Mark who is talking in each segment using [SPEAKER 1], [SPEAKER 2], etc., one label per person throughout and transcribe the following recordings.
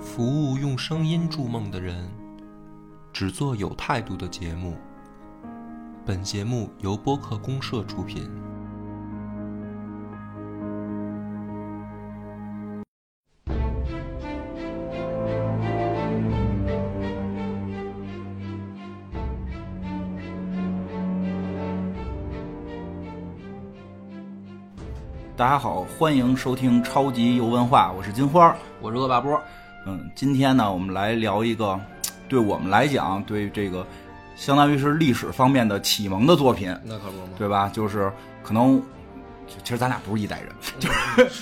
[SPEAKER 1] 服务用声音筑梦的人，只做有态度的节目。本节目由播客公社出品。
[SPEAKER 2] 大家好，欢迎收听超级游文化，我是金花。
[SPEAKER 3] 我是恶霸波，
[SPEAKER 2] 嗯，今天呢，我们来聊一个，对我们来讲，对这个相当于是历史方面的启蒙的作品，
[SPEAKER 3] 那可不嘛。
[SPEAKER 2] 对吧？就是可能，其其实咱俩不是一代人，
[SPEAKER 3] 对，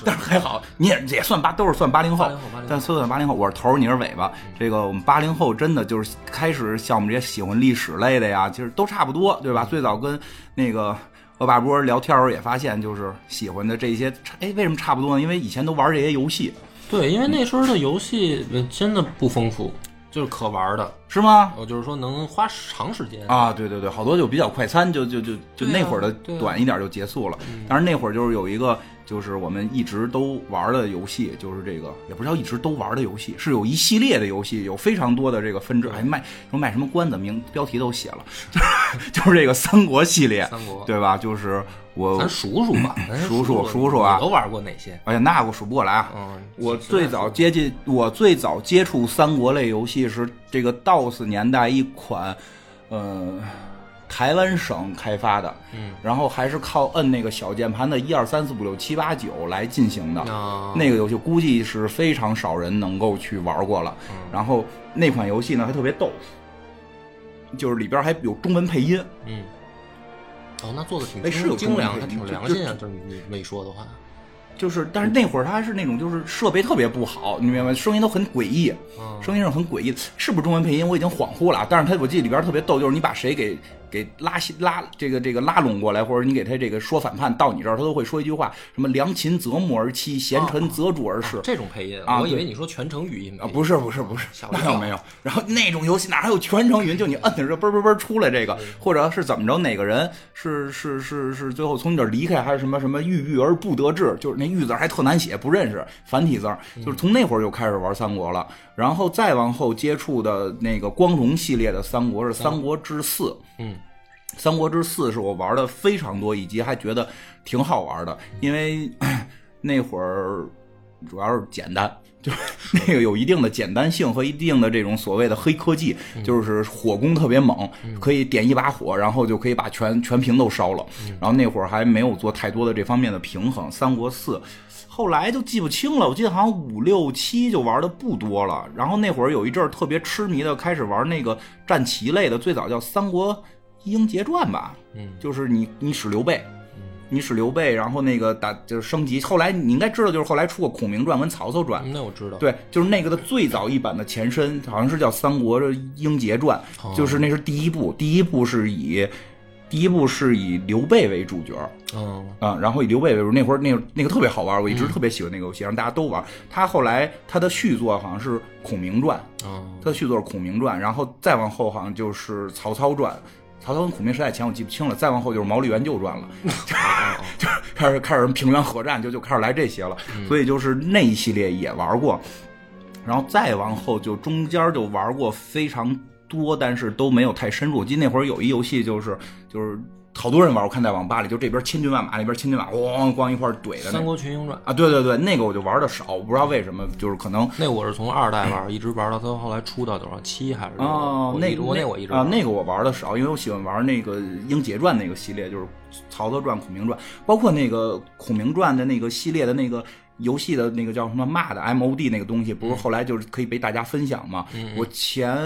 [SPEAKER 2] 但是还好，你也也算八，都是算八零后，
[SPEAKER 3] 80后80后
[SPEAKER 2] 但算算八零后，我是头儿，你是尾巴。这个我们八零后真的就是开始像我们这些喜欢历史类的呀，其实都差不多，对吧？最早跟那个恶霸波聊天儿时候也发现，就是喜欢的这些差，哎，为什么差不多呢？因为以前都玩这些游戏，
[SPEAKER 3] 对，因为那时候的游戏呃真的不丰富，就是可玩的。
[SPEAKER 2] 是吗？
[SPEAKER 3] 我就是说能花长时间，
[SPEAKER 2] 啊，对对对，好多就比较快餐，就就就就
[SPEAKER 3] 对啊
[SPEAKER 2] 那会儿的
[SPEAKER 3] 对啊
[SPEAKER 2] 短一点就结束了。
[SPEAKER 3] 嗯
[SPEAKER 2] 但是那会儿就是有一个，就是我们一直都玩的游戏，就是这个也不是叫一直都玩的游戏，是有一系列的游戏，有非常多的这个分支，还卖说卖什么关子，名标题都写了，就是 就是这个三国系列，
[SPEAKER 3] 三国。
[SPEAKER 2] 对吧？就是我
[SPEAKER 3] 咱，数数吧，咱先
[SPEAKER 2] 数数
[SPEAKER 3] 数
[SPEAKER 2] 数数啊
[SPEAKER 3] 你都玩过哪些？
[SPEAKER 2] 哎呀，那我数不过来啊。
[SPEAKER 3] 嗯，
[SPEAKER 2] 我
[SPEAKER 3] 实在
[SPEAKER 2] 最早接近，我最早接触三国类游戏是这个 DOS 年代一款，呃，台湾省开发的，
[SPEAKER 3] 嗯，
[SPEAKER 2] 然后还是靠摁那个小键盘的一二三四五六七八九来进行的。
[SPEAKER 3] 啊，
[SPEAKER 2] 那个游戏估计是非常少人能够去玩过了。
[SPEAKER 3] 嗯
[SPEAKER 2] 然后那款游戏呢还特别逗，就是里边还有中文配音，
[SPEAKER 3] 嗯，哦，那做的挺
[SPEAKER 2] 哎是有
[SPEAKER 3] 精良，
[SPEAKER 2] 中文
[SPEAKER 3] 还挺
[SPEAKER 2] 配音
[SPEAKER 3] 良
[SPEAKER 2] 就
[SPEAKER 3] 心啊。就是你没说的话，
[SPEAKER 2] 就是但是那会儿它还是那种就是设备特别不好，你明白吗？声音都很诡异。
[SPEAKER 3] 嗯，
[SPEAKER 2] 声音上很诡异，是不是中文配音？我已经恍惚了啊。但是它我记得里边特别逗，就是你把谁给给拉西拉这个这个拉拢过来，或者你给他这个说反叛到你这儿，他都会说一句话，什么良禽择木而栖，贤臣择主而事。
[SPEAKER 3] 这种配音，
[SPEAKER 2] 啊
[SPEAKER 3] 我以
[SPEAKER 2] 对
[SPEAKER 3] 为你说全程语音
[SPEAKER 2] 啊，不
[SPEAKER 3] 是，
[SPEAKER 2] 是不是不是
[SPEAKER 3] 吓，我一
[SPEAKER 2] 那
[SPEAKER 3] 跳
[SPEAKER 2] 倒没有。然后那种游戏哪还有全程云？就你摁的时候，嘣嘣嘣出来这个，或者是怎么着？哪个人是是是是最后从你这儿离开，还是什么什么郁郁而不得志？就是那郁字儿还特难写，不认识繁体字儿。就是从那会儿就开始玩三国了，然后再往后接触的那个光荣系列的三国是《三国志四》。
[SPEAKER 3] 嗯，
[SPEAKER 2] 《三国志四》是我玩的非常多，以及还觉得挺好玩的，因为 那会儿主要是简单， 就是那个有一定的简单性和一定的这种所谓的黑科技，就是火攻特别猛，可以点一把火，然后就可以把全全屏都烧了。然后那会儿还没有做太多的这方面的平衡，《三国四》。后来就记不清了，我记得好像五六七就玩的不多了。然后那会儿有一阵儿特别痴迷的，开始玩那个战棋类的，最早叫《三国英杰传》吧，
[SPEAKER 3] 嗯，
[SPEAKER 2] 就是你你使刘备
[SPEAKER 3] 嗯，
[SPEAKER 2] 你使刘备，然后那个打就是升级。后来你应该知道，就是后来出过《孔明传》跟《曹操传》，
[SPEAKER 3] 那我知道。，
[SPEAKER 2] 对，就是那个的最早一版的前身，好像是叫《三国英杰传》，就是那是第一部，第一部是以第一部是以刘备为主角，
[SPEAKER 3] 嗯，
[SPEAKER 2] 啊、然后以刘备为主，那会儿那个那个特别好玩，我一直特别喜欢那个游戏，让大家都玩。他后来他的续作好像是《孔明传》，
[SPEAKER 3] 嗯，
[SPEAKER 2] 他的续作是《孔明传》，然后再往后好像就是《曹操传》。曹操跟孔明时代前我记不清了，再往后就是《毛利元就传》了，就是开始开始平原合战，就就开始来这些了。所以就是那一系列也玩过，然后再往后就中间就玩过非常多，但是都没有太深入。我记得那会儿有一游戏就是就是好多人玩，我看在网吧里就这边千军万马，那边千军万马，咣咣咣一块儿怼的那
[SPEAKER 3] 三
[SPEAKER 2] 种
[SPEAKER 3] 国群英传》。
[SPEAKER 2] 啊，对对对，那个我就玩的少，我不知道为什么，就是可能
[SPEAKER 3] 那我是从二代玩，一直玩到它后来出到多少七还是多少
[SPEAKER 2] 哦，
[SPEAKER 3] 我
[SPEAKER 2] 那
[SPEAKER 3] 一直我
[SPEAKER 2] 那
[SPEAKER 3] 我一直
[SPEAKER 2] 啊
[SPEAKER 3] 玩，
[SPEAKER 2] 那个我玩的少，因为我喜欢玩那个《英杰传》那个系列，就是《曹操传》《孔明传》，包括那个《孔明传》的那个系列的那个游戏的那个叫什么骂的 MOD 那个东西，
[SPEAKER 3] 嗯
[SPEAKER 2] 不是后来就是可以被大家分享嘛？我前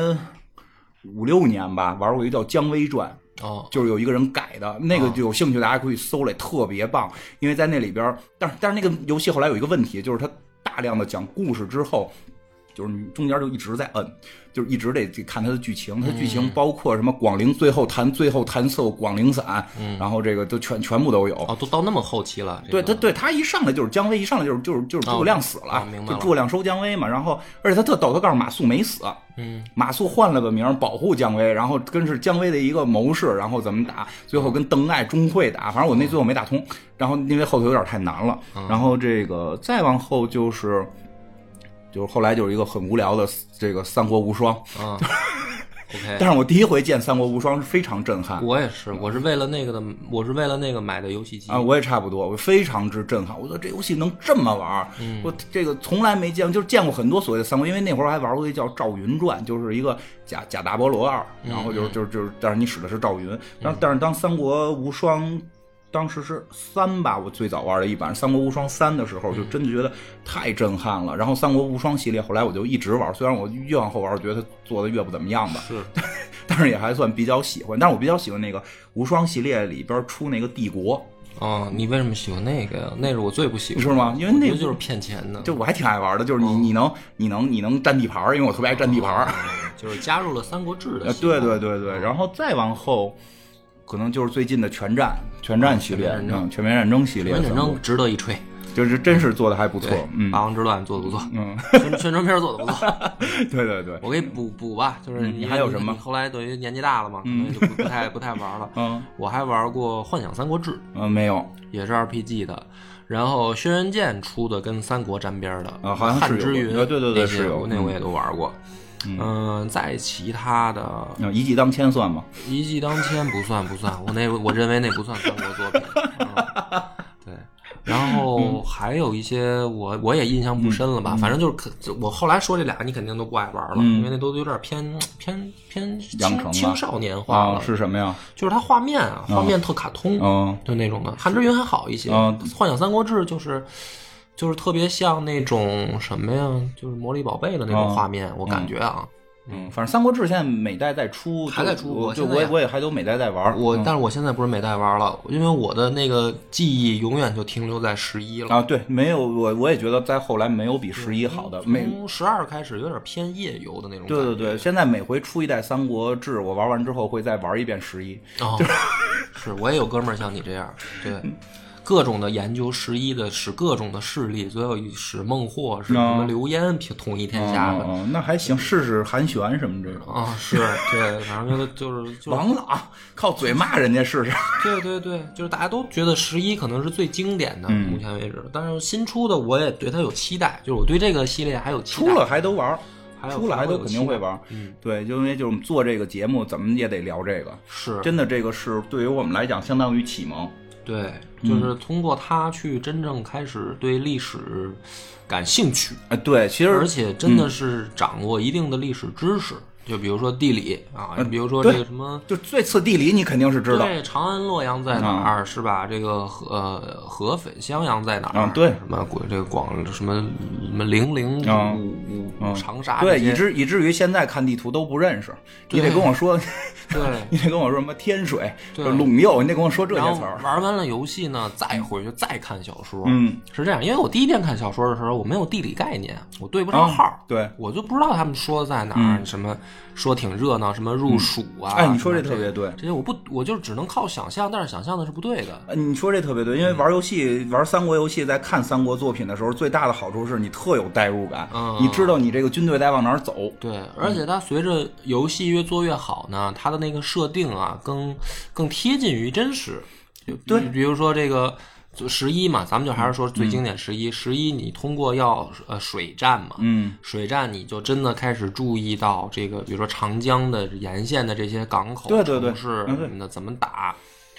[SPEAKER 2] 五六年吧玩过一个叫《姜维传》，
[SPEAKER 3] 哦，
[SPEAKER 2] 就是有一个人改的，那个就有兴趣大家可以搜来，特别棒。因为在那里边儿，但是但是那个游戏后来有一个问题，就是它大量的讲故事之后，就是你中间就一直在摁，就是一直得得看它的剧情。它的剧情包括什么广陵最后弹最后弹奏广陵散，然后这个都全全部都有。
[SPEAKER 3] 哦，都到那么后期了。这
[SPEAKER 2] 对
[SPEAKER 3] 个
[SPEAKER 2] 他，对他一上来就是姜维，一上来就是就是就是诸葛亮死了
[SPEAKER 3] 哦明，白
[SPEAKER 2] 就
[SPEAKER 3] 了
[SPEAKER 2] 诸葛亮收姜维嘛。然后，而且他特逗，他告诉马谡没死，
[SPEAKER 3] 嗯，
[SPEAKER 2] 马谡换了个名儿保护姜维，然后跟是姜维的一个谋士，然后怎么打，最后跟邓艾、钟会打，反正我
[SPEAKER 3] 哦
[SPEAKER 2] 那最后没打通，然后因为后头有点太难了。然后这个再往后就是就是后来就是一个很无聊的这个《三国无双》，
[SPEAKER 3] 啊。OK，
[SPEAKER 2] 但是我第一回见《三国无双》是非常震撼
[SPEAKER 3] 我也是，我是为了那个的，我是为了那个买的游戏机
[SPEAKER 2] 啊，我也差不多，我非常之震撼。我觉得这游戏能这么玩儿，我这个从来没见过，就是见过很多所谓的三国，因为那会儿还玩过一个叫《赵云传》，就是一个假假大菠萝二，然后就是就是就是，但是你使的是赵云，但但是当《三国无双》。当时是三吧，我最早玩的一版《三国无双三》的时候，就真的觉得太震撼了。然后《三国无双》系列后来我就一直玩，虽然我越往后玩，我觉得它做的越不怎么样吧，
[SPEAKER 3] 是
[SPEAKER 2] 但是也还算比较喜欢。但是我比较喜欢那个无双系列里边出那个帝国，
[SPEAKER 3] 啊，你为什么喜欢那个呀？那是我最不喜
[SPEAKER 2] 你
[SPEAKER 3] 欢
[SPEAKER 2] 知
[SPEAKER 3] 的，
[SPEAKER 2] 道吗？因为
[SPEAKER 3] 我
[SPEAKER 2] 那
[SPEAKER 3] 觉
[SPEAKER 2] 个
[SPEAKER 3] 得就是嗯骗钱的，
[SPEAKER 2] 就我还挺爱玩的，就是你你能你能你能占地盘儿，因为我特别爱占地盘儿。
[SPEAKER 3] 就是加入了《三国志》的
[SPEAKER 2] 呃，
[SPEAKER 3] 系
[SPEAKER 2] 对
[SPEAKER 3] 列，
[SPEAKER 2] 对对
[SPEAKER 3] 嗯
[SPEAKER 2] 对，然后再往后，可能就是最近的全战全战系列，
[SPEAKER 3] 啊全面战
[SPEAKER 2] 嗯，全面战争系列，
[SPEAKER 3] 全面
[SPEAKER 2] 咱
[SPEAKER 3] 战
[SPEAKER 2] 们
[SPEAKER 3] 争值得一吹，
[SPEAKER 2] 嗯就是真是做的还不错
[SPEAKER 3] 对，，啊
[SPEAKER 2] 嗯
[SPEAKER 3] 霸王之乱》做的不错，
[SPEAKER 2] 嗯，
[SPEAKER 3] 宣宣传片做的不错，
[SPEAKER 2] 对对对，
[SPEAKER 3] 我给你补补吧，就是
[SPEAKER 2] 嗯
[SPEAKER 3] 因为
[SPEAKER 2] 还有什么
[SPEAKER 3] 你后来等于年纪大了嘛，可能就不不太不太玩 了。
[SPEAKER 2] 嗯
[SPEAKER 3] 我还玩过《幻想三国志》，
[SPEAKER 2] 嗯，没有，
[SPEAKER 3] 也是 RPG 的。然后《轩辕剑》出的跟三国沾边儿的
[SPEAKER 2] 啊好像是有
[SPEAKER 3] 汉之云》
[SPEAKER 2] 呃对对对
[SPEAKER 3] 那些
[SPEAKER 2] 是有
[SPEAKER 3] 那我也都玩过。嗯、在其他的
[SPEAKER 2] 嗯一骑当千算吗？
[SPEAKER 3] 一骑当千不算不算，我那我认为那不算三国作品。嗯对，然
[SPEAKER 2] 嗯
[SPEAKER 3] 后还有一些我我也印象不深了吧，反正就是可我后来说这俩你肯定都不爱玩了，因为那都有点偏偏偏
[SPEAKER 2] 嗯养成吧
[SPEAKER 3] 青青少年化了，
[SPEAKER 2] 啊，是什么呀？
[SPEAKER 3] 就是它画面啊，画面特卡通，
[SPEAKER 2] 嗯
[SPEAKER 3] 就那种的。汉之云还好一些，
[SPEAKER 2] 嗯
[SPEAKER 3] 幻想三国志就是就是特别像那种什么呀，就是魔力宝贝的那种画面，我感觉啊，
[SPEAKER 2] 嗯，反正《三国志》现在每代在出，
[SPEAKER 3] 还在出
[SPEAKER 2] 我
[SPEAKER 3] 我
[SPEAKER 2] 就
[SPEAKER 3] 现在
[SPEAKER 2] 我也
[SPEAKER 3] 也
[SPEAKER 2] 我也还都每代在玩，嗯
[SPEAKER 3] 我，但是我现在不是没带玩了，因为我的那个记忆永远就停留在十一了。
[SPEAKER 2] 啊，对，没有我我也觉得在后来没有比十
[SPEAKER 3] 嗯
[SPEAKER 2] 一好的，没
[SPEAKER 3] 从十二开始有点偏夜游的那种感觉。
[SPEAKER 2] 对对对，现在每回出一代《三国志》，我玩完之后会再玩一遍十一。
[SPEAKER 3] 哦，是我也有哥们儿像你这样，对，各种的研究十一的，使各种的势力，最后使孟获，使什么
[SPEAKER 2] 嗯
[SPEAKER 3] 刘焉平统一天下的。
[SPEAKER 2] 嗯，那还行，试试韩玄什么这种。
[SPEAKER 3] 啊，是对，反正就是就是就是
[SPEAKER 2] 王朗啊靠嘴骂人家 试试。
[SPEAKER 3] 对对对，就是大家都觉得十一可能是最经典的，
[SPEAKER 2] 嗯
[SPEAKER 3] 目前为止。但是新出的我也对它有期待，就是我对这个系列还有期待。
[SPEAKER 2] 出了还都玩儿
[SPEAKER 3] 还，有
[SPEAKER 2] 出了还都肯定会玩儿。
[SPEAKER 3] 嗯
[SPEAKER 2] 对，就因为就是我们做这个节目，怎么也得聊这个。
[SPEAKER 3] 是，
[SPEAKER 2] 真的，这个是对于我们来讲相当于启蒙。
[SPEAKER 3] 对，
[SPEAKER 2] 嗯
[SPEAKER 3] 就是通过它去真正开始对历史感兴趣，
[SPEAKER 2] 哎，对，其
[SPEAKER 3] 而
[SPEAKER 2] 实
[SPEAKER 3] 且真的是掌握一定的历史知识，就比如说地理啊，
[SPEAKER 2] 呃
[SPEAKER 3] 你比如说这个什么。
[SPEAKER 2] 就最次地理你肯定是知道。
[SPEAKER 3] 对，长安、洛阳在哪
[SPEAKER 2] 啊
[SPEAKER 3] 儿、是吧？这个河呃，合肥、襄阳在哪儿？
[SPEAKER 2] 嗯对
[SPEAKER 3] 什么鬼？这个广什么什么零陵、
[SPEAKER 2] 嗯
[SPEAKER 3] 五五长沙啊这
[SPEAKER 2] 对，
[SPEAKER 3] 些？
[SPEAKER 2] 以至以至于现在看地图都不认识，你得跟我说， 。
[SPEAKER 3] 对
[SPEAKER 2] 你得跟我说什么天水、
[SPEAKER 3] 对
[SPEAKER 2] 陇右，你得跟我说这
[SPEAKER 3] 然
[SPEAKER 2] 些
[SPEAKER 3] 后
[SPEAKER 2] 词儿。
[SPEAKER 3] 玩完了游戏呢，再回去再看小说，
[SPEAKER 2] 嗯，
[SPEAKER 3] 是这样。因为我第一遍看小说的时候，我没有地理概念，我对不上号，
[SPEAKER 2] 啊对嗯
[SPEAKER 3] 我就不知道他们说在哪儿，什么说挺热闹，什么入蜀啊。
[SPEAKER 2] 哎，你说这
[SPEAKER 3] 什么
[SPEAKER 2] 特别对。
[SPEAKER 3] 这些，我不，我就只能靠想象，但是想象的是不对的。
[SPEAKER 2] 呃你说这特别
[SPEAKER 3] 嗯
[SPEAKER 2] 对，因为玩游戏、玩三国游戏，在看三国作品的时候，最大的好处是你特有代入感，
[SPEAKER 3] 嗯
[SPEAKER 2] 你知道你这个军队在往哪儿走。
[SPEAKER 3] 对，而
[SPEAKER 2] 嗯
[SPEAKER 3] 且它随着游戏越做越好呢，它的那个设定啊，更更贴近于真实。对，比如说这个十一嘛，咱们就还是说
[SPEAKER 2] 嗯
[SPEAKER 3] 最经典十一。十一你通过要呃水战嘛，
[SPEAKER 2] 嗯，
[SPEAKER 3] 水战你就真的开始注意到这个，比如说长江的沿线的这些港口、
[SPEAKER 2] 对对对
[SPEAKER 3] 城市
[SPEAKER 2] 嗯对
[SPEAKER 3] 什么的怎么打，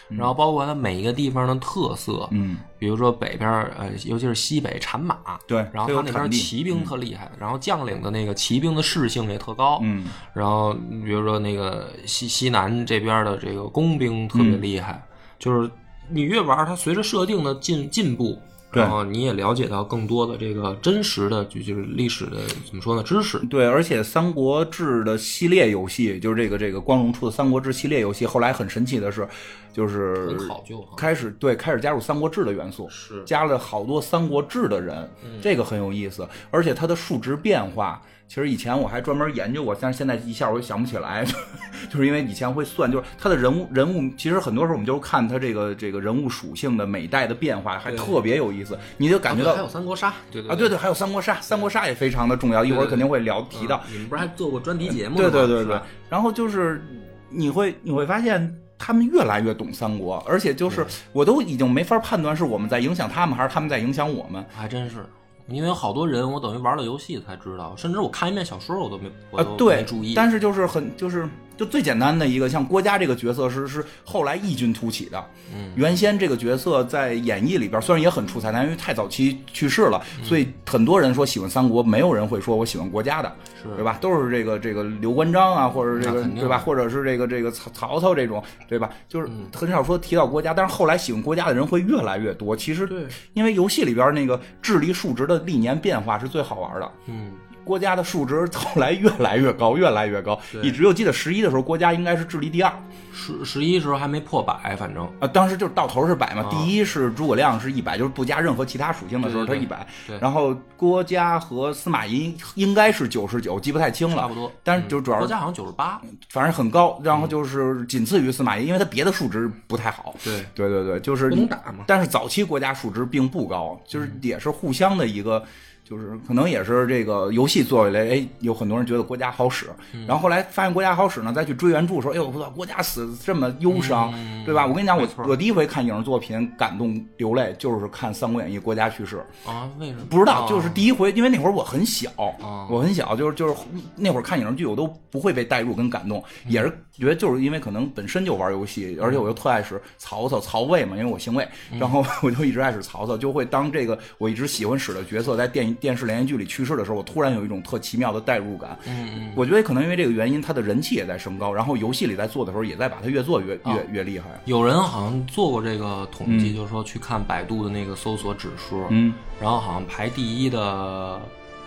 [SPEAKER 3] 然后包括它每一个地方的特色，
[SPEAKER 2] 嗯，
[SPEAKER 3] 比如说北边儿呃，尤其是西北产马，
[SPEAKER 2] 对
[SPEAKER 3] 然后
[SPEAKER 2] 这
[SPEAKER 3] 他
[SPEAKER 2] 有
[SPEAKER 3] 那
[SPEAKER 2] 产
[SPEAKER 3] 边
[SPEAKER 2] 地嗯
[SPEAKER 3] 骑兵特厉害，然后将领的那个骑兵的士性也特高，
[SPEAKER 2] 嗯，
[SPEAKER 3] 然后比如说那个西西南这边的这个工兵特别厉害，
[SPEAKER 2] 嗯
[SPEAKER 3] 就是你越玩儿，它随着设定的进进步。
[SPEAKER 2] 对
[SPEAKER 3] 然后你也了解到更多的这个真实的，就就是历史的怎么说呢？知识
[SPEAKER 2] 对，而且《三国志》的系列游戏，就是这个这个光荣出的《三国志》系列游戏，后来很神奇的是，就是
[SPEAKER 3] 很考究哈。
[SPEAKER 2] 开始对开始加入《三国志》的元素，
[SPEAKER 3] 是
[SPEAKER 2] 加了好多《三国志》的人，这个很有意思。而且它的数值变化，其实以前我还专门研究过，但是现在一下我就想不起来， 就是因为以前会算，就是它的人物人物，其实很多时候我们就是看它这个这个人物属性的每代的变化，还
[SPEAKER 3] 对
[SPEAKER 2] 特别有意思，你就感觉到。
[SPEAKER 3] 还有三国杀，对对
[SPEAKER 2] 啊，对对，还有三国嗯杀，三国杀也非常的重要，一会儿肯定会聊提到。
[SPEAKER 3] 你们不是还做过专题节目吗？
[SPEAKER 2] 对对对
[SPEAKER 3] 是
[SPEAKER 2] 对
[SPEAKER 3] 吧，
[SPEAKER 2] 然后就是你会你会发现。他们越来越懂三国，而且就是我都已经没法判断是我们在影响他们，还是他们在影响我们。
[SPEAKER 3] 还真是。因为有好多人我等于玩了游戏才知道，甚至我看一遍小说我都没我
[SPEAKER 2] 啊
[SPEAKER 3] 都，没
[SPEAKER 2] 对
[SPEAKER 3] 注意。，
[SPEAKER 2] 但是就是很就是就最简单的一个，像郭嘉这个角色是是后来异军突起的。
[SPEAKER 3] 嗯，
[SPEAKER 2] 原先这个角色在演义里边虽然也很出彩，但因为太早期去世了，
[SPEAKER 3] 嗯
[SPEAKER 2] 所以很多人说喜欢三国，没有人会说我喜欢郭嘉的，
[SPEAKER 3] 是
[SPEAKER 2] 对吧？都是这个这个刘关张啊，或者这
[SPEAKER 3] 那
[SPEAKER 2] 个
[SPEAKER 3] 肯定
[SPEAKER 2] 对吧，或者是这个这个曹曹操这种，对吧？就是
[SPEAKER 3] 嗯
[SPEAKER 2] 很少说提到郭嘉，但是后来喜欢郭嘉的人会越来越多。其实
[SPEAKER 3] 对，
[SPEAKER 2] 因为游戏里边那个智力数值的历年变化是最好玩的。
[SPEAKER 3] 嗯，
[SPEAKER 2] 郭嘉的数值后来越来越高，越来越高。
[SPEAKER 3] 对
[SPEAKER 2] 你只有记得十一的时候，郭嘉应该是智力第二
[SPEAKER 3] 十十一时候还没破百，反正
[SPEAKER 2] 啊，当时就是到头是百嘛，
[SPEAKER 3] 啊
[SPEAKER 2] 第一是诸葛亮是一百，就是不加任何其他属性的时候他
[SPEAKER 3] 对对
[SPEAKER 2] 一
[SPEAKER 3] 对
[SPEAKER 2] 百
[SPEAKER 3] 对，
[SPEAKER 2] 然后郭嘉和司马懿应该是九十九，记不太清
[SPEAKER 3] 差
[SPEAKER 2] 了
[SPEAKER 3] 不。多。嗯
[SPEAKER 2] 但是就主要
[SPEAKER 3] 国
[SPEAKER 2] 是
[SPEAKER 3] 家好像九十八，
[SPEAKER 2] 反正很高，然后
[SPEAKER 3] 嗯
[SPEAKER 2] 就是仅次于司马懿，因为他别的数值不太好。
[SPEAKER 3] 对，
[SPEAKER 2] 对对对，就是
[SPEAKER 3] 不能打嘛嗯
[SPEAKER 2] 但是早期国家数值并不高，就是也是互相的一个，就是可能也是这个游戏做起来，哎，有很多人觉得国家好使，
[SPEAKER 3] 嗯
[SPEAKER 2] 然后后来发现国家好使呢，再去追原著的时候，哎呦，我操，国家死这么忧伤，对吧？我跟你讲，我
[SPEAKER 3] 嗯没错
[SPEAKER 2] 我第一回看影视作品感动流泪，就是看《三国演义》国家去世。
[SPEAKER 3] 啊？为什么？
[SPEAKER 2] 不知
[SPEAKER 3] 啊
[SPEAKER 2] 道，就是第一回，因为那会儿我很小，
[SPEAKER 3] 哦
[SPEAKER 2] 我很小，就是就是那会儿看影视剧，我都不会被带入跟感动，也
[SPEAKER 3] 嗯
[SPEAKER 2] 是觉得就是因为可能本身就玩游戏，而且我又特爱使曹操、曹魏嘛，因为我姓魏，
[SPEAKER 3] 嗯
[SPEAKER 2] 然后我就一直爱使曹操，就会当这个我一直喜欢使的角色在电电视连续剧里去世的时候，我突然有一种特奇妙的代入感。
[SPEAKER 3] 嗯嗯，
[SPEAKER 2] 我觉得可能因为这个原因，他的人气也在升高，然后游戏里在做的时候，也在把它越做越
[SPEAKER 3] 啊
[SPEAKER 2] 越越厉害。
[SPEAKER 3] 有人好像做过这个统计，
[SPEAKER 2] 嗯
[SPEAKER 3] 就是说去看百度的那个搜索指数，
[SPEAKER 2] 嗯
[SPEAKER 3] 然后好像排第一的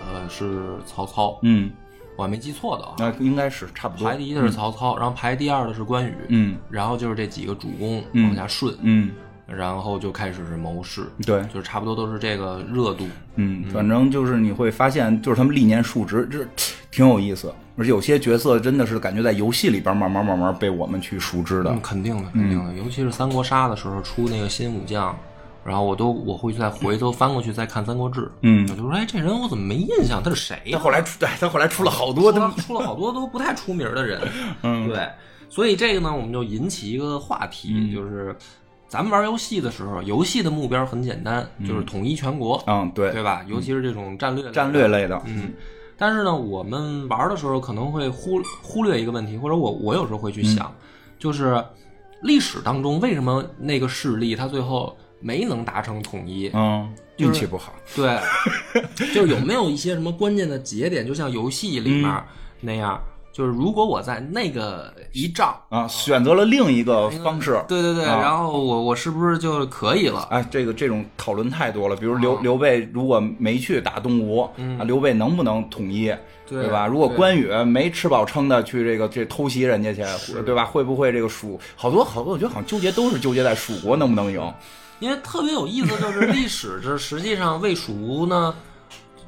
[SPEAKER 3] 呃是曹操，
[SPEAKER 2] 嗯，
[SPEAKER 3] 我还没记错的啊，
[SPEAKER 2] 那应该是差不多
[SPEAKER 3] 排。第一的是曹操，然后排第二的是关羽，
[SPEAKER 2] 嗯
[SPEAKER 3] 然后就是这几个主公
[SPEAKER 2] 嗯
[SPEAKER 3] 往下顺，
[SPEAKER 2] 嗯，
[SPEAKER 3] 然后就开始是谋士，
[SPEAKER 2] 对。
[SPEAKER 3] 就是差不多都是这个热度。
[SPEAKER 2] 嗯，反正就是你会发现，就是他们历年数值，这挺有意思。而且有些角色真的是感觉在游戏里边慢慢慢慢被我们去熟知的
[SPEAKER 3] 嗯，。肯定的，肯定的，尤其是三国杀的时候出那个新武将，然后我都我会再回头翻过去再看《三国志》，
[SPEAKER 2] 嗯
[SPEAKER 3] 我就说，哎，这人我怎么没印象？他是谁
[SPEAKER 2] 他
[SPEAKER 3] 呀？
[SPEAKER 2] 后来出，对，他后来出了好多
[SPEAKER 3] 出了
[SPEAKER 2] 的，
[SPEAKER 3] 出了好多都不太出名的人， 嗯，对，所以这个呢，我们就引起一个话题，
[SPEAKER 2] 嗯
[SPEAKER 3] 就是咱们玩游戏的时候，游戏的目标很简单，就是统一全国，
[SPEAKER 2] 嗯，对，
[SPEAKER 3] 对吧？尤其是这种战略类的
[SPEAKER 2] 战略类的，
[SPEAKER 3] 嗯，但是呢，我们玩的时候可能会忽忽略一个问题，或者我我有时候会
[SPEAKER 2] 嗯
[SPEAKER 3] 去想，就是历史当中为什么那个势力他最后没能达成统一？
[SPEAKER 2] 嗯，
[SPEAKER 3] 就是
[SPEAKER 2] 运气不好。
[SPEAKER 3] 对，就是有没有一些什么关键的节点，就像游戏里
[SPEAKER 2] 嗯
[SPEAKER 3] 面那样，就是如果我在那个一仗。
[SPEAKER 2] 啊，选择了另一个方式。
[SPEAKER 3] 对对对，
[SPEAKER 2] 啊
[SPEAKER 3] 然后我我是不是就可以了？
[SPEAKER 2] 哎，这个这种讨论太多了。比如刘刘备如果没去打东吴，啊，刘备能不能统一，
[SPEAKER 3] 对
[SPEAKER 2] 对吧？如果
[SPEAKER 3] 对
[SPEAKER 2] 关羽没吃饱撑的去这个这偷袭人家去，对吧？会不会这个蜀好多好多？我觉得好像纠结都是纠结在蜀国能不能赢。啊
[SPEAKER 3] 因为特别有意思，就是历史这实际上魏蜀吴呢，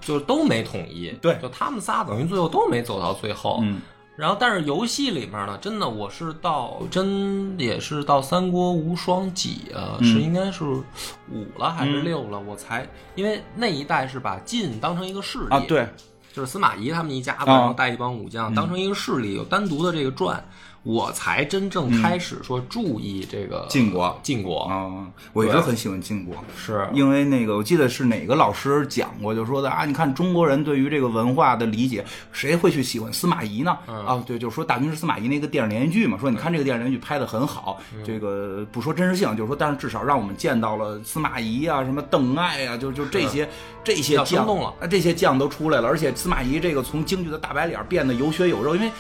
[SPEAKER 3] 就都没统一，
[SPEAKER 2] 对
[SPEAKER 3] 就他们仨等于最后都没走到最后，
[SPEAKER 2] 嗯，
[SPEAKER 3] 然后但是游戏里面呢，真的我是到真也是到三国无双几啊，是
[SPEAKER 2] 嗯
[SPEAKER 3] 应该是五了还是六了，我才因为那一代是把晋当成一个势力
[SPEAKER 2] 啊，对，
[SPEAKER 3] 就是司马懿他们一家子，
[SPEAKER 2] 啊
[SPEAKER 3] 然后带一帮武将，当成一个势力，有单独的这个传，我才真正开始说注意这个
[SPEAKER 2] 嗯晋国
[SPEAKER 3] 晋国
[SPEAKER 2] 啊，我一直很喜欢晋国。
[SPEAKER 3] 是
[SPEAKER 2] 因为那个，我记得是哪个老师讲过，就说的啊，你看中国人对于这个文化的理解，谁会去喜欢司马懿呢？
[SPEAKER 3] 嗯
[SPEAKER 2] 啊，对，就说《大军师司马懿》那个电视连续剧嘛，说你看这个电视连续剧拍的很好，
[SPEAKER 3] 嗯
[SPEAKER 2] 这个呃不说真实性，就是说，但是至少让我们见到了司马懿啊，什么邓艾啊，就就这些这些
[SPEAKER 3] 要嗯
[SPEAKER 2] 将
[SPEAKER 3] 生动了
[SPEAKER 2] 啊，这些将都出来了，而且司马懿这个从京剧的大白脸变得有血有肉，因为。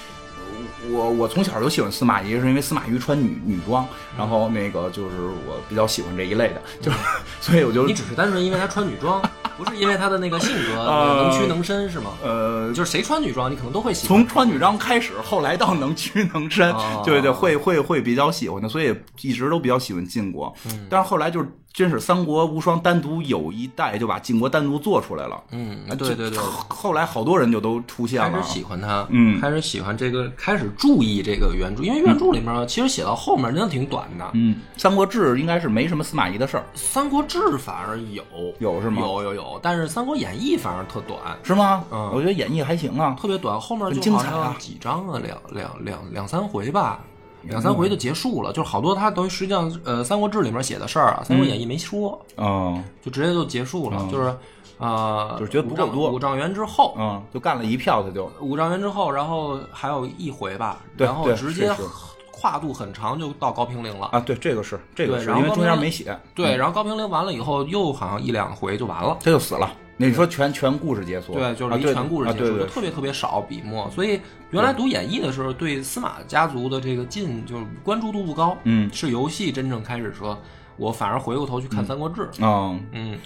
[SPEAKER 2] 我我从小就喜欢司马懿，是因为司马懿穿女女装，然后那个就是我比较喜欢这一类的，就是、所以我就
[SPEAKER 3] 你只是单纯因为她穿女装，不是因为她的那个性 格
[SPEAKER 2] 啊
[SPEAKER 3] 能屈能伸是吗？
[SPEAKER 2] 呃，
[SPEAKER 3] 就是谁穿女装，你可能都会喜欢。
[SPEAKER 2] 从穿女装开始，后来到能屈能伸，
[SPEAKER 3] 哦
[SPEAKER 2] 对对，会会会比较喜欢的，所以一直都比较喜欢晋国。
[SPEAKER 3] 嗯
[SPEAKER 2] 但是后来就是真是三国无双单独有一代就把晋国单独做出来了，
[SPEAKER 3] 嗯，
[SPEAKER 2] 啊
[SPEAKER 3] 对
[SPEAKER 2] 就
[SPEAKER 3] 对对，
[SPEAKER 2] 后后来好多人就都出现
[SPEAKER 3] 开
[SPEAKER 2] 了
[SPEAKER 3] 始。喜欢她，
[SPEAKER 2] 嗯
[SPEAKER 3] 开始喜欢这个，开始注意这个原著，因为原著里面其实写到后面真的挺短的，
[SPEAKER 2] 嗯，《三国志》应该是没什么司马懿的事儿，
[SPEAKER 3] 三国志》反而有
[SPEAKER 2] 有是吗
[SPEAKER 3] 有有有，但是《三国演义》反而特短，
[SPEAKER 2] 是吗？
[SPEAKER 3] 嗯
[SPEAKER 2] 我觉得演绎还行啊。
[SPEAKER 3] 特别短，后面
[SPEAKER 2] 很
[SPEAKER 3] 就
[SPEAKER 2] 精
[SPEAKER 3] 好
[SPEAKER 2] 彩啊
[SPEAKER 3] 像几章啊，两两两两三回吧。两
[SPEAKER 2] 嗯
[SPEAKER 3] 三回就结束了，就是好多他等于实际上呃《三国志》里面写的事儿啊，《三国演义》没说，
[SPEAKER 2] 嗯
[SPEAKER 3] 就直接就结束了，就是呃，
[SPEAKER 2] 就是觉得不够
[SPEAKER 3] 五丈
[SPEAKER 2] 多
[SPEAKER 3] 五丈原之后，
[SPEAKER 2] 嗯，就干了一票，他就
[SPEAKER 3] 五丈原之后，然后还有一回吧，
[SPEAKER 2] 对
[SPEAKER 3] 然后
[SPEAKER 2] 对
[SPEAKER 3] 直接
[SPEAKER 2] 是是
[SPEAKER 3] 跨度很长就到高平陵了。
[SPEAKER 2] 啊，对，这个是这个
[SPEAKER 3] 对
[SPEAKER 2] 是，
[SPEAKER 3] 然后
[SPEAKER 2] 因为中
[SPEAKER 3] 高
[SPEAKER 2] 间
[SPEAKER 3] 平
[SPEAKER 2] 没写，
[SPEAKER 3] 对，然后高平陵完了以后，又好像一两回就完了。
[SPEAKER 2] 他就死了。那你说全全故事解锁？
[SPEAKER 3] 对，就
[SPEAKER 2] 啊
[SPEAKER 3] 是离
[SPEAKER 2] 对
[SPEAKER 3] 全故事
[SPEAKER 2] 啊
[SPEAKER 3] 结
[SPEAKER 2] 对
[SPEAKER 3] 束，
[SPEAKER 2] 对
[SPEAKER 3] 就特别特别少笔墨。所以原来读演义的时候，对司马家族的这个进就是关注度不高。
[SPEAKER 2] 嗯
[SPEAKER 3] 是游戏真正开始说，我反而回过头去看《三国志》
[SPEAKER 2] 嗯
[SPEAKER 3] 嗯，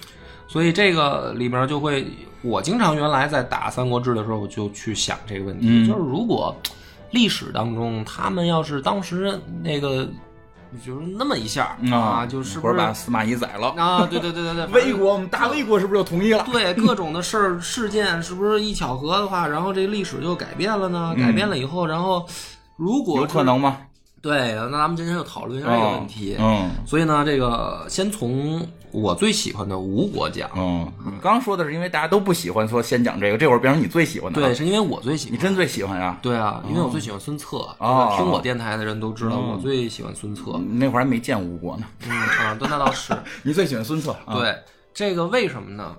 [SPEAKER 3] 所以这个里面就会，我经常原来在打《三国志》的时候，我就去想这个问题，
[SPEAKER 2] 嗯
[SPEAKER 3] 就是如果历史当中他们要是当时那个，就是那么一下、
[SPEAKER 2] 嗯
[SPEAKER 3] 啊，就是
[SPEAKER 2] 或
[SPEAKER 3] 不
[SPEAKER 2] 者
[SPEAKER 3] 是
[SPEAKER 2] 把司马懿宰了，
[SPEAKER 3] 啊，对对对对 对，反正
[SPEAKER 2] 魏国我们大魏国是不是就同意了？
[SPEAKER 3] 对各种的事儿事件，是不是一巧合的话，然后这历史就改变了呢？
[SPEAKER 2] 嗯
[SPEAKER 3] 改变了以后，然后如果
[SPEAKER 2] 有可能吗？
[SPEAKER 3] 对，那咱们今天就讨论一下这个问题。
[SPEAKER 2] 嗯
[SPEAKER 3] 所以呢，这个先从我最喜欢的吴国讲，
[SPEAKER 2] 嗯，你刚说的是因为大家都不喜欢，说先讲这个，这会儿变成你最喜欢的，
[SPEAKER 3] 对，，是因为我最喜
[SPEAKER 2] 你
[SPEAKER 3] 欢。
[SPEAKER 2] 真最喜欢呀？
[SPEAKER 3] 对啊，因为我最喜欢孙策，
[SPEAKER 2] 哦嗯
[SPEAKER 3] 就是听我电台的人都知道我最喜欢孙策。
[SPEAKER 2] 那会儿还没见吴国呢，
[SPEAKER 3] 嗯啊，对，那倒是。
[SPEAKER 2] 你最喜欢孙策？ 啊，
[SPEAKER 3] 对，这个为什么呢？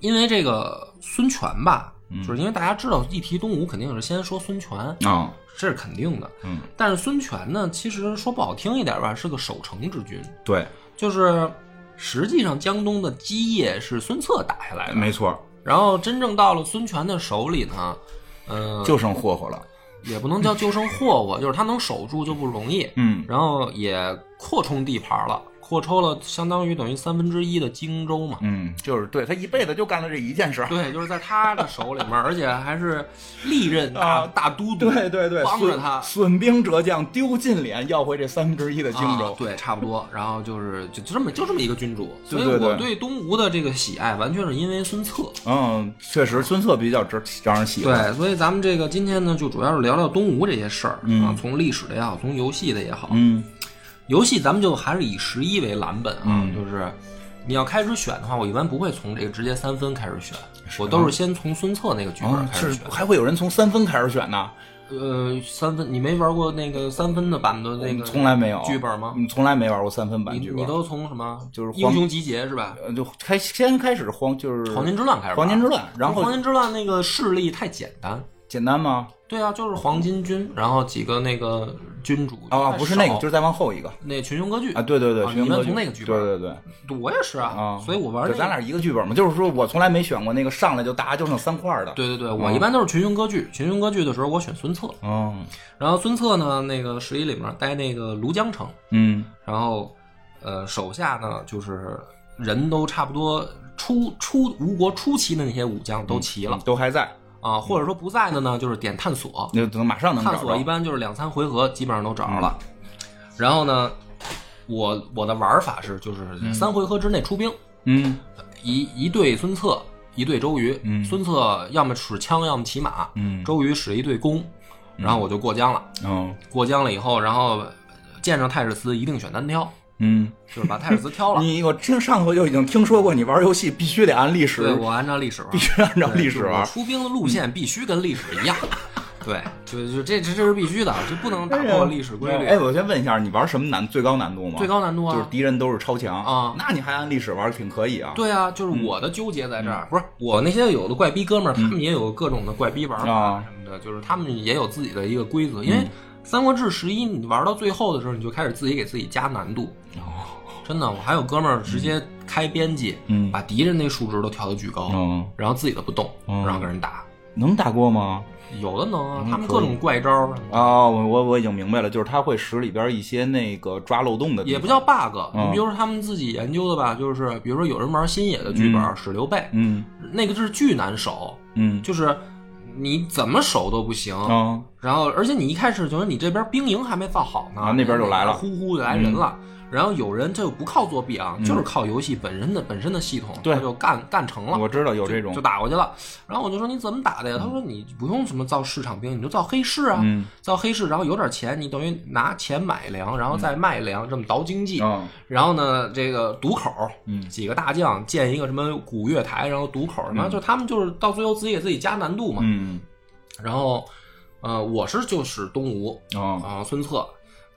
[SPEAKER 3] 因为这个孙权吧，
[SPEAKER 2] 嗯
[SPEAKER 3] 就是因为大家知道一提东吴，肯定是先说孙权，
[SPEAKER 2] 啊，
[SPEAKER 3] 这是肯定的。
[SPEAKER 2] 嗯，
[SPEAKER 3] 但是孙权呢，其实说不好听一点吧，是个守城之君，
[SPEAKER 2] 对，
[SPEAKER 3] 就是实际上江东的基业是孙策打下来的，
[SPEAKER 2] 没错，
[SPEAKER 3] 然后真正到了孙权的手里呢，嗯、
[SPEAKER 2] 就剩霍霍了。
[SPEAKER 3] 也不能叫就剩霍霍，就是他能守住就不容易，
[SPEAKER 2] 嗯
[SPEAKER 3] 然后也扩充地盘了，扩充了相当于等于三分之一的荆州嘛。
[SPEAKER 2] 嗯，就是对他一辈子就干了这一件事儿。
[SPEAKER 3] 对，就是在他的手里面，而且还是历任大、
[SPEAKER 2] 啊
[SPEAKER 3] 大都督，
[SPEAKER 2] 对对对，
[SPEAKER 3] 帮着他，
[SPEAKER 2] 损损兵折将，丢尽脸，要回这三分之一的荆州。
[SPEAKER 3] 啊，对，差不多。然后就是就就这么就这么一个君主，所以
[SPEAKER 2] 对对对
[SPEAKER 3] 我对东吴的这个喜爱完全是因为孙策。
[SPEAKER 2] 嗯，确实，孙策比较值让人喜欢。
[SPEAKER 3] 对，所以咱们这个今天呢，就主要是聊聊东吴这些事儿、啊，从历史的也好，从游戏的也好，
[SPEAKER 2] 嗯
[SPEAKER 3] 游戏咱们就还是以十一为蓝本啊，
[SPEAKER 2] 嗯
[SPEAKER 3] 就是你要开始选的话，我一般不会从这个直接三分开始选，我都是先从孙策那个剧本
[SPEAKER 2] 啊，
[SPEAKER 3] 开始
[SPEAKER 2] 是
[SPEAKER 3] 选。
[SPEAKER 2] 还会有人从三分开始选呢？
[SPEAKER 3] 呃，三分你没玩过那个三分的版的那个，
[SPEAKER 2] 从来没有嗯
[SPEAKER 3] 剧本吗？
[SPEAKER 2] 你从来没玩过三分版
[SPEAKER 3] 你
[SPEAKER 2] 剧
[SPEAKER 3] 你
[SPEAKER 2] 本。
[SPEAKER 3] 都从什么？
[SPEAKER 2] 就是
[SPEAKER 3] 英
[SPEAKER 2] 黄
[SPEAKER 3] 雄集结是吧？
[SPEAKER 2] 呃，就开先开始黄就是
[SPEAKER 3] 黄金之乱开始吧，
[SPEAKER 2] 黄金之乱，然
[SPEAKER 3] 黄
[SPEAKER 2] 后
[SPEAKER 3] 金之乱那个势力太简单。
[SPEAKER 2] 简单吗？
[SPEAKER 3] 对啊，就是黄金军，然后几个那个君主
[SPEAKER 2] 啊，
[SPEAKER 3] 太
[SPEAKER 2] 不是那
[SPEAKER 3] 少
[SPEAKER 2] 个，就是再往后一个
[SPEAKER 3] 那群雄割据
[SPEAKER 2] 啊，对对对，
[SPEAKER 3] 啊
[SPEAKER 2] 寻
[SPEAKER 3] 你
[SPEAKER 2] 龙
[SPEAKER 3] 们
[SPEAKER 2] 阁
[SPEAKER 3] 从
[SPEAKER 2] 剧
[SPEAKER 3] 那个剧本
[SPEAKER 2] 对对对
[SPEAKER 3] 我也是啊
[SPEAKER 2] 啊，，
[SPEAKER 3] 所以我玩
[SPEAKER 2] 就
[SPEAKER 3] 那个
[SPEAKER 2] 咱俩一个剧本嘛，就是说我从来没选过那个上来就大家就剩三块的，，
[SPEAKER 3] 对对对，我一般都是群雄割据，群雄割据的时候我选孙策，
[SPEAKER 2] 嗯
[SPEAKER 3] 然后孙策呢，那个十一里面待那个庐江城，
[SPEAKER 2] 嗯
[SPEAKER 3] 然后呃手下呢就是人都差不多初初吴国初期的那些武将都齐了、
[SPEAKER 2] 都还在，
[SPEAKER 3] 啊，或者说不在的呢就是点探索，
[SPEAKER 2] 那等马上能
[SPEAKER 3] 探
[SPEAKER 2] 找
[SPEAKER 3] 索一
[SPEAKER 2] 着，
[SPEAKER 3] 般就是两三回合基本上都找着了，然后呢。我我的玩法是，就是三回合之内出兵，
[SPEAKER 2] 嗯
[SPEAKER 3] 一一队孙策，一队周瑜。
[SPEAKER 2] 嗯
[SPEAKER 3] 孙策要么使枪，要么骑马，
[SPEAKER 2] 嗯
[SPEAKER 3] 周瑜使一队弓，然后我就过江了。
[SPEAKER 2] 嗯
[SPEAKER 3] 过江了以后，然后呃见上太史慈一定选单挑，
[SPEAKER 2] 嗯，
[SPEAKER 3] 就是把太史慈挑了。
[SPEAKER 2] 你我听上回就已经听说过，你玩游戏必须得按历史
[SPEAKER 3] 对，我按照历史玩，
[SPEAKER 2] 必须按照历史
[SPEAKER 3] 对我
[SPEAKER 2] 玩，嗯
[SPEAKER 3] 出兵的路线必须跟历史一样。对，就就这这这是必须的，这不能打破历史规律。
[SPEAKER 2] 哎，我先问一下，你玩什么难最高难度吗？
[SPEAKER 3] 最高难度
[SPEAKER 2] 就是
[SPEAKER 3] 啊，
[SPEAKER 2] 敌人都是超强
[SPEAKER 3] 啊
[SPEAKER 2] 那你还按历史玩挺可以啊。
[SPEAKER 3] 对啊，就是我的纠结在这嗯儿，不是嗯我那些有的怪逼哥们儿，他们也有各种的怪逼玩法，
[SPEAKER 2] 啊，
[SPEAKER 3] 什么的，就是他们也有自己的一个规则，因为《三国志十一》你玩到最后的时候，你就开始自己给自己加难度。真的，我还有哥们儿直接开编辑，
[SPEAKER 2] 嗯
[SPEAKER 3] 把敌人那数值都调的巨高，
[SPEAKER 2] 嗯，
[SPEAKER 3] 然后自己的不动，
[SPEAKER 2] 嗯
[SPEAKER 3] 然后跟人打。
[SPEAKER 2] 能打过吗？
[SPEAKER 3] 有的能啊，他们各种怪招儿，
[SPEAKER 2] 啊，我我我已经明白了，就是他会使里边一些那个抓漏洞的地方，
[SPEAKER 3] 也不叫 bug。
[SPEAKER 2] 嗯
[SPEAKER 3] 你比如说他们自己研究的吧，就是比如说有人玩新野的剧本使刘备，
[SPEAKER 2] 嗯
[SPEAKER 3] 那个是巨难守，
[SPEAKER 2] 嗯
[SPEAKER 3] 就是你怎么守都不行。
[SPEAKER 2] 啊
[SPEAKER 3] 然后，而且你一开始就是你这边兵营还没放好呢，
[SPEAKER 2] 啊那边就来了嗯
[SPEAKER 3] 呼呼就来人了。然后有人这就不靠作弊啊，就是靠游戏本身的本身的系统，
[SPEAKER 2] 对
[SPEAKER 3] 他就干干成了，
[SPEAKER 2] 我知道有这种
[SPEAKER 3] 就打过去了。然后我就说你怎么打的呀？他说你不用什么造市场兵，你就造黑市啊，
[SPEAKER 2] 嗯
[SPEAKER 3] 造黑市，然后有点钱，你等于拿钱买粮，然后再卖粮，这么倒经济。
[SPEAKER 2] 嗯啊
[SPEAKER 3] 然后呢，这个堵口，
[SPEAKER 2] 嗯
[SPEAKER 3] 几个大将建一个什么古月台，然后堵口，然后就他们就是到最后自己给自己加难度嘛，
[SPEAKER 2] 嗯
[SPEAKER 3] 然后，呃，我是就是东吴
[SPEAKER 2] 啊
[SPEAKER 3] 啊、孙策，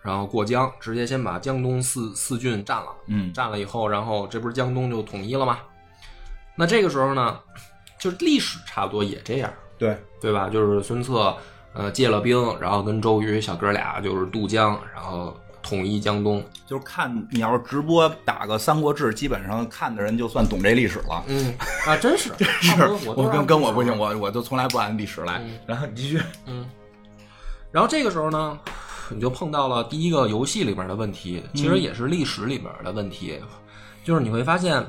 [SPEAKER 3] 然后过江，直接先把江东四四郡占了。
[SPEAKER 2] 嗯
[SPEAKER 3] 占了以后，然后这不是江东就统一了吗？那这个时候呢，就是历史差不多也这样，
[SPEAKER 2] 对，
[SPEAKER 3] 对吧？就是孙策呃借了兵，然后跟周瑜小哥俩就是渡江，然后统一江东。
[SPEAKER 2] 就是看你要是直播打个《三国志》，基本上看的人就算懂这历史了。
[SPEAKER 3] 嗯啊，真是
[SPEAKER 2] 是
[SPEAKER 3] 差 不多我
[SPEAKER 2] 我
[SPEAKER 3] 都
[SPEAKER 2] 跟跟我不行，我我就从来不按历史来。
[SPEAKER 3] 嗯
[SPEAKER 2] 然后你继续，
[SPEAKER 3] 然后这个时候呢，你就碰到了第一个游戏里边的问题，其实也是历史里边的问题，就是你会发现，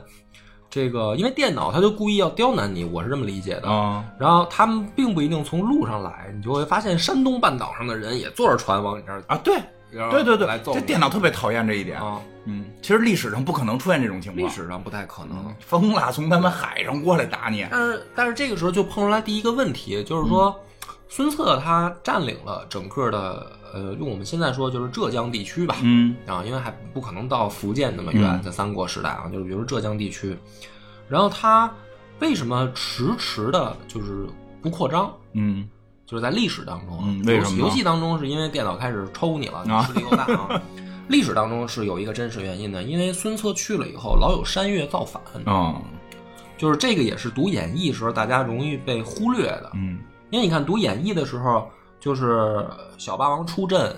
[SPEAKER 3] 这个因为电脑它就故意要刁难你，我是这么理解的。
[SPEAKER 2] 啊，
[SPEAKER 3] 然后他们并不一定从路上来，你就会发现山东半岛上的人也坐着船往你这儿，
[SPEAKER 2] 啊，对
[SPEAKER 3] 然后
[SPEAKER 2] 对对对
[SPEAKER 3] 来，揍
[SPEAKER 2] 这
[SPEAKER 3] 你
[SPEAKER 2] 电脑特别讨厌这一点。
[SPEAKER 3] 啊，
[SPEAKER 2] 嗯，其实历史上不可能出现这种情
[SPEAKER 3] 历
[SPEAKER 2] 况，
[SPEAKER 3] 史上不太可能。
[SPEAKER 2] 疯了，从他们海上过来打你。
[SPEAKER 3] 嗯但是但是这个时候就碰出来第一个问题，就是说，孙策他占领了整个的呃，用我们现在说就是浙江地区吧，
[SPEAKER 2] 嗯
[SPEAKER 3] 啊，因为还不可能到福建那么远，
[SPEAKER 2] 嗯
[SPEAKER 3] 在三国时代啊，就是比如说浙江地区，然后他为什么迟迟的就是不扩张？
[SPEAKER 2] 嗯
[SPEAKER 3] 就是在历史当中啊，
[SPEAKER 2] 嗯为
[SPEAKER 3] 游
[SPEAKER 2] 什
[SPEAKER 3] 戏
[SPEAKER 2] 么呢
[SPEAKER 3] 游戏当中是因为电脑开始抽你了，
[SPEAKER 2] 啊
[SPEAKER 3] 你势力够大啊。历史当中是有一个真实原因的，因为孙策去了以后，老有山越造反，
[SPEAKER 2] 哦
[SPEAKER 3] 就是这个也是读演义时候大家容易被忽略的。
[SPEAKER 2] 嗯
[SPEAKER 3] 因为你看读演义的时候，就是小霸王出阵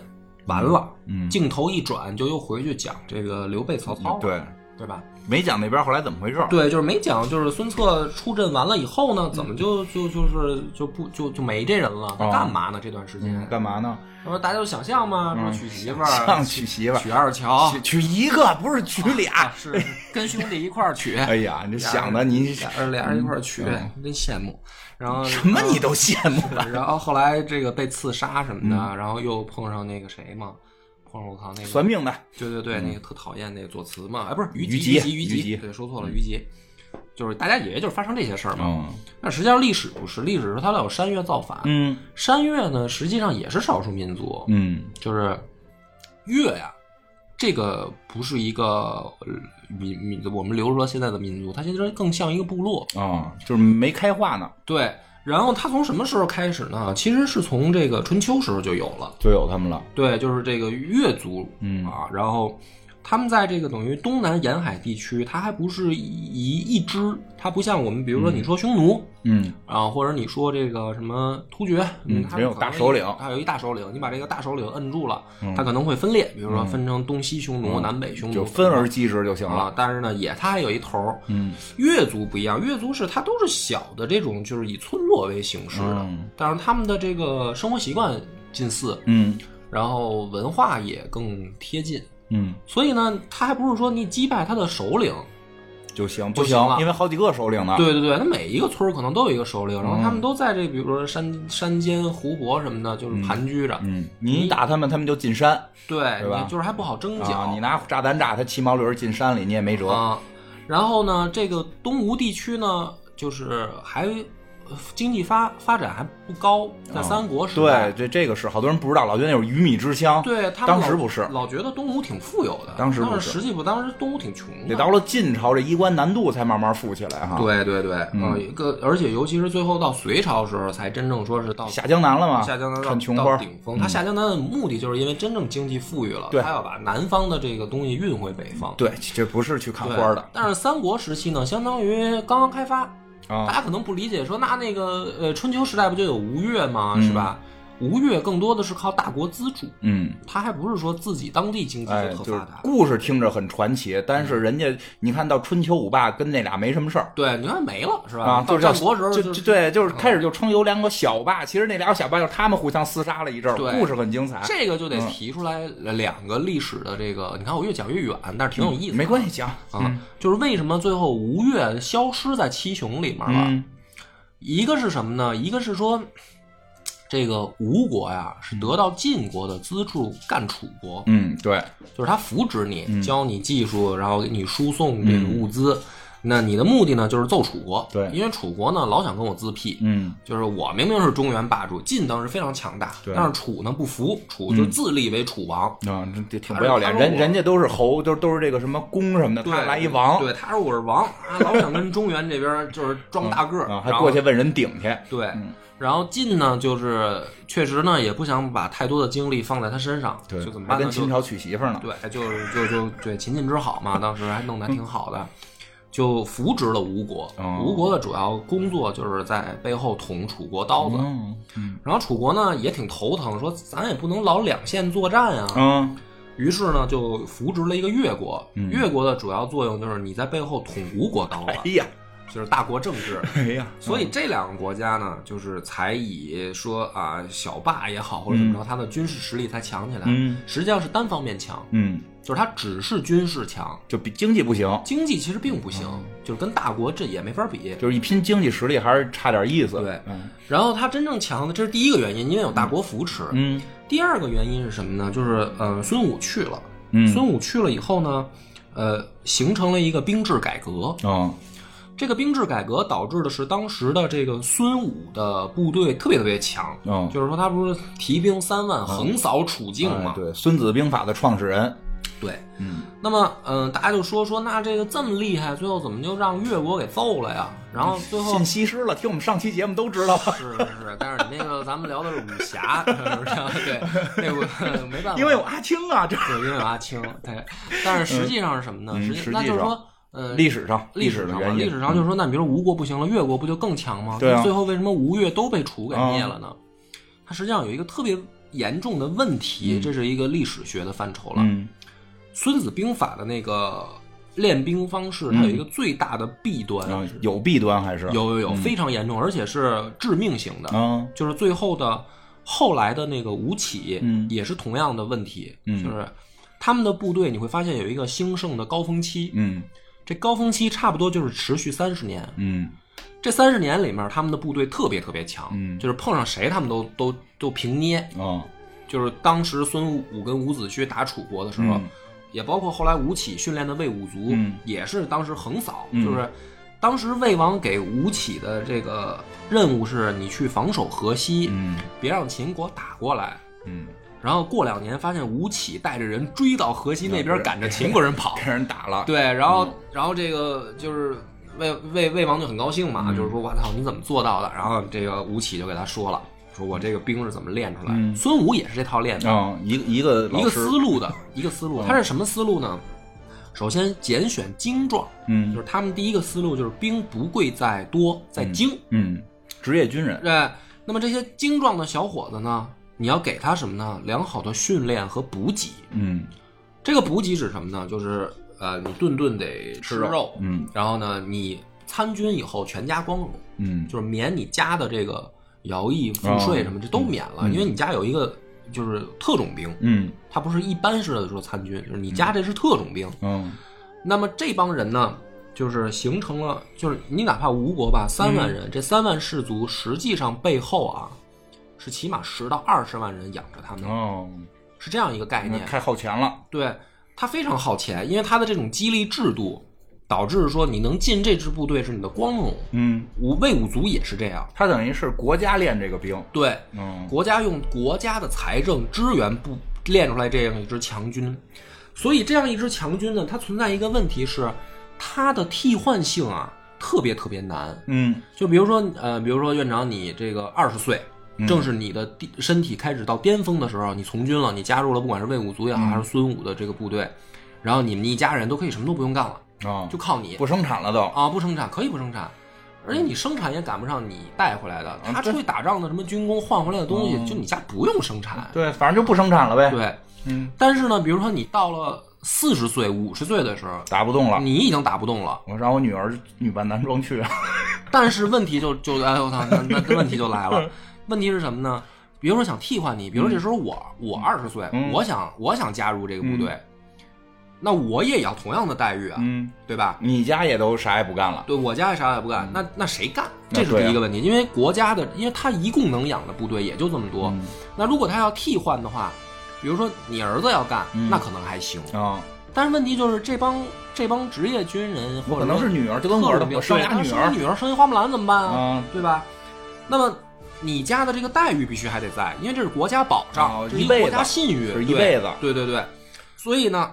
[SPEAKER 3] 完了，
[SPEAKER 2] 嗯
[SPEAKER 3] 镜头一转就又回去讲这个刘备、曹操了，
[SPEAKER 2] 对，
[SPEAKER 3] 对吧？
[SPEAKER 2] 没讲那边后来怎么回事。
[SPEAKER 3] 对，就是没讲，就是孙策出阵完了以后呢，怎么
[SPEAKER 2] 嗯
[SPEAKER 3] 就就就是就不就就没这人了？他
[SPEAKER 2] 哦
[SPEAKER 3] 干嘛呢？这段时间
[SPEAKER 2] 嗯，干嘛呢？
[SPEAKER 3] 他说大家都想象嘛，说娶媳妇儿，
[SPEAKER 2] 上娶媳妇儿，
[SPEAKER 3] 娶二乔，
[SPEAKER 2] 娶娶一个，不是娶
[SPEAKER 3] 啊
[SPEAKER 2] 俩。
[SPEAKER 3] 是跟兄弟一块儿娶，
[SPEAKER 2] 哎呀，你这想的你
[SPEAKER 3] 俩啊人俩人一块儿娶，真羡慕。然后呃
[SPEAKER 2] 什么你都羡 慕了。
[SPEAKER 3] 然后后来这个被刺杀什么
[SPEAKER 2] 嗯
[SPEAKER 3] 的，然后又碰上那个谁嘛，碰上我靠那个
[SPEAKER 2] 算命的，
[SPEAKER 3] 对对对，那个特讨厌那个左慈嘛，哎，不是于
[SPEAKER 2] 嗯于
[SPEAKER 3] 吉，于
[SPEAKER 2] 吉
[SPEAKER 3] 于
[SPEAKER 2] 于吉
[SPEAKER 3] 对，说错了，于吉，就是大家以为就是发生这些事儿嘛，
[SPEAKER 2] 嗯
[SPEAKER 3] 但实际上历史不是，历史是它老有山越造反，
[SPEAKER 2] 嗯
[SPEAKER 3] 山越呢实际上也是少数民族，
[SPEAKER 2] 嗯
[SPEAKER 3] 就是越呀、这个不是一个呃民民我们流说现在的民族，它其实更像一个部落，
[SPEAKER 2] 哦，就是没开化呢，
[SPEAKER 3] 对。然后它从什么时候开始呢？其实是从这个春秋时候就有了，
[SPEAKER 2] 就有他们了。
[SPEAKER 3] 对，就是这个越族，
[SPEAKER 2] 嗯
[SPEAKER 3] 啊，然后他们在这个等于东南沿海地区，它还不是一一支，它不像我们，比如说你说匈奴、
[SPEAKER 2] 嗯
[SPEAKER 3] 啊，或者你说这个什么突厥，
[SPEAKER 2] 嗯
[SPEAKER 3] 它
[SPEAKER 2] 没有
[SPEAKER 3] 可能
[SPEAKER 2] 大首领
[SPEAKER 3] 它有一大首领，你把这个大首领摁住了，
[SPEAKER 2] 嗯
[SPEAKER 3] 它可能会分裂，比如说分成东西匈奴、南北匈奴，
[SPEAKER 2] 就分而击之就行了。
[SPEAKER 3] 嗯啊，但是呢，也它还有一头儿。
[SPEAKER 2] 嗯
[SPEAKER 3] 越族不一样，越族是它都是小的这种，就是以村落为形式的，
[SPEAKER 2] 嗯
[SPEAKER 3] 但是他们的这个生活习惯近似，
[SPEAKER 2] 嗯
[SPEAKER 3] 然后文化也更贴近。
[SPEAKER 2] 嗯，
[SPEAKER 3] 所以呢，他还不是说你击败他的首领，
[SPEAKER 2] 就行
[SPEAKER 3] 就
[SPEAKER 2] 不
[SPEAKER 3] 行了
[SPEAKER 2] 因为好几个首领呢。
[SPEAKER 3] 对对对，他每一个村儿可能都有一个首领，然后
[SPEAKER 2] 嗯
[SPEAKER 3] 他们都在这，比如说山山间湖泊什么的，就是盘踞着，
[SPEAKER 2] 嗯，你打他们，他们就进山。
[SPEAKER 3] 对，
[SPEAKER 2] 对吧
[SPEAKER 3] 你就是还不好争
[SPEAKER 2] 啊，
[SPEAKER 3] 脚
[SPEAKER 2] 你拿炸弹炸他，骑毛驴进山里，你也没辙。
[SPEAKER 3] 啊然后呢，这个东吴地区呢，就是还呃经济发发展还不高，在三国时代，
[SPEAKER 2] 哦对，这这个是好多人不知道，老觉得那是鱼米之乡。
[SPEAKER 3] 对他们
[SPEAKER 2] 当时
[SPEAKER 3] 老
[SPEAKER 2] 不是，
[SPEAKER 3] 老觉得东吴挺富有的，
[SPEAKER 2] 当时不
[SPEAKER 3] 但
[SPEAKER 2] 是
[SPEAKER 3] 实际不，当时东吴挺穷
[SPEAKER 2] 得
[SPEAKER 3] 的。
[SPEAKER 2] 到了晋朝，这衣冠南渡才慢慢富起来哈。，
[SPEAKER 3] 对对对，嗯，一个而且尤其是最后到隋朝时候，才真正说是到
[SPEAKER 2] 下江南了嘛，
[SPEAKER 3] 下江南到
[SPEAKER 2] 看琼
[SPEAKER 3] 到
[SPEAKER 2] 花。嗯
[SPEAKER 3] 顶峰。他下江南的目的就是因为真正经济富裕了，
[SPEAKER 2] 对
[SPEAKER 3] 他要把南方的这个东西运回北方。
[SPEAKER 2] 对，这不是去看
[SPEAKER 3] 对，
[SPEAKER 2] 花的
[SPEAKER 3] 但是三国时期呢，相当于刚刚开发，大
[SPEAKER 2] 啊。
[SPEAKER 3] 家可能不理解说，那那个呃春秋时代不就有吴越吗？是吧？吴越更多的是靠大国资助，
[SPEAKER 2] 嗯，
[SPEAKER 3] 他还不是说自己当地经济
[SPEAKER 2] 哎，
[SPEAKER 3] 就
[SPEAKER 2] 就
[SPEAKER 3] 特
[SPEAKER 2] 是
[SPEAKER 3] 发达。嗯
[SPEAKER 2] 故事听着很传奇，但是人家你看到春秋五霸跟那俩没什么事儿。
[SPEAKER 3] 对，你看没了是吧？
[SPEAKER 2] 啊，
[SPEAKER 3] 到
[SPEAKER 2] 就是
[SPEAKER 3] 战国时候
[SPEAKER 2] 就
[SPEAKER 3] 就是嗯
[SPEAKER 2] 就对，就是开始就称有两个小霸，其实那俩小霸就是他们互相厮杀了一阵儿，
[SPEAKER 3] 对
[SPEAKER 2] 故事很精彩。
[SPEAKER 3] 这个就
[SPEAKER 2] 嗯
[SPEAKER 3] 得提出来两个历史的这个，你看我越讲越远，但是挺有意思的。
[SPEAKER 2] 嗯没嗯关系，讲
[SPEAKER 3] 啊，就是为什么最后吴越消失在七雄里面了？
[SPEAKER 2] 嗯
[SPEAKER 3] 一个是什么呢？一个是说，这个吴国呀是得到晋国的资助干楚国，
[SPEAKER 2] 嗯，对，嗯
[SPEAKER 3] 就是他扶植你，教你技术，然后给你输送这个物资。那你的目的呢，就是揍楚国。
[SPEAKER 2] 对
[SPEAKER 3] 因为楚国呢老想跟我自辟，
[SPEAKER 2] 嗯，
[SPEAKER 3] 就是我明明是中原霸主，晋当时非常强大
[SPEAKER 2] 对，嗯
[SPEAKER 3] 但是楚呢不服，楚就自立为楚王。
[SPEAKER 2] 啊，这这
[SPEAKER 3] 他
[SPEAKER 2] 挺不
[SPEAKER 3] 是
[SPEAKER 2] 要脸，
[SPEAKER 3] 他是
[SPEAKER 2] 人
[SPEAKER 3] 我
[SPEAKER 2] 人家都是侯，都都是这个什么公什么的，
[SPEAKER 3] 对，
[SPEAKER 2] 他来一王，
[SPEAKER 3] 对，他说我是王，啊，老想跟中原这边就是装大个儿，
[SPEAKER 2] 啊，还
[SPEAKER 3] 然后
[SPEAKER 2] 过去嗯问人顶去，
[SPEAKER 3] 对，然后晋呢，就是确实呢，也不想把太多的精力放在他身上，就怎么
[SPEAKER 2] 还
[SPEAKER 3] 办呢？
[SPEAKER 2] 跟
[SPEAKER 3] 就
[SPEAKER 2] 秦朝娶媳妇儿呢，
[SPEAKER 3] 对，就是就就对秦晋之好嘛，当时还弄得还挺好的，就扶植了吴国
[SPEAKER 2] 哦。
[SPEAKER 3] 吴国的主要工作就是在背后捅楚国刀子，
[SPEAKER 2] 嗯嗯
[SPEAKER 3] 然后楚国呢也挺头疼，说咱也不能老两线作战啊，
[SPEAKER 2] 嗯
[SPEAKER 3] 于是呢就扶植了一个越国。
[SPEAKER 2] 嗯
[SPEAKER 3] 越国的主要作用就是你在背后捅吴国刀子，
[SPEAKER 2] 哎呀，
[SPEAKER 3] 就是大国政 治。
[SPEAKER 2] 哎呀，
[SPEAKER 3] 所以这两个国家呢，就是才以说啊小霸也好，或者怎么着，他的军事实力才强起来。
[SPEAKER 2] 嗯
[SPEAKER 3] 实际上是单方面强，
[SPEAKER 2] 嗯，
[SPEAKER 3] 就是他只是军事强，
[SPEAKER 2] 就比经济不行，
[SPEAKER 3] 经济其实并不行，
[SPEAKER 2] 嗯
[SPEAKER 3] 就是跟大国这也没法比。
[SPEAKER 2] 就是一拼经济实力还是差点意思，
[SPEAKER 3] 对
[SPEAKER 2] 嗯
[SPEAKER 3] 然后他真正强的，这是第一个原因，因为有大国扶持。
[SPEAKER 2] 嗯
[SPEAKER 3] 第二个原因是什么呢？就是呃，孙武去了，
[SPEAKER 2] 嗯，
[SPEAKER 3] 孙武去了以后呢，呃，形成了一个兵制改革。
[SPEAKER 2] 哦
[SPEAKER 3] 这个兵制改革导致的是当时的这个孙武的部队特别特别强，
[SPEAKER 2] 哦，
[SPEAKER 3] 就是说他不是提兵三万横扫楚境
[SPEAKER 2] 哎
[SPEAKER 3] 嘛？
[SPEAKER 2] 对，《孙子兵法》的创始人，
[SPEAKER 3] 对。
[SPEAKER 2] 嗯
[SPEAKER 3] 那么，嗯、大家就说说，那这个这么厉害，最后怎么就让越国给揍了呀？然后最后
[SPEAKER 2] 信息失了，听我们上期节目都知道 了，
[SPEAKER 3] 是是是，但是你那个咱们聊的是武侠， 是不是？对，那我 没办法，
[SPEAKER 2] 因为有阿青啊，这
[SPEAKER 3] 对，因为有阿青，对。但是实际上是什么呢？
[SPEAKER 2] 嗯
[SPEAKER 3] 实
[SPEAKER 2] 实际
[SPEAKER 3] 那就是
[SPEAKER 2] 上
[SPEAKER 3] 说，呃，
[SPEAKER 2] 历史上
[SPEAKER 3] 历
[SPEAKER 2] 史
[SPEAKER 3] 史
[SPEAKER 2] 的
[SPEAKER 3] 上嘛
[SPEAKER 2] 原因，嗯
[SPEAKER 3] 历史上就是说，那比如吴国不行了，越国不就更强吗？
[SPEAKER 2] 对啊啊
[SPEAKER 3] 那最后为什么吴越都被楚给灭了呢？它实际上有一个特别严重的问题，这是一个历史学的范畴了。
[SPEAKER 2] 嗯
[SPEAKER 3] 孙子兵法》的那个练兵方式，它有一个最大的弊端，
[SPEAKER 2] 嗯啊，有弊端还是
[SPEAKER 3] 有有有非常严重，而且是致命型的，
[SPEAKER 2] 嗯
[SPEAKER 3] 就是最后的后来的那个吴起，
[SPEAKER 2] 嗯
[SPEAKER 3] 也是同样的问题，
[SPEAKER 2] 嗯
[SPEAKER 3] 就是他们的部队你会发现有一个兴盛的高峰期，
[SPEAKER 2] 嗯
[SPEAKER 3] 这高峰期差不多就是持续三十年。
[SPEAKER 2] 嗯
[SPEAKER 3] 这三十年里面，他们的部队特别特别强，
[SPEAKER 2] 嗯
[SPEAKER 3] 就是碰上谁他们都都都平捏。
[SPEAKER 2] 哦
[SPEAKER 3] 就是当时孙武跟伍子胥打楚国的时候，
[SPEAKER 2] 嗯
[SPEAKER 3] 也包括后来吴起训练的魏武卒，
[SPEAKER 2] 嗯
[SPEAKER 3] 也是当时横扫，
[SPEAKER 2] 嗯
[SPEAKER 3] 就是当时魏王给吴起的这个任务是，你去防守河西，
[SPEAKER 2] 嗯
[SPEAKER 3] 别让秦国打过来。
[SPEAKER 2] 嗯，
[SPEAKER 3] 然后过两年发现吴起带着人追到河西那边，赶着秦国人 跑，
[SPEAKER 2] 跟人打了，
[SPEAKER 3] 对，然后、
[SPEAKER 2] 嗯
[SPEAKER 3] 然后这个就是魏魏魏王就很高兴
[SPEAKER 2] 嗯
[SPEAKER 3] 嘛，就是说我操你怎么做到的？然后这个吴起就给他说了，说我这个兵是怎么练出来的。孙武也是这套练的，
[SPEAKER 2] 嗯啊，一个一个
[SPEAKER 3] 一
[SPEAKER 2] 老
[SPEAKER 3] 个
[SPEAKER 2] 师嗯
[SPEAKER 3] 思路的一个思路，他是什么思路呢？首先拣选精壮，就
[SPEAKER 2] 嗯
[SPEAKER 3] 是他们第一个思路就是兵不贵在多，在精。
[SPEAKER 2] 嗯，职业军人，
[SPEAKER 3] 对，哎那么这些精壮的小伙子呢，你要给他什么呢？良好的训练和补给。
[SPEAKER 2] 嗯
[SPEAKER 3] 这个补给指什么呢？就是呃，你顿顿得吃
[SPEAKER 2] 肉
[SPEAKER 3] 肉，
[SPEAKER 2] 嗯
[SPEAKER 3] 然后呢，你参军以后全家光荣，
[SPEAKER 2] 嗯
[SPEAKER 3] 就是免你家的这个徭役、
[SPEAKER 2] 哦
[SPEAKER 3] 赋税什么，这都免了，因为你家有一个就是特种兵，
[SPEAKER 2] 嗯
[SPEAKER 3] 他不是一般式的说参军，就是你家这是特种兵。
[SPEAKER 2] 嗯
[SPEAKER 3] 那么这帮人呢，就是形成了，就是你哪怕吴国吧，三万
[SPEAKER 2] 嗯
[SPEAKER 3] 人，这三万士卒实际上背后啊，是起码十到二十万人养着他们，
[SPEAKER 2] 哦，
[SPEAKER 3] 是这样一个概
[SPEAKER 2] 那
[SPEAKER 3] 念。
[SPEAKER 2] 太耗钱了，
[SPEAKER 3] 对他非常好钱，因为他的这种激励制度，导致说你能进这支部队是你的光荣。
[SPEAKER 2] 嗯，
[SPEAKER 3] 武魏武卒也是这样，
[SPEAKER 2] 他等于是国家练这个兵，
[SPEAKER 3] 对，
[SPEAKER 2] 嗯
[SPEAKER 3] 国家用国家的财政支援部练出来这样一支强军，所以这样一支强军呢，它存在一个问题是，它的替换性啊特别特别难。
[SPEAKER 2] 嗯
[SPEAKER 3] 就比如说，呃，比如说院长，你这个二十岁，正是你的地身体开始到巅峰的时候，你从军了，你加入了不管是魏武卒也好，还是孙武的这个部队，然后你们一家人都可以什么都不用干了，
[SPEAKER 2] 啊，
[SPEAKER 3] 就靠你
[SPEAKER 2] 不生产了都，
[SPEAKER 3] 啊，不生产可以不生产，而且你生产也赶不上你带回来的，他
[SPEAKER 2] 嗯对嗯
[SPEAKER 3] 出去打仗的什么军工换回来的东西，就你家不用生产。
[SPEAKER 2] 对，反正就不生产了呗，
[SPEAKER 3] 对，
[SPEAKER 2] 嗯，
[SPEAKER 3] 但是呢，比如说你到了四十岁、五十岁的时候，
[SPEAKER 2] 打不动了。
[SPEAKER 3] 你已经打不动了，
[SPEAKER 2] 我让我女儿女扮男装去，
[SPEAKER 3] 但是问题就就哎我操，那那那问题就来 了，问题是什么呢？比如说想替换你，比如说这时候我、我二十岁，
[SPEAKER 2] 嗯
[SPEAKER 3] 我想我想加入这个部队，那我也要同样的待遇啊，
[SPEAKER 2] 嗯，
[SPEAKER 3] 对吧？
[SPEAKER 2] 你家也都啥也不干了，
[SPEAKER 3] 对我家也啥也不干，那那谁干？
[SPEAKER 2] 嗯那
[SPEAKER 3] 这是第
[SPEAKER 2] 对
[SPEAKER 3] 一
[SPEAKER 2] 啊
[SPEAKER 3] 个问题，因为国家的，因为他一共能养的部队也就这么
[SPEAKER 2] 嗯
[SPEAKER 3] 多。
[SPEAKER 2] 嗯
[SPEAKER 3] 那如果他要替换的话，比如说你儿子要干，那可能还行。
[SPEAKER 2] 啊，
[SPEAKER 3] 但是问题就是这帮这帮职业军人或者
[SPEAKER 2] 可能是女儿，就跟
[SPEAKER 3] 特
[SPEAKER 2] 我
[SPEAKER 3] 种
[SPEAKER 2] 的
[SPEAKER 3] 兵
[SPEAKER 2] 我生
[SPEAKER 3] 对
[SPEAKER 2] 俩
[SPEAKER 3] 他
[SPEAKER 2] 女
[SPEAKER 3] 生
[SPEAKER 2] 儿
[SPEAKER 3] 女儿生一花木兰怎么办啊？
[SPEAKER 2] 啊，
[SPEAKER 3] 对吧？那么你家的这个待遇必须还得在，因为这是国家保障，
[SPEAKER 2] 哦
[SPEAKER 3] 这是
[SPEAKER 2] 一
[SPEAKER 3] 个
[SPEAKER 2] 辈
[SPEAKER 3] 国
[SPEAKER 2] 子
[SPEAKER 3] 家信誉，
[SPEAKER 2] 是一
[SPEAKER 3] 对
[SPEAKER 2] 辈子
[SPEAKER 3] 对对对，所以呢，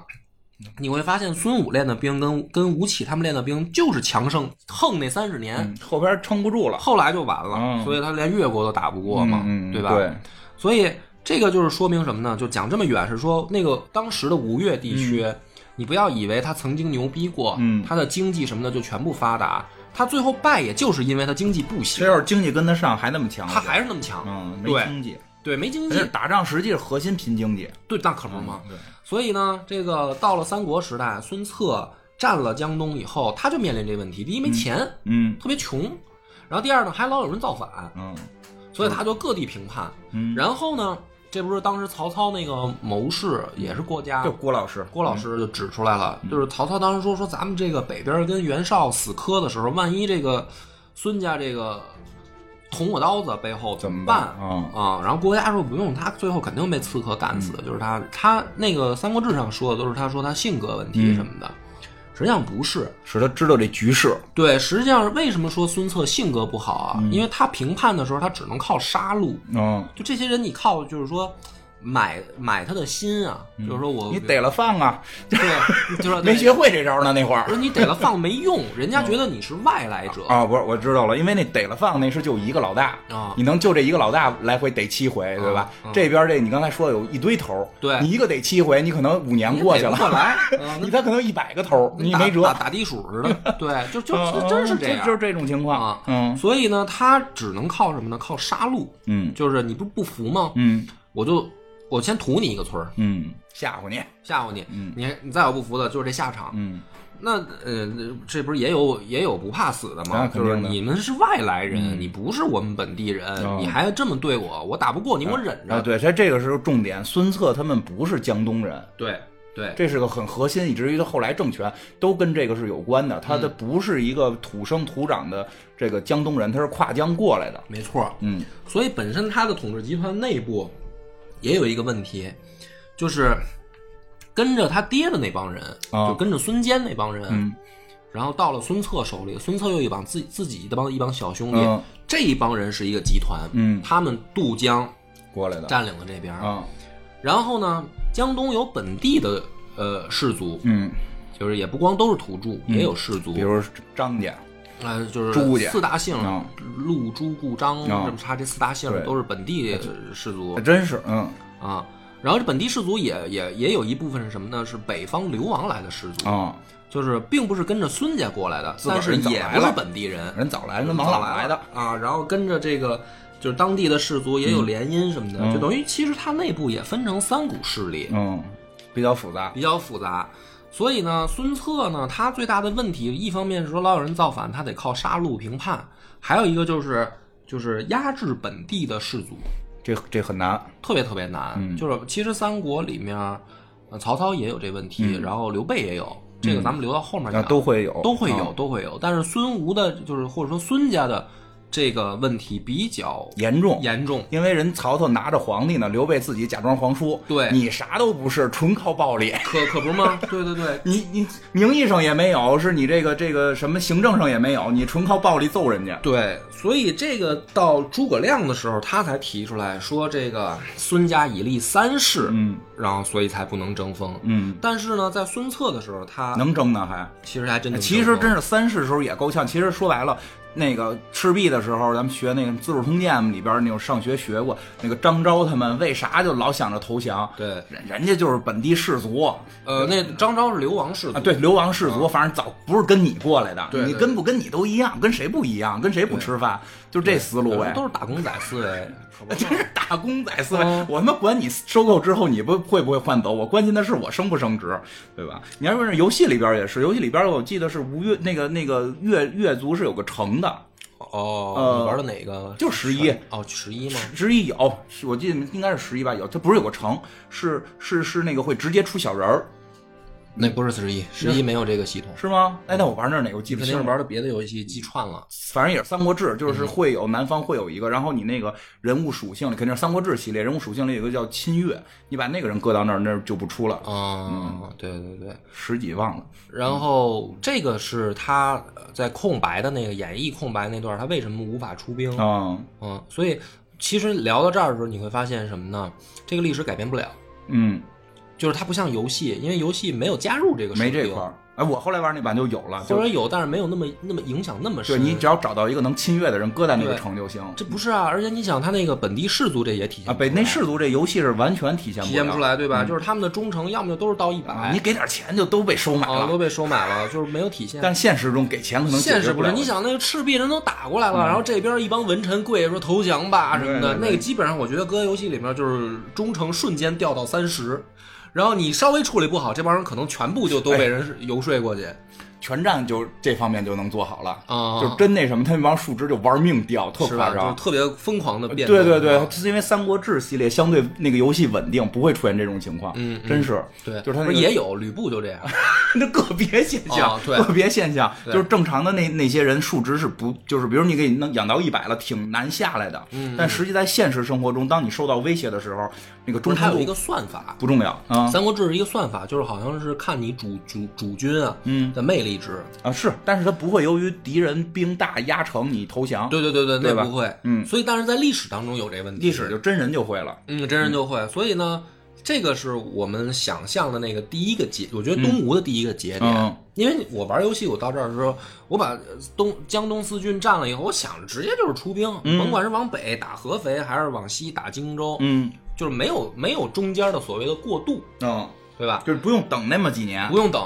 [SPEAKER 3] 你会发现孙武练的兵跟跟吴起他们练的兵就是强盛横那三十年，
[SPEAKER 2] 嗯后边撑不住了，
[SPEAKER 3] 后来就完了，
[SPEAKER 2] 嗯
[SPEAKER 3] 所以他连越国都打不过嘛，
[SPEAKER 2] 嗯嗯
[SPEAKER 3] 对吧？
[SPEAKER 2] 对，
[SPEAKER 3] 所以这个就是说明什么呢？就讲这么远是说那个当时的吴越地区，你不要以为他曾经牛逼过，
[SPEAKER 2] 嗯
[SPEAKER 3] 他的经济什么的就全部发达，他最后败也就是因为他经济不
[SPEAKER 2] 这
[SPEAKER 3] 行，
[SPEAKER 2] 要是经济跟得上，还那么强，
[SPEAKER 3] 他还是那么强，
[SPEAKER 2] 嗯没
[SPEAKER 3] 对
[SPEAKER 2] 经济，
[SPEAKER 3] 对，没经
[SPEAKER 2] 而且
[SPEAKER 3] 济，
[SPEAKER 2] 打仗实际是核心拼经济，嗯
[SPEAKER 3] 对，那可不嘛。
[SPEAKER 2] 对，
[SPEAKER 3] 所以呢，这个到了三国时代，孙策占了江东以后，他就面临这问题：第一没钱，
[SPEAKER 2] 嗯
[SPEAKER 3] 特别穷；然后第二呢，还老有人造反，
[SPEAKER 2] 嗯
[SPEAKER 3] 所以他就各地评判。
[SPEAKER 2] 嗯，
[SPEAKER 3] 然后呢，这不是当时曹操那个谋士也是郭嘉
[SPEAKER 2] 就。郭老师，
[SPEAKER 3] 郭老师就指出来了，
[SPEAKER 2] 嗯
[SPEAKER 3] 就是曹操当时说说咱们这个北边跟袁绍死磕的时候，万一这个孙家这个捅我刀子背后
[SPEAKER 2] 怎
[SPEAKER 3] 么
[SPEAKER 2] 么
[SPEAKER 3] 办
[SPEAKER 2] 办啊？嗯
[SPEAKER 3] 啊，然后郭嘉说不用，他最后肯定被刺客干死的，就是他。他那个《三国志》上说的都是他说他性格问
[SPEAKER 2] 嗯
[SPEAKER 3] 题什么的，实际上不是。
[SPEAKER 2] 使他知道这局势，
[SPEAKER 3] 对，实际上为什么说孙策性格不好啊？因为他评判的时候，他只能靠杀戮。
[SPEAKER 2] 嗯，
[SPEAKER 3] 就这些人，你靠就是说买买他的心啊，
[SPEAKER 2] 嗯
[SPEAKER 3] 就是说我
[SPEAKER 2] 你逮了放啊，
[SPEAKER 3] 对，就是 说
[SPEAKER 2] 没
[SPEAKER 3] 对
[SPEAKER 2] 学会这招呢那会儿
[SPEAKER 3] 不。是你逮了放没用，人家觉得你是外来者。
[SPEAKER 2] 啊，不是，我知道了，因为那逮了放那是就一个老大
[SPEAKER 3] 啊
[SPEAKER 2] 你能就这一个老大来回逮七回，对吧？
[SPEAKER 3] 啊
[SPEAKER 2] 这边这你刚才说的有一堆头儿，
[SPEAKER 3] 对
[SPEAKER 2] 你一个逮七回，你可能五年
[SPEAKER 3] 你
[SPEAKER 2] 过去
[SPEAKER 3] 逮
[SPEAKER 2] 了，
[SPEAKER 3] 不 过来，嗯
[SPEAKER 2] 你他可能一百个头儿，你
[SPEAKER 3] 打
[SPEAKER 2] 没辙
[SPEAKER 3] 打，打地鼠似 的。对，就就
[SPEAKER 2] 嗯
[SPEAKER 3] 就真是这样，
[SPEAKER 2] 就是这种情况
[SPEAKER 3] 啊，
[SPEAKER 2] 嗯
[SPEAKER 3] 所以呢，他只能靠什么呢？靠杀戮，
[SPEAKER 2] 嗯
[SPEAKER 3] 就是你不不服吗？
[SPEAKER 2] 嗯
[SPEAKER 3] 我就我先屠你一个村儿，
[SPEAKER 2] 嗯，吓唬你，
[SPEAKER 3] 吓唬你，你你再有不服的，就是这下场。
[SPEAKER 2] 嗯
[SPEAKER 3] 那呃，这不是也有也有不怕死的吗？
[SPEAKER 2] 那肯定
[SPEAKER 3] 就
[SPEAKER 2] 的嗯
[SPEAKER 3] 是你们是外来人，你不是我们本地人，
[SPEAKER 2] 哦
[SPEAKER 3] 你还这么对我，我打不过你，我忍着。
[SPEAKER 2] 啊，对，他这个时候重点，孙策他们不是江东人，
[SPEAKER 3] 对对
[SPEAKER 2] 这是个很核心，以至于他后来政权都跟这个是有关的。他的不是一个土生土长的这个江东人，他是跨江过来的。
[SPEAKER 3] 没错。
[SPEAKER 2] 嗯
[SPEAKER 3] 所以本身他的统治集团内部也有一个问题，就是跟着他爹的那帮人，
[SPEAKER 2] 啊
[SPEAKER 3] 就跟着孙坚那帮人，
[SPEAKER 2] 嗯
[SPEAKER 3] 然后到了孙策手里，孙策又一帮自己自己的帮一帮小兄弟，
[SPEAKER 2] 嗯
[SPEAKER 3] 这一帮人是一个集团，
[SPEAKER 2] 嗯，
[SPEAKER 3] 他们渡江
[SPEAKER 2] 过来的。
[SPEAKER 3] 占领了这边，
[SPEAKER 2] 啊，
[SPEAKER 3] 然后呢，江东有本地的呃氏族，
[SPEAKER 2] 嗯，
[SPEAKER 3] 就是也不光都是土著，也有氏族，
[SPEAKER 2] 比如张家，
[SPEAKER 3] 呃，就是
[SPEAKER 2] 朱家
[SPEAKER 3] 四大姓
[SPEAKER 2] 啊，
[SPEAKER 3] 陆、朱、顾、张、
[SPEAKER 2] 啊
[SPEAKER 3] 这么差这四大姓
[SPEAKER 2] 对
[SPEAKER 3] 都是本地氏族
[SPEAKER 2] 还真是，嗯
[SPEAKER 3] 啊。然后这本地氏族也也也有一部分是什么呢？是北方流亡来的氏族，
[SPEAKER 2] 啊，
[SPEAKER 3] 就是并不是跟着孙家过来的，
[SPEAKER 2] 自个
[SPEAKER 3] 但
[SPEAKER 2] 儿
[SPEAKER 3] 是
[SPEAKER 2] 人早
[SPEAKER 3] 也
[SPEAKER 2] 来
[SPEAKER 3] 不是
[SPEAKER 2] 了
[SPEAKER 3] 本地人，
[SPEAKER 2] 人早来，
[SPEAKER 3] 跟
[SPEAKER 2] 跟王朗来的，
[SPEAKER 3] 啊，然后跟着这个就是当地的氏族也有联姻什么的，
[SPEAKER 2] 嗯
[SPEAKER 3] 就等于其实它内部也分成三股势力，
[SPEAKER 2] 嗯，比较复杂。
[SPEAKER 3] 比较复杂。所以呢，孙策呢，他最大的问题，一方面是说老有人造反，他得靠杀戮评判；还有一个就是就是压制本地的氏族，
[SPEAKER 2] 这这很难，
[SPEAKER 3] 特别特别难。就是其实三国里面，呃曹操也有这问题，然后刘备也有，这个咱们留到后面讲。
[SPEAKER 2] 啊，都会有，
[SPEAKER 3] 都会有，
[SPEAKER 2] 啊
[SPEAKER 3] 都会有。但是孙吴的，就是或者说孙家的这个问题比较
[SPEAKER 2] 严重，
[SPEAKER 3] 严重。
[SPEAKER 2] 因为人曹操拿着皇帝呢，刘备自己假装皇叔，
[SPEAKER 3] 对
[SPEAKER 2] 你啥都不是，纯靠暴力。
[SPEAKER 3] 可可不是吗？对对对，
[SPEAKER 2] 你你名义上也没有，是你这个这个什么行政上也没有，你纯靠暴力揍人家。
[SPEAKER 3] 对，所以这个到诸葛亮的时候，他才提出来说这个孙家以立三世，
[SPEAKER 2] 嗯
[SPEAKER 3] 然后所以才不能争锋。
[SPEAKER 2] 嗯，
[SPEAKER 3] 但是呢，在孙策的时候，他
[SPEAKER 2] 能争呢还？
[SPEAKER 3] 其实还真能
[SPEAKER 2] 其
[SPEAKER 3] 争
[SPEAKER 2] 实
[SPEAKER 3] 锋
[SPEAKER 2] 真是三世时候也够呛。其实说白了，那个赤壁的时候，咱们学那个《资治通鉴》里边那种上学学过，那个张昭他们为啥就老想着投降？
[SPEAKER 3] 对，
[SPEAKER 2] 人人家就是本地氏族啊，
[SPEAKER 3] 呃，那张昭是流亡氏族，
[SPEAKER 2] 对，流亡氏族，反正早不是跟你过来的，
[SPEAKER 3] 啊对对
[SPEAKER 2] 你跟不跟你都一样，跟谁不一样，跟谁不吃饭，就这思路呗。
[SPEAKER 3] 都是打工仔哎思 维，可不是
[SPEAKER 2] 真是打工仔思维
[SPEAKER 3] 嗯。
[SPEAKER 2] 我他妈管你收购之后你不会不会换走，我关心的是我升不升值，对吧？你要说是游戏里边也是，游戏里边我记得是吴越那个那个越越族是有个城的，
[SPEAKER 3] 哦，
[SPEAKER 2] 呃
[SPEAKER 3] 你玩的哪个？
[SPEAKER 2] 就十一
[SPEAKER 3] 哦，十一吗？
[SPEAKER 2] 十一有，是我记得应该是十一吧，有它不是有个城，是是是那个会直接出小人儿。
[SPEAKER 3] 那不是四十一，十一没有这个系统，
[SPEAKER 2] 是吗？哎，那我玩那儿哪个我记不
[SPEAKER 3] 肯
[SPEAKER 2] 清
[SPEAKER 3] 定
[SPEAKER 2] 了。
[SPEAKER 3] 玩的别的游戏记串了。
[SPEAKER 2] 反正也是《三国志》，
[SPEAKER 3] 嗯
[SPEAKER 2] 就是会有南方会有一个，然后你那个人物属性里肯定是《三国志》系列，人物属性里有一个叫亲越，你把那个人搁到那儿，那儿就不出了，
[SPEAKER 3] 嗯，对对对。
[SPEAKER 2] 十几忘了。
[SPEAKER 3] 然后这个是他呃在空白的那个演绎空白那段，他为什么无法出兵？
[SPEAKER 2] 嗯
[SPEAKER 3] 嗯，所以其实聊到这儿的时候，你会发现什么呢？这个历史改变不了，
[SPEAKER 2] 嗯，
[SPEAKER 3] 就是它不像游戏，因为游戏没有加入这个设
[SPEAKER 2] 没
[SPEAKER 3] 定
[SPEAKER 2] 这块，儿。哎，我后来玩那版就有了，
[SPEAKER 3] 或
[SPEAKER 2] 就
[SPEAKER 3] 者有，但是没有那么那么影响那么
[SPEAKER 2] 对
[SPEAKER 3] 深。
[SPEAKER 2] 你只要找到一个能侵越的人，搁在那个
[SPEAKER 3] 对
[SPEAKER 2] 城就行。
[SPEAKER 3] 这不是啊，而且你想，他那个本地氏族这也体现
[SPEAKER 2] 啊，
[SPEAKER 3] 不出
[SPEAKER 2] 北
[SPEAKER 3] 来
[SPEAKER 2] 内氏族这游戏是完全体现
[SPEAKER 3] 体现
[SPEAKER 2] 不
[SPEAKER 3] 不
[SPEAKER 2] 了
[SPEAKER 3] 出来，对吧？就是他们的忠诚，要么就都是到一
[SPEAKER 2] 啊
[SPEAKER 3] 百，
[SPEAKER 2] 你给点钱就都被收买
[SPEAKER 3] 啊
[SPEAKER 2] 了
[SPEAKER 3] 都，被收买了，就是没有体现。
[SPEAKER 2] 但现实中给钱可能解决
[SPEAKER 3] 现实不
[SPEAKER 2] 了嗯
[SPEAKER 3] 是，你想那个赤壁人都打过来了，然后这边一帮文臣跪着说投降吧什么
[SPEAKER 2] 对
[SPEAKER 3] 的，
[SPEAKER 2] 对对
[SPEAKER 3] 那个基本上我觉得搁在游戏里面就是忠诚瞬间掉到三十，然后你稍微处理不好，这帮人可能全部就都被人游说过去。
[SPEAKER 2] 全战哎就这方面就能做好了，
[SPEAKER 3] 啊
[SPEAKER 2] 就真那什么，他那帮数值就玩命掉，特
[SPEAKER 3] 是吧？
[SPEAKER 2] 夸
[SPEAKER 3] 就是
[SPEAKER 2] 张。
[SPEAKER 3] 特别疯狂的变动。啊
[SPEAKER 2] 对对对，是因为《三国志》系列相对那个游戏稳定，不会出现这种情况。
[SPEAKER 3] 嗯嗯
[SPEAKER 2] 真是，
[SPEAKER 3] 对，
[SPEAKER 2] 就是他那
[SPEAKER 3] 不
[SPEAKER 2] 个
[SPEAKER 3] 是也有吕布就 这样，
[SPEAKER 2] 那个别现 象，
[SPEAKER 3] 哦对
[SPEAKER 2] 个别现象，
[SPEAKER 3] 对
[SPEAKER 2] 就是正常的那那些人数值是不，就是比如你给你能养到一百了，挺难下来的。
[SPEAKER 3] 嗯
[SPEAKER 2] 但实际在现实生活中，当你受到威胁的时候，那个
[SPEAKER 3] 不
[SPEAKER 2] 忠
[SPEAKER 3] 是他
[SPEAKER 2] 诚
[SPEAKER 3] 有一
[SPEAKER 2] 度
[SPEAKER 3] 个算法。
[SPEAKER 2] 不重要啊
[SPEAKER 3] 《三国志》是一个算法，就是好像是看你主主主君啊，
[SPEAKER 2] 嗯
[SPEAKER 3] 的魅力值。
[SPEAKER 2] 啊是，但是他不会由于敌人兵大压城你投降，
[SPEAKER 3] 对对对对，
[SPEAKER 2] 对吧
[SPEAKER 3] 那不会，
[SPEAKER 2] 嗯
[SPEAKER 3] 所以但是在历史当中有这问题，
[SPEAKER 2] 历史就真人就会了。
[SPEAKER 3] 嗯，真人就会。所以呢，这个是我们想象的那个第一个节，我觉得东吴的第一个节点。
[SPEAKER 2] 嗯
[SPEAKER 3] 因为我玩游戏，我到这儿的时候，我把呃东江东四郡占了以后，我想着直接就是出兵，甭管是往北打合肥，还是往西打荆州，
[SPEAKER 2] 嗯
[SPEAKER 3] 就是没有没有中间的所谓的过渡，
[SPEAKER 2] 嗯，
[SPEAKER 3] 对吧？
[SPEAKER 2] 就是不用等那么几年
[SPEAKER 3] 不。用等，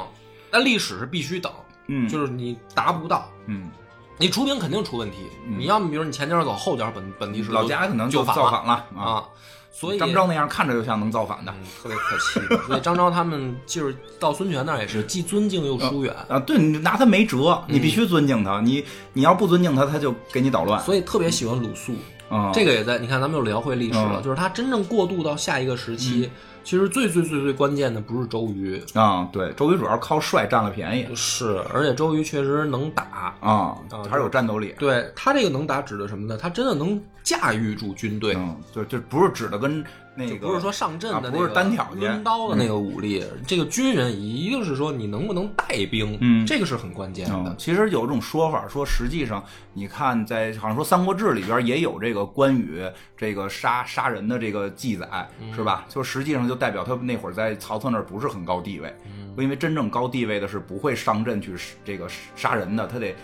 [SPEAKER 3] 但历史是必须等，
[SPEAKER 2] 嗯，
[SPEAKER 3] 就是你达不到。
[SPEAKER 2] 嗯，
[SPEAKER 3] 你出兵肯定出问题，你要么比如你前脚走，后脚本本地是
[SPEAKER 2] 嗯老家可能
[SPEAKER 3] 就
[SPEAKER 2] 就
[SPEAKER 3] 反
[SPEAKER 2] 造
[SPEAKER 3] 了
[SPEAKER 2] 反了啊。
[SPEAKER 3] 啊，所以
[SPEAKER 2] 张昭那样看着就像能造反的
[SPEAKER 3] 嗯，特别可惜。所以张昭他们就是到孙权那儿也是既尊敬又疏远，
[SPEAKER 2] 啊！对你拿他没辙，
[SPEAKER 3] 嗯
[SPEAKER 2] 你必须尊敬他。你你要不尊敬他，他就给你捣乱。
[SPEAKER 3] 所以特别喜欢鲁肃。
[SPEAKER 2] 啊，
[SPEAKER 3] 这个也在你看，咱们又聊回历史了，
[SPEAKER 2] 嗯
[SPEAKER 3] 就是他真正过渡到下一个时期，其实最最最最关键的不是周瑜，
[SPEAKER 2] 啊，对，周瑜主要靠帅占了便宜
[SPEAKER 3] 是而且周瑜确实能打。
[SPEAKER 2] 啊
[SPEAKER 3] 啊，
[SPEAKER 2] 还是有战斗力。
[SPEAKER 3] 对他这个能打指的什么呢？他真的能驾驭住军队，
[SPEAKER 2] 嗯，就就不是指的跟那
[SPEAKER 3] 就
[SPEAKER 2] 个，
[SPEAKER 3] 不是说上阵的、那
[SPEAKER 2] 啊
[SPEAKER 3] 个
[SPEAKER 2] 不是单挑去嗯
[SPEAKER 3] 抡刀的那个武力。这个军人一定是说你能不能带兵，
[SPEAKER 2] 嗯
[SPEAKER 3] 这个是很关键的
[SPEAKER 2] 嗯。，其实有一种说法说，实际上你看在，好像说《三国志》里边也有这个关羽这个杀杀人的这个记载，
[SPEAKER 3] 嗯
[SPEAKER 2] 是吧？就实际上就代表他那会儿在曹操那儿不是很高地位，
[SPEAKER 3] 嗯
[SPEAKER 2] 因为真正高地位的是不会上阵去这个杀人的，他得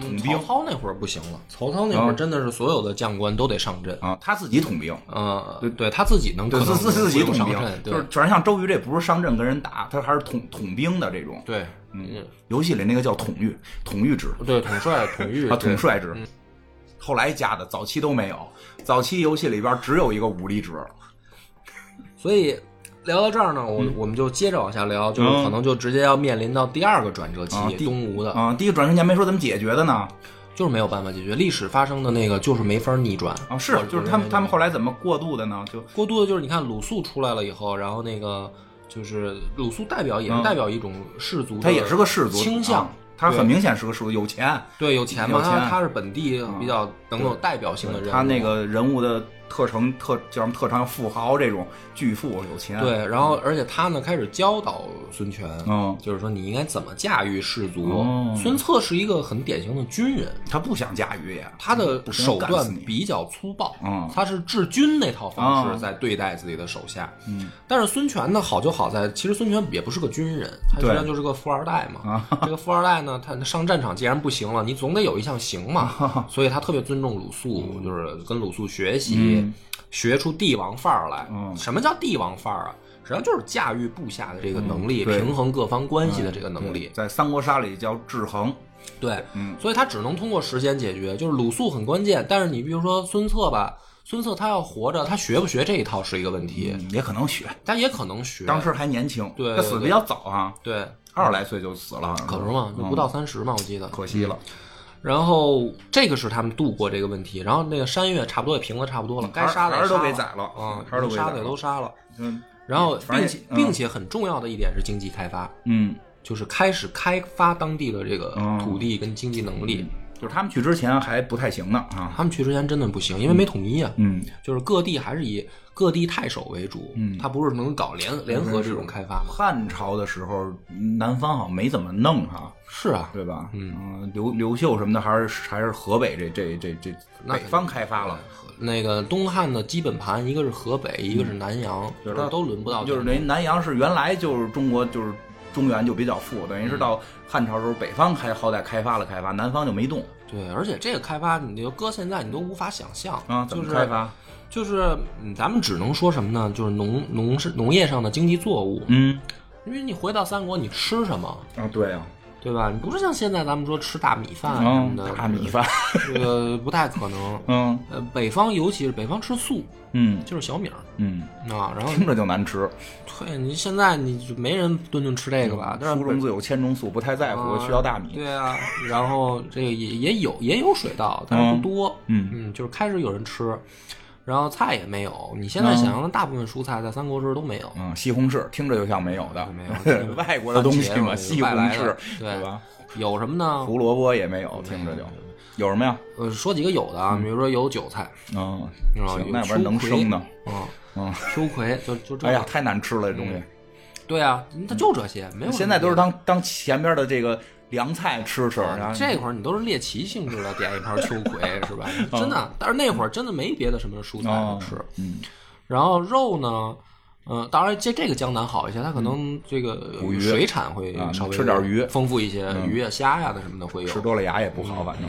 [SPEAKER 2] 统兵
[SPEAKER 3] 曹操那会儿不行了，嗯曹操那会儿真的是所有的将官都得上阵。
[SPEAKER 2] 啊，他自己统兵。
[SPEAKER 3] 呃，对对，他自己能可
[SPEAKER 2] 啊对，
[SPEAKER 3] 能
[SPEAKER 2] 自自自己
[SPEAKER 3] 不用
[SPEAKER 2] 统
[SPEAKER 3] 上
[SPEAKER 2] 兵
[SPEAKER 3] 阵，，对
[SPEAKER 2] 就是全像周瑜这不是上阵跟人打，他还是统统兵的这种。
[SPEAKER 3] 对，
[SPEAKER 2] 嗯，游戏里那个叫统御，统御制
[SPEAKER 3] 对，嗯统帅、统御
[SPEAKER 2] 啊，统帅制，后来加的，早期都没有。早期游戏里边只有一个武力值，
[SPEAKER 3] 所以聊到这儿呢，我
[SPEAKER 2] 嗯
[SPEAKER 3] 我们就接着往下聊，就是可能就直接要面临到第二个转折期
[SPEAKER 2] 啊，第
[SPEAKER 3] 东吴的，
[SPEAKER 2] 啊，第一个转生前没说怎么解决的呢？
[SPEAKER 3] 就是没有办法解决，历史发生的那个就是没法逆转
[SPEAKER 2] 啊，是
[SPEAKER 3] 我，
[SPEAKER 2] 就是
[SPEAKER 3] 我
[SPEAKER 2] 他
[SPEAKER 3] 认
[SPEAKER 2] 们
[SPEAKER 3] 为
[SPEAKER 2] 他们后来怎么过渡的呢？就
[SPEAKER 3] 过渡的就是你看鲁肃出来了以后，然后那个就是鲁肃代表也是
[SPEAKER 2] 嗯
[SPEAKER 3] 代表一种氏族的倾向，
[SPEAKER 2] 他也是个氏族啊他很
[SPEAKER 3] 对
[SPEAKER 2] 明显是个氏族，有钱，
[SPEAKER 3] 对有钱嘛，
[SPEAKER 2] 有钱啊
[SPEAKER 3] 他他是本地比较能有代表性的人物，
[SPEAKER 2] 他那个人物的特长特叫什么特长，富豪这种巨富有钱，，
[SPEAKER 3] 对，然后而且他呢开始教导孙权，
[SPEAKER 2] 嗯，
[SPEAKER 3] 就是说你应该怎么驾驭氏族。
[SPEAKER 2] 哦
[SPEAKER 3] 孙策是一个很典型的军人，
[SPEAKER 2] 他不想驾驭也，
[SPEAKER 3] 他的
[SPEAKER 2] 嗯不行
[SPEAKER 3] 手
[SPEAKER 2] 干
[SPEAKER 3] 段
[SPEAKER 2] 死你
[SPEAKER 3] 比较粗暴，
[SPEAKER 2] 嗯
[SPEAKER 3] 他是治军那套方
[SPEAKER 2] 哦
[SPEAKER 3] 式在对待自己的手下。
[SPEAKER 2] 嗯，
[SPEAKER 3] 但是孙权呢，好就好在，其实孙权也不是个军人，他
[SPEAKER 2] 对啊
[SPEAKER 3] 实际上就是个富二代嘛。这个富二代呢，他上战场既然不行了，你总得有一项行 嘛，所以他特别尊重鲁肃，
[SPEAKER 2] 嗯
[SPEAKER 3] 就是跟鲁肃学习，学出帝王范儿来。
[SPEAKER 2] 嗯
[SPEAKER 3] 什么叫帝王范儿啊？实际上就是驾驭部下的这个能力，
[SPEAKER 2] 嗯对嗯
[SPEAKER 3] 平衡各方关系的这个能力。
[SPEAKER 2] 在三国杀里叫制衡，
[SPEAKER 3] 对，
[SPEAKER 2] 嗯
[SPEAKER 3] 所以他只能通过时间解决。就是鲁肃很关键，但是你比如说孙策吧，孙策他要活着，他学不学这一套是一个问题，
[SPEAKER 2] 嗯也可能学，
[SPEAKER 3] 他也可能学。
[SPEAKER 2] 当时还年轻，
[SPEAKER 3] 对
[SPEAKER 2] 他死
[SPEAKER 3] 对
[SPEAKER 2] 比较早啊，
[SPEAKER 3] 对，
[SPEAKER 2] 二十来岁就死了，
[SPEAKER 3] 可不嘛，就不到三十嘛，我记得。
[SPEAKER 2] 嗯可惜了，
[SPEAKER 3] 然后这个是他们度过这个问题，然后那个山越差不多也平了，差不多了，该杀的
[SPEAKER 2] 嗯孩
[SPEAKER 3] 也
[SPEAKER 2] 儿
[SPEAKER 3] 杀了
[SPEAKER 2] 都给宰了嗯
[SPEAKER 3] 啊，
[SPEAKER 2] 孩儿都给宰
[SPEAKER 3] 杀
[SPEAKER 2] 了
[SPEAKER 3] 的也都杀了。
[SPEAKER 2] 嗯，
[SPEAKER 3] 然后
[SPEAKER 2] 反正
[SPEAKER 3] 并且
[SPEAKER 2] 嗯
[SPEAKER 3] 并且很重要的一点是经济开发，
[SPEAKER 2] 嗯，
[SPEAKER 3] 就是开始开发当地的这个
[SPEAKER 2] 哦
[SPEAKER 3] 土地跟经济能力。
[SPEAKER 2] 就是他们去之前还不太行呢啊，
[SPEAKER 3] 他们去之前真的不行，因为没统一啊。
[SPEAKER 2] 嗯
[SPEAKER 3] 就是各地还是以各地太守为主，
[SPEAKER 2] 嗯
[SPEAKER 3] 他不是能搞联联合这种开发吗？
[SPEAKER 2] 汉朝的时候，南方好像没怎么弄哈、
[SPEAKER 3] 是啊，
[SPEAKER 2] 对吧？嗯，刘刘秀什么的，还是还是河北这这这这
[SPEAKER 3] 那
[SPEAKER 2] 北方开发了，
[SPEAKER 3] 那个东汉的基本盘，一个是河北，一个是南阳，
[SPEAKER 2] 就是
[SPEAKER 3] 都
[SPEAKER 2] 它
[SPEAKER 3] 都轮不到，
[SPEAKER 2] 嗯就是等于南阳是原来就是中国就是中原就比较富，等于是
[SPEAKER 3] 嗯
[SPEAKER 2] 到汉朝时候北方还好歹开发了开发，南方就没动
[SPEAKER 3] 对，而且这个开发，你就搁现在你都无法想象
[SPEAKER 2] 啊，怎
[SPEAKER 3] 就
[SPEAKER 2] 么
[SPEAKER 3] 是
[SPEAKER 2] 开发？
[SPEAKER 3] 就是嗯咱们只能说什么呢？就是农农是农业上的经济作物，
[SPEAKER 2] 嗯
[SPEAKER 3] 因为你回到三国，你吃什么，
[SPEAKER 2] 啊，对啊，
[SPEAKER 3] 对吧？你不是像现在咱们说吃大米饭什么
[SPEAKER 2] 嗯，
[SPEAKER 3] 的，
[SPEAKER 2] 大米，饭，
[SPEAKER 3] 这个不太可能。
[SPEAKER 2] 嗯
[SPEAKER 3] 呃，北方尤其是北方吃素，
[SPEAKER 2] 嗯
[SPEAKER 3] 就是小米儿
[SPEAKER 2] 嗯，
[SPEAKER 3] 啊， 然后
[SPEAKER 2] 听着就难吃。
[SPEAKER 3] 对你现在你就没人顿顿吃这个吧？但是
[SPEAKER 2] 书中自有千钟粟，不太在乎，
[SPEAKER 3] 啊
[SPEAKER 2] 需要大米。
[SPEAKER 3] 对啊，然后这个也也有也有水稻，但是不多。
[SPEAKER 2] 嗯
[SPEAKER 3] 嗯，就是开始有人吃，然后菜也没有。你现在想象的大部分蔬菜在三国时候都没有，
[SPEAKER 2] 嗯，西红柿听着就像没有的，
[SPEAKER 3] 没有
[SPEAKER 2] 外国的东西嘛，
[SPEAKER 3] 番茄嘛
[SPEAKER 2] 西红
[SPEAKER 3] 外来
[SPEAKER 2] 柿
[SPEAKER 3] 的对
[SPEAKER 2] 吧？
[SPEAKER 3] 有什么呢？
[SPEAKER 2] 胡萝卜也没有，听着就有什么呀？
[SPEAKER 3] 呃，说几个有的啊，比如说有韭菜，
[SPEAKER 2] 嗯，
[SPEAKER 3] 嗯
[SPEAKER 2] 行，
[SPEAKER 3] 有
[SPEAKER 2] 那玩意儿能生的，
[SPEAKER 3] 嗯，
[SPEAKER 2] 嗯，
[SPEAKER 3] 秋葵就就这
[SPEAKER 2] 哎呀，
[SPEAKER 3] 样。
[SPEAKER 2] 太难吃了这东西，
[SPEAKER 3] 对啊，它就这些，没有什么别的。啊
[SPEAKER 2] 现在都是当当前边的这个凉菜吃吃，然后
[SPEAKER 3] 这会儿你都是猎奇性质的，点一盘秋 葵是吧？真的，但是那会儿真的没别的什么蔬菜
[SPEAKER 2] 哦
[SPEAKER 3] 能吃。
[SPEAKER 2] 嗯，
[SPEAKER 3] 然后肉呢，嗯、当然这这个江南好一些，它可能这个
[SPEAKER 2] 嗯捕鱼
[SPEAKER 3] 水产会
[SPEAKER 2] 啊
[SPEAKER 3] 稍微
[SPEAKER 2] 吃点鱼嗯
[SPEAKER 3] 丰富一些，鱼呀、虾呀的什么的会
[SPEAKER 2] 吃
[SPEAKER 3] 有。嗯
[SPEAKER 2] 多了牙也不好，反正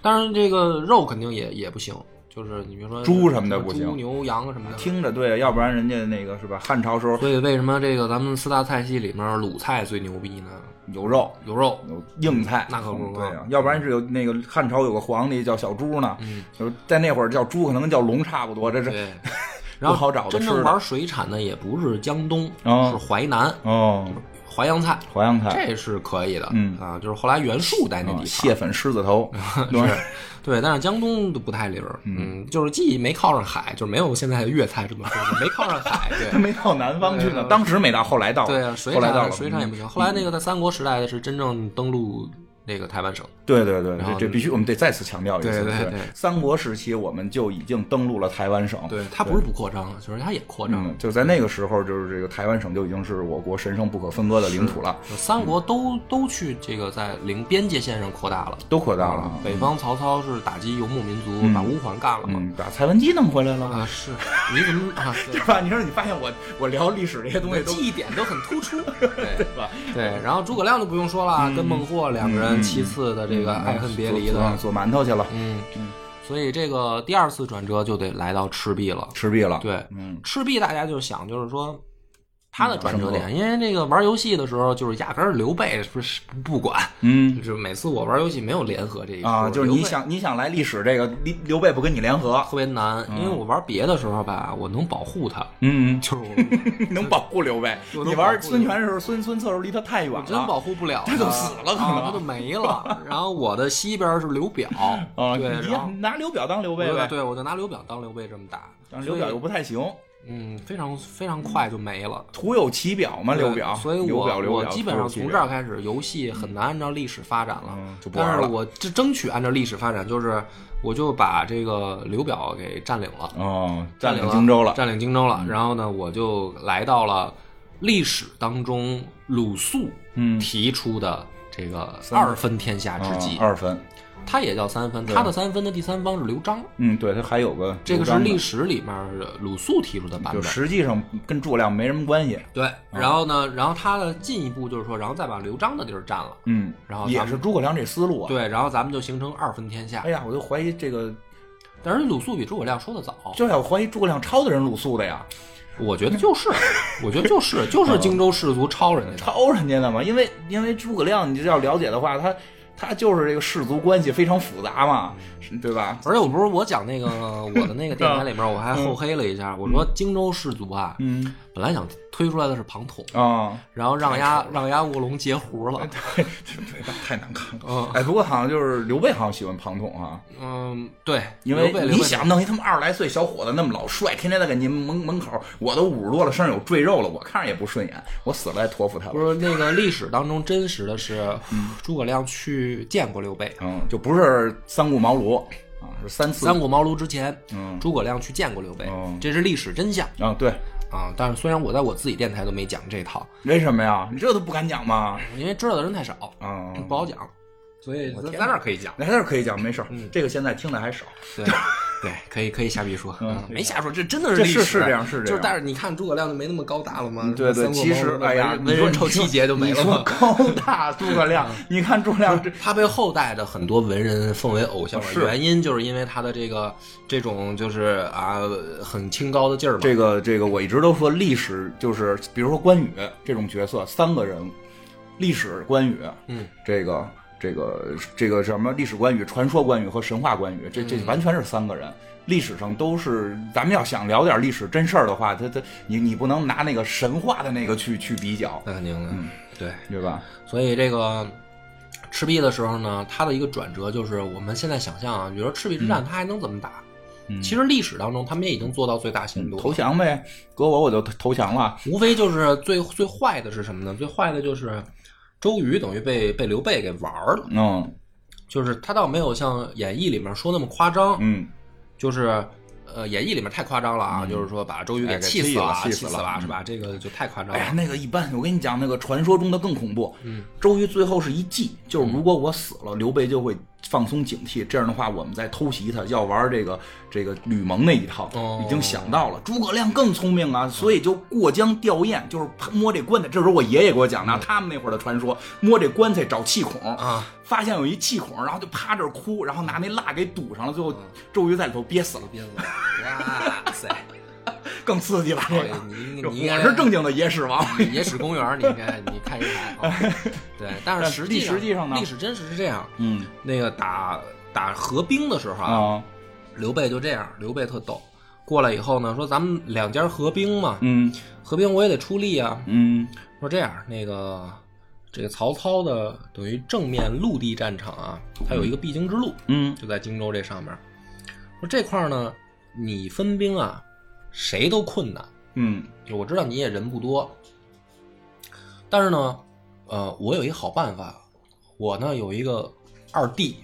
[SPEAKER 3] 当然这个肉肯定也也不行，就是你比如说
[SPEAKER 2] 猪什么的不行
[SPEAKER 3] 猪牛羊什么的。
[SPEAKER 2] 听着对，要不然人家那个是吧？汉朝时候
[SPEAKER 3] 所以为什么这个咱们四大菜系里面鲁菜最牛逼呢？
[SPEAKER 2] 有肉。
[SPEAKER 3] 有 肉，
[SPEAKER 2] 有硬菜，
[SPEAKER 3] 那可不嘛
[SPEAKER 2] 对啊，要不然是有那个汉朝有个皇帝叫小猪呢，就是在那会儿叫猪，可能跟叫龙差不多，这
[SPEAKER 3] 嗯
[SPEAKER 2] 是
[SPEAKER 3] 对。然后
[SPEAKER 2] 不好找的
[SPEAKER 3] 真
[SPEAKER 2] 吃
[SPEAKER 3] 正
[SPEAKER 2] 的
[SPEAKER 3] 玩水产的也不是江东，
[SPEAKER 2] 哦
[SPEAKER 3] 是淮南
[SPEAKER 2] 哦，
[SPEAKER 3] 淮扬菜，
[SPEAKER 2] 淮扬菜，
[SPEAKER 3] 这是可以的。
[SPEAKER 2] 哎嗯
[SPEAKER 3] 啊，就是后来袁术在那
[SPEAKER 2] 啊
[SPEAKER 3] 地方，
[SPEAKER 2] 蟹粉狮子头， 是
[SPEAKER 3] 对，但是江东都不太灵儿，嗯，就是既没靠上海，就是没有现在的粤菜这么丰富， 没靠上海，
[SPEAKER 2] 他
[SPEAKER 3] 对。
[SPEAKER 2] 没到南方去呢，当时没到，后来到了，
[SPEAKER 3] 对啊，水
[SPEAKER 2] 后来到
[SPEAKER 3] 产
[SPEAKER 2] 了，嗯
[SPEAKER 3] 水产也不行。后来那个在三国时代是真正登陆那个台湾省，
[SPEAKER 2] 对对对，
[SPEAKER 3] 然后
[SPEAKER 2] 这这必须我们得再次强调一次。
[SPEAKER 3] 对对对
[SPEAKER 2] 三国时期我们就已经登陆了台湾省。
[SPEAKER 3] 对，它不是不扩张，就是它也扩张。
[SPEAKER 2] 嗯，就在那个时候，就是这个台湾省就已经是我国神圣不可分割的领土了，
[SPEAKER 3] 就三国都都去这个在零边界线上扩大了，
[SPEAKER 2] 都扩大了啊。
[SPEAKER 3] 北方曹操是打击游牧民族，把乌桓干了嘛？
[SPEAKER 2] 嗯，把蔡文姬弄回来了，
[SPEAKER 3] 啊，是，你怎么啊？对
[SPEAKER 2] 是吧？你说你发现我我聊历史这些东西都
[SPEAKER 3] 记忆点都很突出， 对
[SPEAKER 2] 吧？
[SPEAKER 3] 对，然后诸葛亮就不用说
[SPEAKER 2] 嗯
[SPEAKER 3] 了，跟孟获两个人其次的这个爱恨别离
[SPEAKER 2] 做
[SPEAKER 3] 的，
[SPEAKER 2] 做馒头去了，
[SPEAKER 3] 嗯，所以这个第二次转折就得来到赤壁了。
[SPEAKER 2] 赤壁了。，
[SPEAKER 3] 对，
[SPEAKER 2] 嗯，
[SPEAKER 3] 赤壁大家就想就是说。他的转折点，因为这个玩游戏的时候，就是压根儿刘备不是不管，
[SPEAKER 2] 嗯
[SPEAKER 3] 就是每次我玩游戏没有联合这一说
[SPEAKER 2] 啊，就是你
[SPEAKER 3] 刘备
[SPEAKER 2] 想你想来历史这个，刘刘备不跟你联合，
[SPEAKER 3] 特别难，因为我玩别的时候吧，我能保护他，
[SPEAKER 2] 嗯，
[SPEAKER 3] 就是我
[SPEAKER 2] 能保护刘备。
[SPEAKER 3] 我能
[SPEAKER 2] 你
[SPEAKER 3] 保
[SPEAKER 2] 玩
[SPEAKER 3] 护
[SPEAKER 2] 孙权的时候，孙孙策的时候离他太远
[SPEAKER 3] 我
[SPEAKER 2] 了，
[SPEAKER 3] 真保护不了他，
[SPEAKER 2] 啊他就死了可能
[SPEAKER 3] 啊他就没 了。然后我的西边是刘表，
[SPEAKER 2] 啊，
[SPEAKER 3] 对，
[SPEAKER 2] 你
[SPEAKER 3] 然后
[SPEAKER 2] 拿刘表当刘备
[SPEAKER 3] 我就
[SPEAKER 2] 呗，
[SPEAKER 3] 对，我就拿刘表当刘备这么打，
[SPEAKER 2] 但是刘表又
[SPEAKER 3] 所以
[SPEAKER 2] 不太行，
[SPEAKER 3] 嗯，非常非常快就没了。
[SPEAKER 2] 徒有其表嘛，刘
[SPEAKER 3] 对
[SPEAKER 2] 表，
[SPEAKER 3] 所以
[SPEAKER 2] 刘
[SPEAKER 3] 我
[SPEAKER 2] 表刘
[SPEAKER 3] 我
[SPEAKER 2] 表
[SPEAKER 3] 基本上从这儿开始，游戏很难按照历史发展了。
[SPEAKER 2] 嗯就不玩
[SPEAKER 3] 但
[SPEAKER 2] 了
[SPEAKER 3] 是我这争取按照历史发展，就是我就把这个刘表给占领了，
[SPEAKER 2] 哦，
[SPEAKER 3] 占
[SPEAKER 2] 占领
[SPEAKER 3] 了
[SPEAKER 2] 荆州了，
[SPEAKER 3] 占领荆州了。然后呢，我就来到了历史当中鲁肃
[SPEAKER 2] 嗯
[SPEAKER 3] 提出的这个二分天下之计
[SPEAKER 2] 啊，二分，
[SPEAKER 3] 他也叫三分，他的三分的第三方是刘璋。
[SPEAKER 2] 嗯，对，他还有个
[SPEAKER 3] 这个
[SPEAKER 2] 刘
[SPEAKER 3] 是
[SPEAKER 2] 璋的
[SPEAKER 3] 历史里面鲁肃提出的版
[SPEAKER 2] 就嗯
[SPEAKER 3] 本，
[SPEAKER 2] 实际上跟诸葛亮没什么关系，
[SPEAKER 3] 对，然后呢，然后他的进一步就是说，然后再把刘璋的地儿占了，
[SPEAKER 2] 嗯，
[SPEAKER 3] 然后
[SPEAKER 2] 也
[SPEAKER 3] 啊咱们
[SPEAKER 2] 是诸葛亮这思路啊，，
[SPEAKER 3] 对，然后咱们就形成二分天下
[SPEAKER 2] 哎。呀，我就怀疑这个，
[SPEAKER 3] 但是鲁肃比诸葛亮说的早，
[SPEAKER 2] 就要怀疑诸葛亮抄的人鲁肃的呀，
[SPEAKER 3] 我觉得 就是，我觉得就是就是荆州士族抄人家的，
[SPEAKER 2] 抄人家的嘛，因为因为诸葛亮，你就要了解的话，他他就是这个氏族关系非常复杂嘛，
[SPEAKER 3] 嗯
[SPEAKER 2] 是对吧？
[SPEAKER 3] 而且我不是我讲那 个我的那个电台里面，我还厚黑了一下，我说荆州士族啊，
[SPEAKER 2] 嗯
[SPEAKER 3] 本来想推出来的是庞统，
[SPEAKER 2] 啊，
[SPEAKER 3] 然后让丫让丫卧龙截胡 了。
[SPEAKER 2] 对对，那太难看了。
[SPEAKER 3] 嗯
[SPEAKER 2] 哎，不过好像就是刘备好像喜欢庞统啊，
[SPEAKER 3] 嗯，对，
[SPEAKER 2] 因
[SPEAKER 3] 刘
[SPEAKER 2] 为
[SPEAKER 3] 备
[SPEAKER 2] 你想弄一他妈二十来岁小伙子那么老帅，天天在给您门门口，我都五十多了，身上有赘肉了，我看着也不顺眼，我死了也托付他
[SPEAKER 3] 不
[SPEAKER 2] 了。
[SPEAKER 3] 是那个历史当中真实的是，诸葛亮去见过刘备。
[SPEAKER 2] 嗯，就不是三顾茅庐啊，是三次
[SPEAKER 3] 三顾茅庐之前，
[SPEAKER 2] 嗯
[SPEAKER 3] 诸葛亮去见过刘备
[SPEAKER 2] 哦，
[SPEAKER 3] 这是历史真相
[SPEAKER 2] 啊，对，
[SPEAKER 3] 啊。但是虽然我在我自己电台都没讲这套，
[SPEAKER 2] 为什么呀？你这都不敢讲吗？
[SPEAKER 3] 因为知道的人太少，
[SPEAKER 2] 啊，
[SPEAKER 3] 不好讲，所以咱
[SPEAKER 2] 天
[SPEAKER 3] 咱这儿可以讲。
[SPEAKER 2] 来这儿可以讲，没事儿，
[SPEAKER 3] 嗯
[SPEAKER 2] 这个现在听的还少。
[SPEAKER 3] 对对，可以可以瞎逼说，嗯没瞎说，这真的是
[SPEAKER 2] 这
[SPEAKER 3] 历史，啊
[SPEAKER 2] 是是这样是这样
[SPEAKER 3] 就是但是你看诸葛亮就没那么高大了吗？
[SPEAKER 2] 嗯对对，
[SPEAKER 3] 三顾
[SPEAKER 2] 其实
[SPEAKER 3] 茅庐
[SPEAKER 2] 哎呀，
[SPEAKER 3] 文人臭气节就没了嗯
[SPEAKER 2] 你说
[SPEAKER 3] 吗？
[SPEAKER 2] 高大诸葛亮，你看诸葛亮这
[SPEAKER 3] 他被后代的很多文人奉为偶像了，
[SPEAKER 2] 哦是
[SPEAKER 3] 原因就是因为他的这个这种就是啊很清高的劲儿嘛。
[SPEAKER 2] 这个这个，我一直都说历史就是，比如说关羽这种角色，三个人，历史关羽，
[SPEAKER 3] 嗯，
[SPEAKER 2] 这个这个这个什么历史关羽、传说关羽和神话关羽，这这完全是三个人。历史上都是，咱们要想聊点历史真事儿的话，他他你你不能拿那个神话的那个去去比较，
[SPEAKER 3] 那肯定的，
[SPEAKER 2] 嗯
[SPEAKER 3] 对。
[SPEAKER 2] 对吧？
[SPEAKER 3] 所以这个赤壁的时候呢，它的一个转折就是我们现在想象啊，比如说赤壁之
[SPEAKER 2] 嗯
[SPEAKER 3] 战，它还能怎么打？其实历史当中，他们也已经做到最大限度了，
[SPEAKER 2] 投降呗，搁我我就投降了。
[SPEAKER 3] 无非就是最最坏的是什么呢？最坏的就是周瑜等于被被刘备给玩儿了，
[SPEAKER 2] 嗯
[SPEAKER 3] 就是他倒没有像演义里面说那么夸张，
[SPEAKER 2] 嗯，
[SPEAKER 3] 就是。呃，演义里面太夸张了啊，就是说把周瑜给
[SPEAKER 2] 哎给
[SPEAKER 3] 气
[SPEAKER 2] 气
[SPEAKER 3] 死
[SPEAKER 2] 了
[SPEAKER 3] 了，嗯
[SPEAKER 2] 气
[SPEAKER 3] 气
[SPEAKER 2] 死
[SPEAKER 3] 死
[SPEAKER 2] 了
[SPEAKER 3] 是吧？这个就太夸张
[SPEAKER 2] 哎呀，
[SPEAKER 3] 了。
[SPEAKER 2] 那个一般，我跟你讲，那个传说中的更恐怖。嗯，周瑜最后是一计，就是
[SPEAKER 3] 嗯
[SPEAKER 2] 如果我死了，刘备就会放松警惕，这样的话我们再偷袭他，要玩这个这个吕蒙那一套，
[SPEAKER 3] 哦
[SPEAKER 2] 已经想到了。诸葛亮更聪明啊，所以就过江吊唁，就是摸这棺材。这时候我爷爷给我讲的，他们那会儿的传说，摸这棺材找气孔
[SPEAKER 3] 嗯啊，
[SPEAKER 2] 发现有一气孔，然后就趴这儿哭，然后拿那蜡给堵上了，
[SPEAKER 3] 嗯
[SPEAKER 2] 最后周瑜在里头憋死了，
[SPEAKER 3] 鞭子，哇塞！
[SPEAKER 2] 更刺激了。这个
[SPEAKER 3] 你哎你你应该
[SPEAKER 2] 我是正经的野史王，
[SPEAKER 3] 野史公园，你应该你看一看啊。对，但是实际
[SPEAKER 2] 但实际上呢
[SPEAKER 3] 历史真实是这样。
[SPEAKER 2] 嗯
[SPEAKER 3] 那个打打合兵的时候啊，
[SPEAKER 2] 啊
[SPEAKER 3] 刘备就这样，刘备特逗。过来以后呢，说咱们两家合兵嘛，
[SPEAKER 2] 嗯
[SPEAKER 3] 合兵我也得出力啊。
[SPEAKER 2] 嗯。
[SPEAKER 3] 说这样，那个这个曹操的等于正面陆地战场啊，它有一个必经之路，
[SPEAKER 2] 嗯
[SPEAKER 3] 就在荆州这上面。说这块儿呢，你分兵啊，谁都困难。
[SPEAKER 2] 嗯
[SPEAKER 3] 就我知道你也人不多，但是呢，呃，我有一好办法，我呢有一个二弟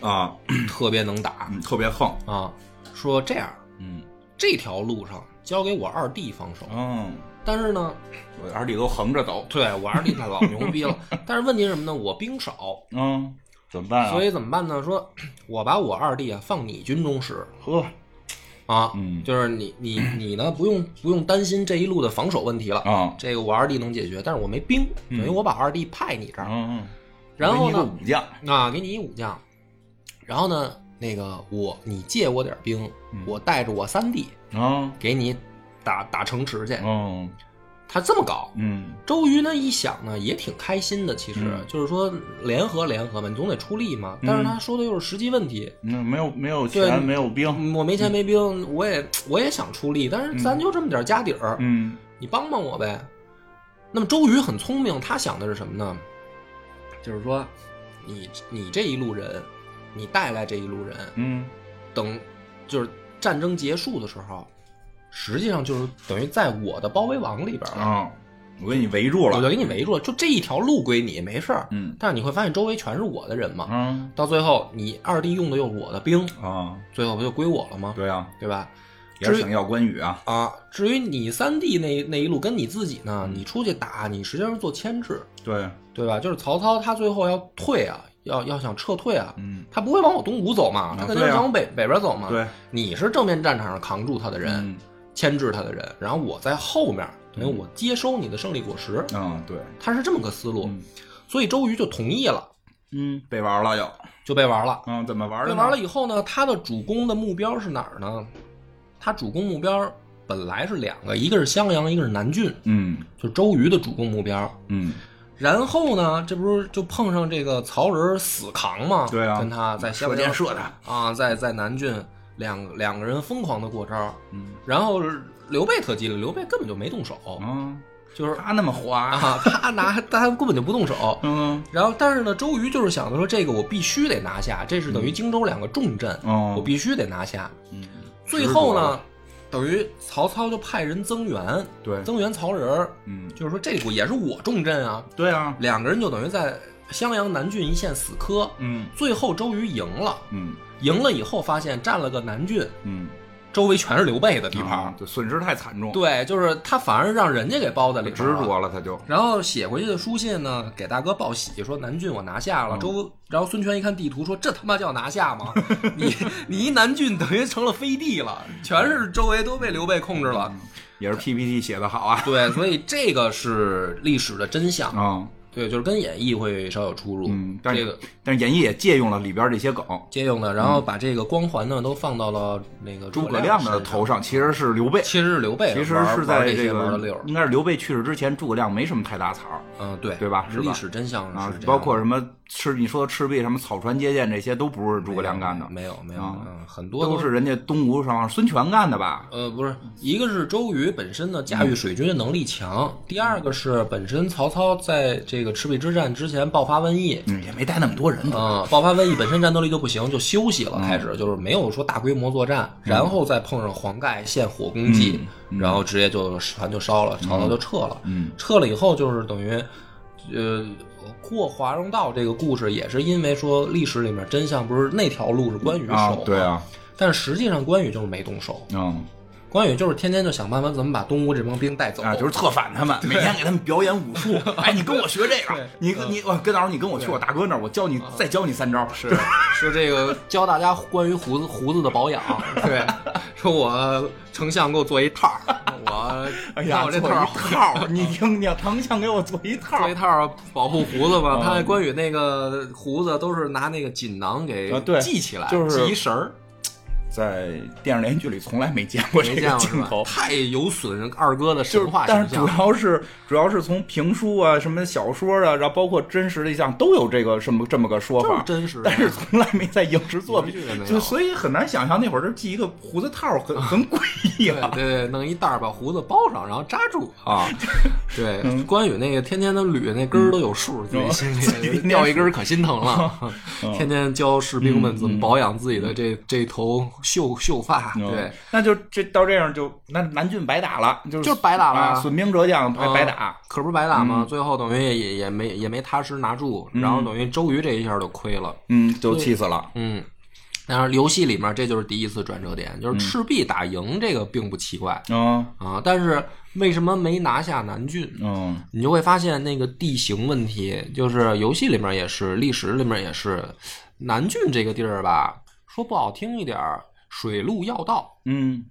[SPEAKER 2] 啊，
[SPEAKER 3] 特别能打
[SPEAKER 2] 嗯特别横，
[SPEAKER 3] 啊，说这样
[SPEAKER 2] 嗯
[SPEAKER 3] 这条路上交给我二弟防守，
[SPEAKER 2] 嗯，
[SPEAKER 3] 但是呢，
[SPEAKER 2] 我二弟都横着走，
[SPEAKER 3] 对我二弟他老牛逼了， 但是问题是什么呢？我兵少，
[SPEAKER 2] 嗯，怎么办啊？
[SPEAKER 3] 所以怎么办呢？说我把我二弟啊放你军中使
[SPEAKER 2] 呵，
[SPEAKER 3] 啊，
[SPEAKER 2] 嗯
[SPEAKER 3] 就是你你你呢不用不用担心这一路的防守问题了。
[SPEAKER 2] 啊，
[SPEAKER 3] 这个我二弟能解决，但是我没兵，等于我把二弟派你这儿，
[SPEAKER 2] 嗯嗯，
[SPEAKER 3] 然后
[SPEAKER 2] 一个
[SPEAKER 3] 呢，
[SPEAKER 2] 武将，
[SPEAKER 3] 啊，给你一武将，然后呢，那个我你借我点儿兵，我带着我三弟
[SPEAKER 2] 嗯啊，
[SPEAKER 3] 给你打打城池去。
[SPEAKER 2] 嗯
[SPEAKER 3] 他这么搞，
[SPEAKER 2] 嗯
[SPEAKER 3] 周瑜呢一想呢也挺开心的，其实、
[SPEAKER 2] 嗯
[SPEAKER 3] 就是说联合联合嘛，你总得出力嘛。但是他说的又是实际问题，
[SPEAKER 2] 那没有没有
[SPEAKER 3] 对
[SPEAKER 2] 钱，没有兵，
[SPEAKER 3] 嗯我没钱没兵，我也我也想出力，但是咱就这么点儿家底儿，
[SPEAKER 2] 嗯
[SPEAKER 3] 你帮帮我呗。那么周瑜很聪明，他想的是什么呢？就是说，你你这一路人，你带来这一路人，
[SPEAKER 2] 嗯
[SPEAKER 3] 等就是战争结束的时候，实际上就是等于在我的包围网里边儿，
[SPEAKER 2] 啊，我给你围住
[SPEAKER 3] 我就
[SPEAKER 2] 了，
[SPEAKER 3] 给你围住了，就这一条路归你，没事儿。
[SPEAKER 2] 嗯
[SPEAKER 3] 但是你会发现周围全是我的人嘛，
[SPEAKER 2] 嗯
[SPEAKER 3] 到最后你二弟用的又是我的兵，
[SPEAKER 2] 啊，
[SPEAKER 3] 最后不就归我了吗？
[SPEAKER 2] 对啊，
[SPEAKER 3] 对吧？
[SPEAKER 2] 也是
[SPEAKER 3] 至于
[SPEAKER 2] 想要关羽啊，
[SPEAKER 3] 啊，至于你三弟那那一路跟你自己呢，
[SPEAKER 2] 嗯
[SPEAKER 3] 你出去打，你实际上是做牵制，
[SPEAKER 2] 对，
[SPEAKER 3] 对吧？就是曹操他最后要退啊，要要想撤退啊，
[SPEAKER 2] 嗯
[SPEAKER 3] 他不会往我东吴走嘛，他肯定
[SPEAKER 2] 对
[SPEAKER 3] 是
[SPEAKER 2] 啊
[SPEAKER 3] 想往北、北边走嘛。
[SPEAKER 2] 对，
[SPEAKER 3] 你是正面战场上扛住他的人，
[SPEAKER 2] 嗯
[SPEAKER 3] 牵制他的人，然后我在后面等于我接收你的胜利果实，
[SPEAKER 2] 啊，对，
[SPEAKER 3] 他是这么个思路
[SPEAKER 2] 嗯，
[SPEAKER 3] 所以周瑜就同意了，
[SPEAKER 2] 嗯，被玩了又，
[SPEAKER 3] 就被玩了。
[SPEAKER 2] 嗯，怎么玩
[SPEAKER 3] 被
[SPEAKER 2] 的？
[SPEAKER 3] 玩了，以后呢，他的主攻的目标是哪儿呢？他主攻目标本来是两个，一个是襄阳，一个是南郡，
[SPEAKER 2] 嗯
[SPEAKER 3] 就周瑜的主攻目标。
[SPEAKER 2] 嗯
[SPEAKER 3] 然后呢，这不是就碰上这个曹仁死扛吗？
[SPEAKER 2] 对啊
[SPEAKER 3] 跟他在襄阳
[SPEAKER 2] 射箭射他
[SPEAKER 3] 啊，在在南郡，两两个人疯狂的过招，
[SPEAKER 2] 嗯
[SPEAKER 3] 然后刘备特机灵，刘备根本就没动手，
[SPEAKER 2] 嗯，
[SPEAKER 3] 就是
[SPEAKER 2] 他那么滑，
[SPEAKER 3] 啊， 他拿他根本就不动手。
[SPEAKER 2] 嗯
[SPEAKER 3] 然后，但是呢，周瑜就是想着说，这个我必须得拿下，这是等于荆州两个重镇，
[SPEAKER 2] 哦
[SPEAKER 3] 我嗯必须得拿下。
[SPEAKER 2] 嗯，
[SPEAKER 3] 最后呢，等于曹操就派人增援，
[SPEAKER 2] 对，
[SPEAKER 3] 增援曹仁儿，
[SPEAKER 2] 嗯，
[SPEAKER 3] 就是说这股也是我重镇啊。
[SPEAKER 2] 对啊，
[SPEAKER 3] 两个人就等于在襄阳南郡一线死磕。
[SPEAKER 2] 嗯
[SPEAKER 3] 最后周瑜赢了，
[SPEAKER 2] 嗯
[SPEAKER 3] 赢了以后发现占了个南郡，
[SPEAKER 2] 嗯，
[SPEAKER 3] 周围全是刘备的地
[SPEAKER 2] 一
[SPEAKER 3] 盘儿。
[SPEAKER 2] 盘，对，损失太惨重，
[SPEAKER 3] 啊对，就是他反而让人家给包在里
[SPEAKER 2] 执
[SPEAKER 3] 边儿了
[SPEAKER 2] 着了，他就，
[SPEAKER 3] 然后写回去的书信呢，给大哥报喜，说南郡我拿下了。
[SPEAKER 2] 嗯
[SPEAKER 3] 周，然后孙权一看地图，说这他妈叫拿下 吗？你你一南郡等于成了飞地了，全是周围都被刘备控制了。
[SPEAKER 2] 嗯也是 PPT 写的好啊，
[SPEAKER 3] 对，所以这个是历史的真相。
[SPEAKER 2] 啊，
[SPEAKER 3] 对，就是跟演义会稍有出入。
[SPEAKER 2] 嗯，但
[SPEAKER 3] 这
[SPEAKER 2] 是
[SPEAKER 3] 个
[SPEAKER 2] 但是演义也借用了里边这些梗，
[SPEAKER 3] 借用的，然后把这个光环呢都放到了那个
[SPEAKER 2] 诸葛
[SPEAKER 3] 亮
[SPEAKER 2] 亮
[SPEAKER 3] 身上
[SPEAKER 2] 的头，上其实是刘备，
[SPEAKER 3] 其实是刘备玩，
[SPEAKER 2] 其实是在
[SPEAKER 3] 玩这些玩的
[SPEAKER 2] 个
[SPEAKER 3] 溜儿。
[SPEAKER 2] 应该是刘备去世之前，诸葛亮没什么太大彩儿
[SPEAKER 3] 嗯，对，
[SPEAKER 2] 对吧是吧
[SPEAKER 3] 历史真相
[SPEAKER 2] 啊
[SPEAKER 3] 是这，样
[SPEAKER 2] 包括什么赤，你说的赤壁什么草船借箭这些都不是诸
[SPEAKER 3] 诸
[SPEAKER 2] 葛亮干的，
[SPEAKER 3] 没有没有，
[SPEAKER 2] 啊
[SPEAKER 3] 嗯，很多
[SPEAKER 2] 都是人家东吴上孙权干的吧？
[SPEAKER 3] 呃，不是，一个是周瑜本身呢驾驭水军的能力强，第二个是本身曹操在这个赤壁之战之前爆发瘟疫，
[SPEAKER 2] 嗯，也没带那么多人都，
[SPEAKER 3] 嗯、爆发瘟疫本身战斗力就不行，就休息
[SPEAKER 2] 嗯
[SPEAKER 3] 了，开始就是没有说大规模作战，然后再碰上黄盖献火攻
[SPEAKER 2] 嗯
[SPEAKER 3] 击，然后直接就船就烧了，曹操就撤了，
[SPEAKER 2] 嗯
[SPEAKER 3] 撤了以后就是等于，呃。过华容道这个故事也是因为说历史里面真相不是那条路是关羽守、
[SPEAKER 2] 啊，对，啊，
[SPEAKER 3] 但实际上关羽就是没动手，
[SPEAKER 2] 嗯
[SPEAKER 3] 关羽就是天天就想办法怎么把东吴这帮兵带走，
[SPEAKER 2] 啊，就是策反他们，每天给他们表演武 术。哎，你跟我学这个
[SPEAKER 3] 对，嗯
[SPEAKER 2] 你你我跟老师，你跟我去我大哥那儿，我教你再教你三招。是，
[SPEAKER 3] 说这个教大家关于胡子胡子的保养，啊 对，说我丞相给我做一套儿，我
[SPEAKER 2] 哎
[SPEAKER 3] 看
[SPEAKER 2] 呀，
[SPEAKER 3] 我这
[SPEAKER 2] 做
[SPEAKER 3] 套
[SPEAKER 2] 一
[SPEAKER 3] 儿
[SPEAKER 2] 套，你听听，丞相给我做一套
[SPEAKER 3] 做一套儿保护胡子
[SPEAKER 2] 嗯
[SPEAKER 3] 嘛。他关羽那个胡子都是拿那个锦囊给
[SPEAKER 2] 啊对
[SPEAKER 3] 系起来，
[SPEAKER 2] 就是
[SPEAKER 3] 系一绳儿，
[SPEAKER 2] 在电视连续剧里从来没见过这
[SPEAKER 3] 没见
[SPEAKER 2] 个
[SPEAKER 3] 过是
[SPEAKER 2] 镜
[SPEAKER 3] 吧
[SPEAKER 2] 头？，
[SPEAKER 3] 太有损二哥的
[SPEAKER 2] 就
[SPEAKER 3] 神
[SPEAKER 2] 是
[SPEAKER 3] 话，
[SPEAKER 2] 但
[SPEAKER 3] 形
[SPEAKER 2] 是主
[SPEAKER 3] 象。
[SPEAKER 2] 要是主要是从评书啊、什么小说啊，然后包括真实的一项都有这个什么这么个说
[SPEAKER 3] 就
[SPEAKER 2] 法，
[SPEAKER 3] 是真实的
[SPEAKER 2] 但是从来没在影视作品
[SPEAKER 3] 影视剧也没，有
[SPEAKER 2] 就所以很难想象那会儿这系一个胡子套 很很诡 异
[SPEAKER 3] 对
[SPEAKER 2] 啊。
[SPEAKER 3] 对对，弄一袋儿把胡子包上，然后扎住 啊。对，
[SPEAKER 2] 嗯
[SPEAKER 3] 关羽那个天天都捋那根儿都有数，自己 心里掉一根儿可心疼了。
[SPEAKER 2] 嗯
[SPEAKER 3] 天天教士兵们怎么保养自己的这这头秀秀发，对
[SPEAKER 2] 嗯，，那就这到这样就那南郡白打了，就是
[SPEAKER 3] 就是白打了
[SPEAKER 2] 啊损兵折将还
[SPEAKER 3] 嗯
[SPEAKER 2] 白打。嗯
[SPEAKER 3] 可不是白打吗？最后等于也也也没也没踏实拿住，然后等于周瑜这一下就亏了。
[SPEAKER 2] 嗯，就气死了。
[SPEAKER 3] 嗯，但是游戏里面这就是第一次转折点，就是赤壁打赢这个并不奇怪
[SPEAKER 2] 嗯
[SPEAKER 3] 啊，但是为什么没拿下南郡？
[SPEAKER 2] 嗯
[SPEAKER 3] 你就会发现那个地形问题，就是游戏里面也是，历史里面也是，南郡这个地儿吧，说不好听一点儿，水陆要道，
[SPEAKER 2] 嗯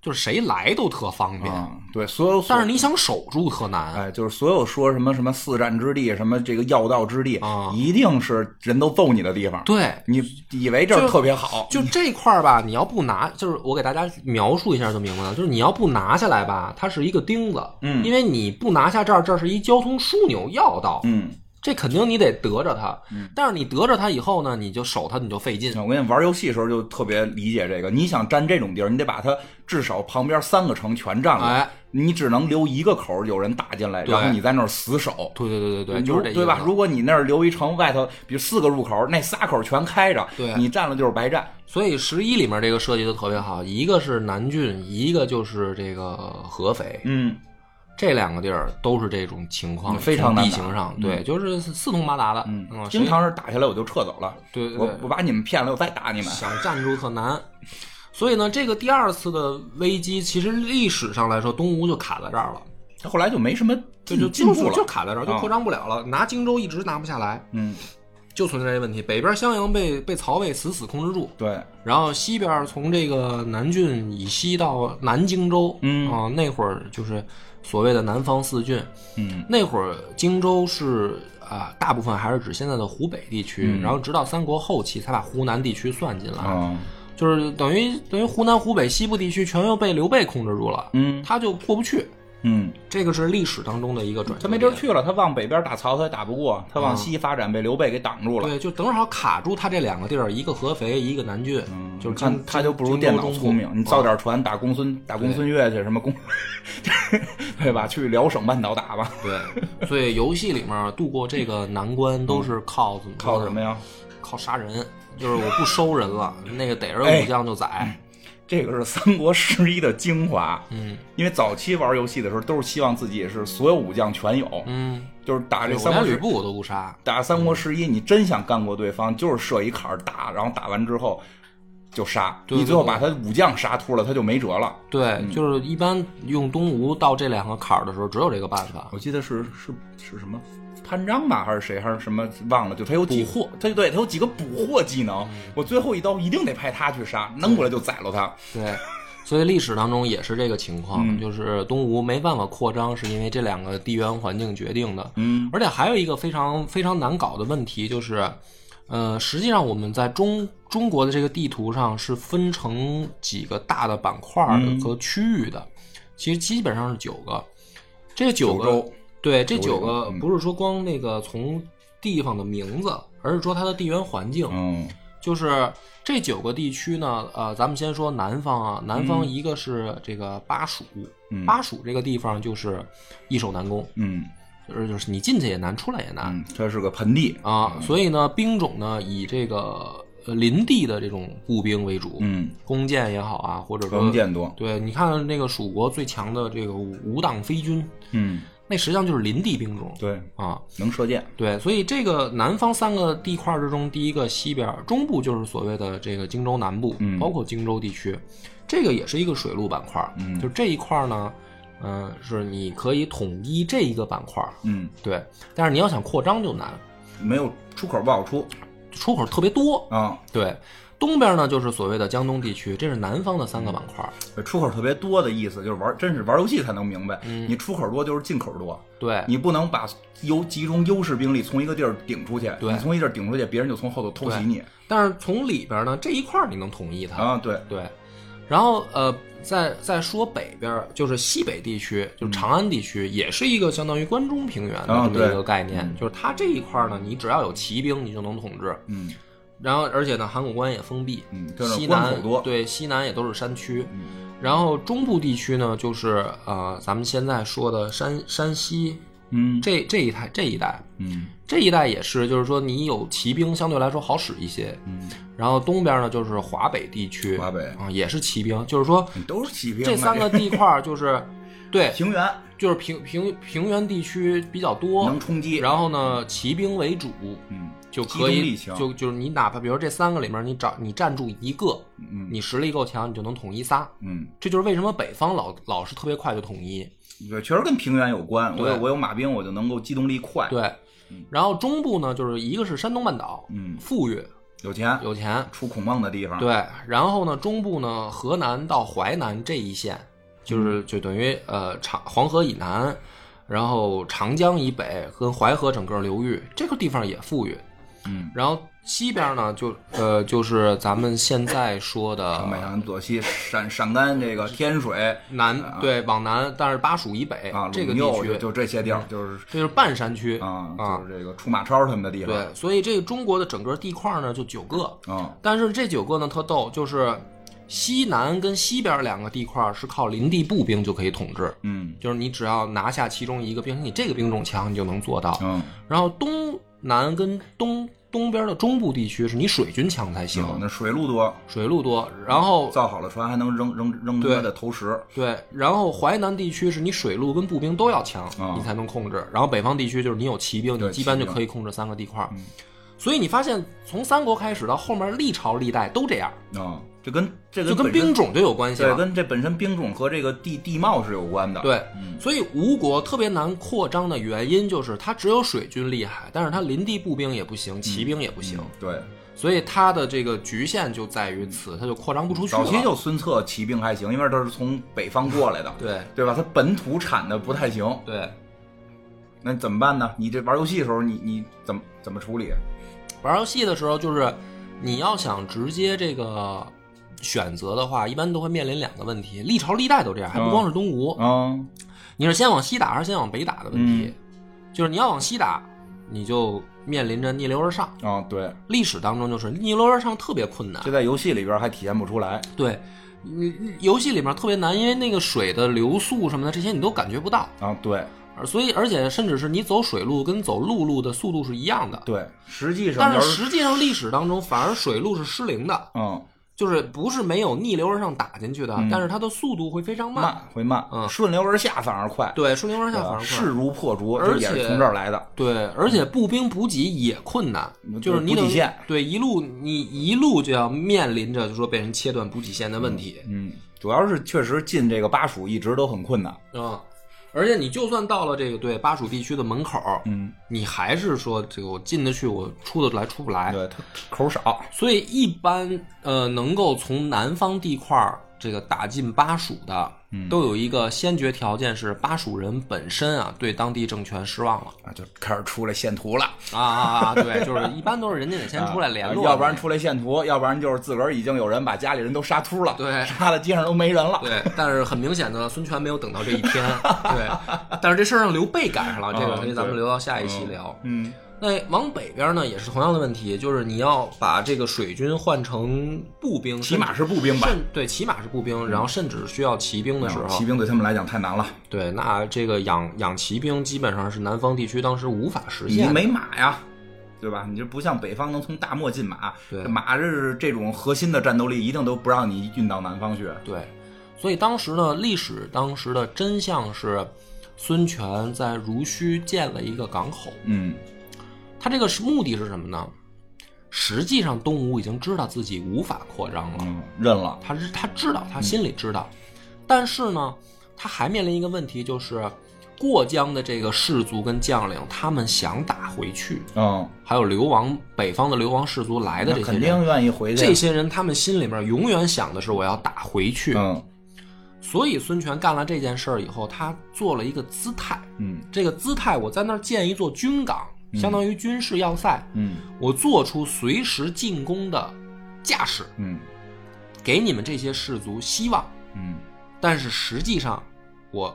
[SPEAKER 3] 就是谁来都特方便，
[SPEAKER 2] 啊，对，所有
[SPEAKER 3] 但是你想守住特难。
[SPEAKER 2] 哎，就是所有说什么什么四战之地，什么这个要道之地，
[SPEAKER 3] 啊
[SPEAKER 2] 一定是人都揍你的地方。
[SPEAKER 3] 对，
[SPEAKER 2] 你以为这儿
[SPEAKER 3] 就
[SPEAKER 2] 特别好，
[SPEAKER 3] 就这块儿吧，你要不拿，就是我给大家描述一下就明白了，就是你要不拿下来吧，它是一个钉子，
[SPEAKER 2] 嗯
[SPEAKER 3] 因为你不拿下这儿，这儿是一交通枢纽要道，
[SPEAKER 2] 嗯，
[SPEAKER 3] 这肯定你得得着它，但是你得着它以后呢，你就守它你就费劲，
[SPEAKER 2] 我跟你玩游戏的时候就特别理解这个。你想占这种地儿，你得把它至少旁边三个城全占了，
[SPEAKER 3] 哎
[SPEAKER 2] 你只能留一个口儿有人打进来，
[SPEAKER 3] 对
[SPEAKER 2] 然后你在那儿死守。
[SPEAKER 3] 对对对对嗯对，
[SPEAKER 2] 如
[SPEAKER 3] 就是这意思
[SPEAKER 2] 对吧？如果你那儿留一城，外头比如四个入口，那仨口全开着，
[SPEAKER 3] 对
[SPEAKER 2] 你占了就是白占。
[SPEAKER 3] 所以十一里面这个设计就特别好，一个是南郡，一个就是这个合肥，
[SPEAKER 2] 嗯，
[SPEAKER 3] 这两个地儿都是这种情况，
[SPEAKER 2] 非常
[SPEAKER 3] 从
[SPEAKER 2] 难
[SPEAKER 3] 地
[SPEAKER 2] 打
[SPEAKER 3] 形上，
[SPEAKER 2] 嗯
[SPEAKER 3] 对，就是四通八达的，嗯，谁
[SPEAKER 2] 经常是打下来我就撤走了，
[SPEAKER 3] 对对
[SPEAKER 2] 我
[SPEAKER 3] 对
[SPEAKER 2] 我把你们骗了，我再打你们。
[SPEAKER 3] 想站住特难。所以呢，这个第二次的危机，其实历史上来说，东吴就卡在这儿了，
[SPEAKER 2] 后来就没什么
[SPEAKER 3] 就
[SPEAKER 2] 进
[SPEAKER 3] 就
[SPEAKER 2] 进步
[SPEAKER 3] 就就
[SPEAKER 2] 了。
[SPEAKER 3] 卡在这儿，就
[SPEAKER 2] 啊
[SPEAKER 3] 扩张不了了，拿荆州一直拿不下来，
[SPEAKER 2] 嗯，
[SPEAKER 3] 就存在这问题。北边襄阳被被曹魏死死控制住，
[SPEAKER 2] 对，
[SPEAKER 3] 然后西边从这个南郡以西到南荆州，
[SPEAKER 2] 嗯
[SPEAKER 3] 啊、那会儿就是所谓的南方四郡。
[SPEAKER 2] 嗯
[SPEAKER 3] 那会儿荆州是啊、大部分还是指现在的湖北地区，然后直到三国后期才把湖南地区算进来，
[SPEAKER 2] 嗯啊，
[SPEAKER 3] 就是等于等于湖南、湖北西部地区全又被刘备控制住了，
[SPEAKER 2] 嗯
[SPEAKER 3] 他就过不去。
[SPEAKER 2] 嗯，
[SPEAKER 3] 这个是历史当中的一个转折，
[SPEAKER 2] 他没地儿。去了，他往北边打曹操也打不过，他往西发展被刘备给挡住了。
[SPEAKER 3] 对，就正好卡住他这两个地儿，一个合肥，一个南郡。
[SPEAKER 2] 嗯
[SPEAKER 3] 就是
[SPEAKER 2] 看
[SPEAKER 3] 精
[SPEAKER 2] 他就不如电脑聪明
[SPEAKER 3] 精。
[SPEAKER 2] 你造点船打公孙打公孙越去，什么公， 对吧？去辽省半岛打吧。
[SPEAKER 3] 对，所以游戏里面度过这个难关都是靠怎么说呢
[SPEAKER 2] 靠什么？呀？
[SPEAKER 3] 靠杀人，就是我不收人了，那个逮着
[SPEAKER 2] 哎
[SPEAKER 3] 武将就宰。
[SPEAKER 2] 这个是三国十一的精华。
[SPEAKER 3] 嗯
[SPEAKER 2] 因为早期玩游戏的时候，都是希望自己是所有武将全有，
[SPEAKER 3] 嗯，
[SPEAKER 2] 就是打这
[SPEAKER 3] 我
[SPEAKER 2] 三
[SPEAKER 3] 连
[SPEAKER 2] 国
[SPEAKER 3] 吕
[SPEAKER 2] 十
[SPEAKER 3] 布我都不杀，
[SPEAKER 2] 打三国十一，你真想干过对方，就是设一坎儿打，然后打完之后就杀，
[SPEAKER 3] 对对
[SPEAKER 2] 你最后把他武将杀秃了，他就没辙了。
[SPEAKER 3] 对，
[SPEAKER 2] 嗯
[SPEAKER 3] 就是一般用东吴到这两个坎儿的时候，只有这个办法。
[SPEAKER 2] 我记得是是是什么潘璋吧，还是谁，还是什么忘了，就他有几
[SPEAKER 3] 捕获，嗯
[SPEAKER 2] 他对他有几个捕获技能，我最后一刀一定得派他去杀，弄过来就宰了他。
[SPEAKER 3] 对，所以历史当中也是这个情况，
[SPEAKER 2] 嗯
[SPEAKER 3] 就是东吴没办法扩张，是因为这两个地缘环境决定的。
[SPEAKER 2] 嗯，
[SPEAKER 3] 而且还有一个非常非常难搞的问题就是，呃，实际上我们在中中国的这个地图上是分成几个大的板块儿
[SPEAKER 2] 嗯
[SPEAKER 3] 和区域的，其实基本上是九个。这九个
[SPEAKER 2] 九州
[SPEAKER 3] 对这
[SPEAKER 2] 九
[SPEAKER 3] 九
[SPEAKER 2] 州
[SPEAKER 3] 个
[SPEAKER 2] 嗯
[SPEAKER 3] 不是说光那个从地方的名字，而是说它的地缘环境。
[SPEAKER 2] 嗯
[SPEAKER 3] 就是这九个地区呢，呃，咱们先说南方啊，南方一个是这个巴蜀，
[SPEAKER 2] 嗯
[SPEAKER 3] 巴蜀这个地方就是易守难攻，
[SPEAKER 2] 嗯
[SPEAKER 3] 就是就是你进去也难，出来也难、
[SPEAKER 2] 嗯，这是个盆地。
[SPEAKER 3] 啊，所以呢，兵种呢以这个呃林地的这种步兵为主，
[SPEAKER 2] 嗯，
[SPEAKER 3] 弓箭也好啊，或者说
[SPEAKER 2] 弓，箭多。
[SPEAKER 3] 对，你看那个蜀国最强的这个五五党飞军，
[SPEAKER 2] 嗯，
[SPEAKER 3] 那实际上就是林地兵种
[SPEAKER 2] 对，
[SPEAKER 3] 啊，
[SPEAKER 2] 能射箭。
[SPEAKER 3] 对，所以这个南方三个地块之中，第一个西边中部就是所谓的这个荆州南部，
[SPEAKER 2] 嗯
[SPEAKER 3] 包括荆州地区，这个也是一个水路板块儿。
[SPEAKER 2] 嗯
[SPEAKER 3] 就这一块儿呢，嗯、是你可以统一这一个板块儿，
[SPEAKER 2] 嗯，
[SPEAKER 3] 对。但是你要想扩张就难，
[SPEAKER 2] 没有出口不好出
[SPEAKER 3] 出口特别多。
[SPEAKER 2] 啊，
[SPEAKER 3] 对，东边呢就是所谓的江东地区，这是南方的三个板块儿。
[SPEAKER 2] 出口特别多的意思就是玩，真是玩游戏才能明白，你出口多就是进口多，
[SPEAKER 3] 嗯对，
[SPEAKER 2] 你不能把优集中优势兵力从一个地儿顶出去，
[SPEAKER 3] 对啊
[SPEAKER 2] 你从一地儿顶出去，别人就从后头偷袭你
[SPEAKER 3] 但是从里边呢这一块儿你能统一它，
[SPEAKER 2] 啊，对，
[SPEAKER 3] 对，然后呃，再再说北边儿，就是西北地区，就是长安地区，也是一个相当于关中平原的
[SPEAKER 2] 啊
[SPEAKER 3] 这么一
[SPEAKER 2] 嗯对
[SPEAKER 3] 个概念，就是它这一块儿呢，你只要有骑兵，你就能统治。
[SPEAKER 2] 嗯
[SPEAKER 3] 然后，而且呢，函谷关也封闭，
[SPEAKER 2] 嗯，这
[SPEAKER 3] 西
[SPEAKER 2] 是关
[SPEAKER 3] 南
[SPEAKER 2] 口多，
[SPEAKER 3] 对西南也都是山区。
[SPEAKER 2] 嗯
[SPEAKER 3] 然后中部地区呢，就是呃，咱们现在说的山山西
[SPEAKER 2] 嗯
[SPEAKER 3] 这这一带这一带
[SPEAKER 2] 嗯
[SPEAKER 3] 这一带也是，就是说你有骑兵相对来说好使一些。
[SPEAKER 2] 嗯，
[SPEAKER 3] 然后东边呢就是华北地区，
[SPEAKER 2] 华北
[SPEAKER 3] 啊、也是骑兵，就是说
[SPEAKER 2] 都是骑兵啊，
[SPEAKER 3] 这三个地块儿 就是，对，
[SPEAKER 2] 平原
[SPEAKER 3] 就是平平平原地区比较多
[SPEAKER 2] 能，冲击，
[SPEAKER 3] 然后呢，骑兵为主
[SPEAKER 2] 嗯
[SPEAKER 3] 就可
[SPEAKER 2] 机动力
[SPEAKER 3] 以，
[SPEAKER 2] 强
[SPEAKER 3] 就就是你哪怕比如说这三个里面你找你站住一个，
[SPEAKER 2] 嗯
[SPEAKER 3] 你实力够强，你就能统一仨。
[SPEAKER 2] 嗯，
[SPEAKER 3] 这就是为什么北方老老是特别快就统
[SPEAKER 2] 哎
[SPEAKER 3] 一，
[SPEAKER 2] 对，确实跟平原有关，我有
[SPEAKER 3] 对
[SPEAKER 2] 我有马兵，我就能够机动力快，
[SPEAKER 3] 对。然后中部呢，就是一个是山东半岛，
[SPEAKER 2] 嗯
[SPEAKER 3] 富裕
[SPEAKER 2] 有钱
[SPEAKER 3] 有钱，
[SPEAKER 2] 出孔孟的地方，
[SPEAKER 3] 对，然后呢，中部呢，河南到淮南这一线，
[SPEAKER 2] 嗯
[SPEAKER 3] 就是就等于呃长黄河以南，然后长江以北跟淮河整个流域这个地方也富裕，
[SPEAKER 2] 嗯，
[SPEAKER 3] 然后西边呢就呃就是咱们现在说
[SPEAKER 2] 长北啊
[SPEAKER 3] 的
[SPEAKER 2] 上左西陕陕甘这个天水
[SPEAKER 3] 南对往南，但是巴蜀以北、
[SPEAKER 2] 啊，
[SPEAKER 3] 这个
[SPEAKER 2] 陇
[SPEAKER 3] 地
[SPEAKER 2] 右
[SPEAKER 3] 区嗯
[SPEAKER 2] 就就这些地儿，就是
[SPEAKER 3] 这就是半山区
[SPEAKER 2] 啊，就是这个出马超他们的地方
[SPEAKER 3] 对，所以这个中国的整个地块呢就九个，
[SPEAKER 2] 啊，
[SPEAKER 3] 但是这九个呢特逗，就是西南跟西边两个地块儿是靠林地步兵就可以统治，
[SPEAKER 2] 嗯
[SPEAKER 3] 就是你只要拿下其中一个兵，你这个兵种强，你就能做到。
[SPEAKER 2] 嗯，
[SPEAKER 3] 然后东南跟东东边的中部地区是你水军强才行，
[SPEAKER 2] 哦有那水路多，
[SPEAKER 3] 水路多。然后
[SPEAKER 2] 造好了船还能扔扔扔他
[SPEAKER 3] 对
[SPEAKER 2] 妈的投石，
[SPEAKER 3] 对，然后淮南地区是你水路跟步兵都要强，
[SPEAKER 2] 啊
[SPEAKER 3] 你才能控制。然后北方地区就是你有骑兵，
[SPEAKER 2] 对
[SPEAKER 3] 你基本
[SPEAKER 2] 骑
[SPEAKER 3] 就
[SPEAKER 2] 兵嗯
[SPEAKER 3] 可以控制三个地块儿。所以你发现从三国开始到后面历朝历代都这样，
[SPEAKER 2] 啊，这跟这
[SPEAKER 3] 就
[SPEAKER 2] 跟
[SPEAKER 3] 跟
[SPEAKER 2] 本身
[SPEAKER 3] 兵种就有关系了
[SPEAKER 2] 对，。跟这本身兵种和这个地地貌是有关的，，
[SPEAKER 3] 对
[SPEAKER 2] 嗯，
[SPEAKER 3] 所以吴国特别难扩张的原因就是它只有水军厉害，但是它林地步兵也不行，骑兵也不行，
[SPEAKER 2] 对，
[SPEAKER 3] 所以它的这个局限就在于此，它就扩张不出去
[SPEAKER 2] 早
[SPEAKER 3] 了。
[SPEAKER 2] 期就孙策骑兵还行，因为他是从北方过来的，
[SPEAKER 3] 对
[SPEAKER 2] 对吧？他本土产的不太行，
[SPEAKER 3] 对，
[SPEAKER 2] 那怎么办呢？你这玩游戏的时候，你你怎么怎么处理？
[SPEAKER 3] 玩游戏的时候就是你要想直接这个呃选择的话，一般都会面临两个问题，历朝历代都这样，还不光是东吴，
[SPEAKER 2] 嗯
[SPEAKER 3] 你是先往西打还是先往北打的问题，就是你要往西打，你就面临着逆流而上，
[SPEAKER 2] 啊，对，
[SPEAKER 3] 历史当中就是逆流而上特别困难
[SPEAKER 2] 这。在游戏里边还体现不出来。
[SPEAKER 3] 对，嗯游戏里面特别难，因为那个水的流速什么的这些你都感觉不到，
[SPEAKER 2] 啊，对
[SPEAKER 3] 而所以而且甚至是你走水路跟走陆路的速度是一样的，
[SPEAKER 2] 对，实际上
[SPEAKER 3] 但
[SPEAKER 2] 就是
[SPEAKER 3] 实际上历史当中反而水路是失灵的，
[SPEAKER 2] 嗯
[SPEAKER 3] 就是不是没有逆流而上打进去的，但是它的速度会非常慢。
[SPEAKER 2] 慢啊会慢，
[SPEAKER 3] 嗯
[SPEAKER 2] 顺流而下反而快，
[SPEAKER 3] 对，顺流而下反而快。
[SPEAKER 2] 势如破竹，
[SPEAKER 3] 而
[SPEAKER 2] 这也是
[SPEAKER 3] 且
[SPEAKER 2] 从这儿来的。
[SPEAKER 3] 对，而且步兵补给也困难，就是你
[SPEAKER 2] 嗯补给
[SPEAKER 3] 等于
[SPEAKER 2] 线
[SPEAKER 3] 对一路你一路就要面临着就说被人切断补给线的问题，
[SPEAKER 2] 嗯，主要是确实进这个巴蜀一直都很困难。
[SPEAKER 3] 嗯，而且你就算到了这个对巴蜀地区的门口，
[SPEAKER 2] 嗯，
[SPEAKER 3] 你还是说这个我进得去，我出得来出不来，
[SPEAKER 2] 对，他口少，
[SPEAKER 3] 所以一般呃能够从南方地块儿这个打进巴蜀的，
[SPEAKER 2] 嗯
[SPEAKER 3] 都有一个先决条件是巴蜀人本身啊对当地政权失望了
[SPEAKER 2] 啊，就开始出来献图了，
[SPEAKER 3] 啊啊啊！对，就是一般都是人家得先出来联络，
[SPEAKER 2] 啊要不然出来献图，要不然就是自个儿已经有人把家里人都杀秃了，
[SPEAKER 3] 对
[SPEAKER 2] 杀的街上都没人了。
[SPEAKER 3] 对，但是很明显的，孙权没有等到这一天。对，但是这事儿让刘备赶上了，这个
[SPEAKER 2] 嗯
[SPEAKER 3] 可以咱们留到下一期聊。
[SPEAKER 2] 嗯，
[SPEAKER 3] 那往北边呢，也是同样的问题，就是你要把这个水军换成步兵，
[SPEAKER 2] 起码是步兵吧。嗯
[SPEAKER 3] 甚对，起码是步兵，然后甚至需要骑兵的时候
[SPEAKER 2] 骑，兵对他们来讲太难了，
[SPEAKER 3] 对，那这个养养骑兵基本上是南方地区当时无法实
[SPEAKER 2] 你
[SPEAKER 3] 现的。
[SPEAKER 2] 没马呀，对吧？你这不像北方能从大漠进马，
[SPEAKER 3] 对
[SPEAKER 2] 这马这是这种核心的战斗力，一定都不让你运到南方去。
[SPEAKER 3] 对，所以当时呢，历史当时的真相是，孙权在濡须建了一个港口，
[SPEAKER 2] 嗯，
[SPEAKER 3] 他这个是目的是什么呢？实际上，东吴已经知道自己无法扩张了，
[SPEAKER 2] 嗯，认了。
[SPEAKER 3] 他是他知道，他心里知道，但是呢，他还面临一个问题，就是过江的这个士族跟将领，他们想打回去，
[SPEAKER 2] 嗯，
[SPEAKER 3] 还有流亡北方的流亡士族来的
[SPEAKER 2] 那
[SPEAKER 3] 这些
[SPEAKER 2] 肯
[SPEAKER 3] 人，
[SPEAKER 2] 定愿意回去。
[SPEAKER 3] 这些人他们心里面永远想的是我要打回去，
[SPEAKER 2] 嗯
[SPEAKER 3] 所以孙权干了这件事儿以后，他做了一个姿态，
[SPEAKER 2] 嗯
[SPEAKER 3] 这个姿态我在那儿建一座军港，相当于军事要塞，
[SPEAKER 2] 嗯
[SPEAKER 3] 我做出随时进攻的架势，
[SPEAKER 2] 嗯
[SPEAKER 3] 给你们这些士族希望。
[SPEAKER 2] 嗯
[SPEAKER 3] 但是实际上，我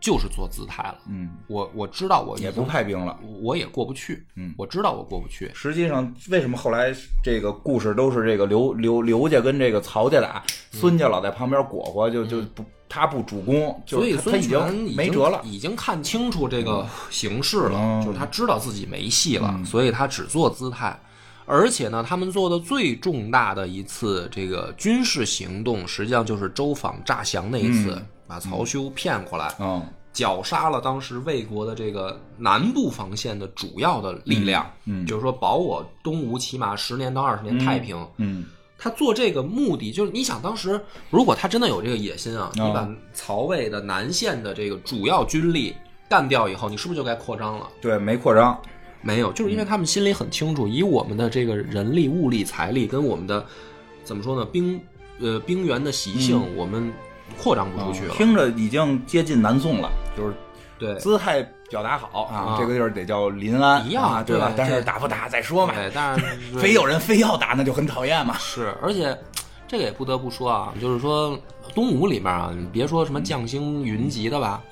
[SPEAKER 3] 就是做姿态了。
[SPEAKER 2] 嗯，
[SPEAKER 3] 我我知道我已经
[SPEAKER 2] 也不，派兵了。
[SPEAKER 3] 我也过不去。
[SPEAKER 2] 嗯
[SPEAKER 3] 我知道我过不去。
[SPEAKER 2] 实际上，为什么后来这个故事都是这个刘刘刘家跟这个曹家打，
[SPEAKER 3] 嗯
[SPEAKER 2] 孙家老在旁边裹和，就就不他不主攻，就
[SPEAKER 3] 所以
[SPEAKER 2] 是他他
[SPEAKER 3] 孙
[SPEAKER 2] 已
[SPEAKER 3] 权
[SPEAKER 2] 经没辙了。
[SPEAKER 3] 已经看清楚这个形势了，
[SPEAKER 2] 嗯
[SPEAKER 3] 就是他知道自己没戏了，所以他只做姿态。而且呢，他们做的最重大的一次这个军事行动，实际上就是周访诈降那一次，
[SPEAKER 2] 嗯
[SPEAKER 3] 把曹休骗过来，
[SPEAKER 2] 嗯
[SPEAKER 3] 绞杀了当时魏国的这个南部防线的主要的力量，
[SPEAKER 2] 嗯嗯
[SPEAKER 3] 就是说保我东吴起码十年到二十年太平。
[SPEAKER 2] 嗯
[SPEAKER 3] 他做这个目的就是，你想当时如果他真的有这个野心啊，
[SPEAKER 2] 哦
[SPEAKER 3] 你把曹魏的南线的这个主要军力干掉以后，你是不是就该扩张了？
[SPEAKER 2] 对，没扩张。
[SPEAKER 3] 没有，就是因为他们心里很清楚，以我们的这个人力、物力、财力跟我们的怎么说呢，兵呃兵源的习性，
[SPEAKER 2] 嗯
[SPEAKER 3] 我们扩张不出去了。
[SPEAKER 2] 听着已经接近南宋了，就是
[SPEAKER 3] 对，
[SPEAKER 2] 姿态表达好啊
[SPEAKER 3] 啊，
[SPEAKER 2] 这个地儿得叫临安，
[SPEAKER 3] 一样
[SPEAKER 2] 啊对吧
[SPEAKER 3] 对？
[SPEAKER 2] 但是
[SPEAKER 3] 这
[SPEAKER 2] 打不打再说嘛，
[SPEAKER 3] 对，但是
[SPEAKER 2] 非有人非要打，那就很讨厌嘛。
[SPEAKER 3] 是，而且这个也不得不说啊，就是说东吴里面啊，你别说什么将星云集的吧，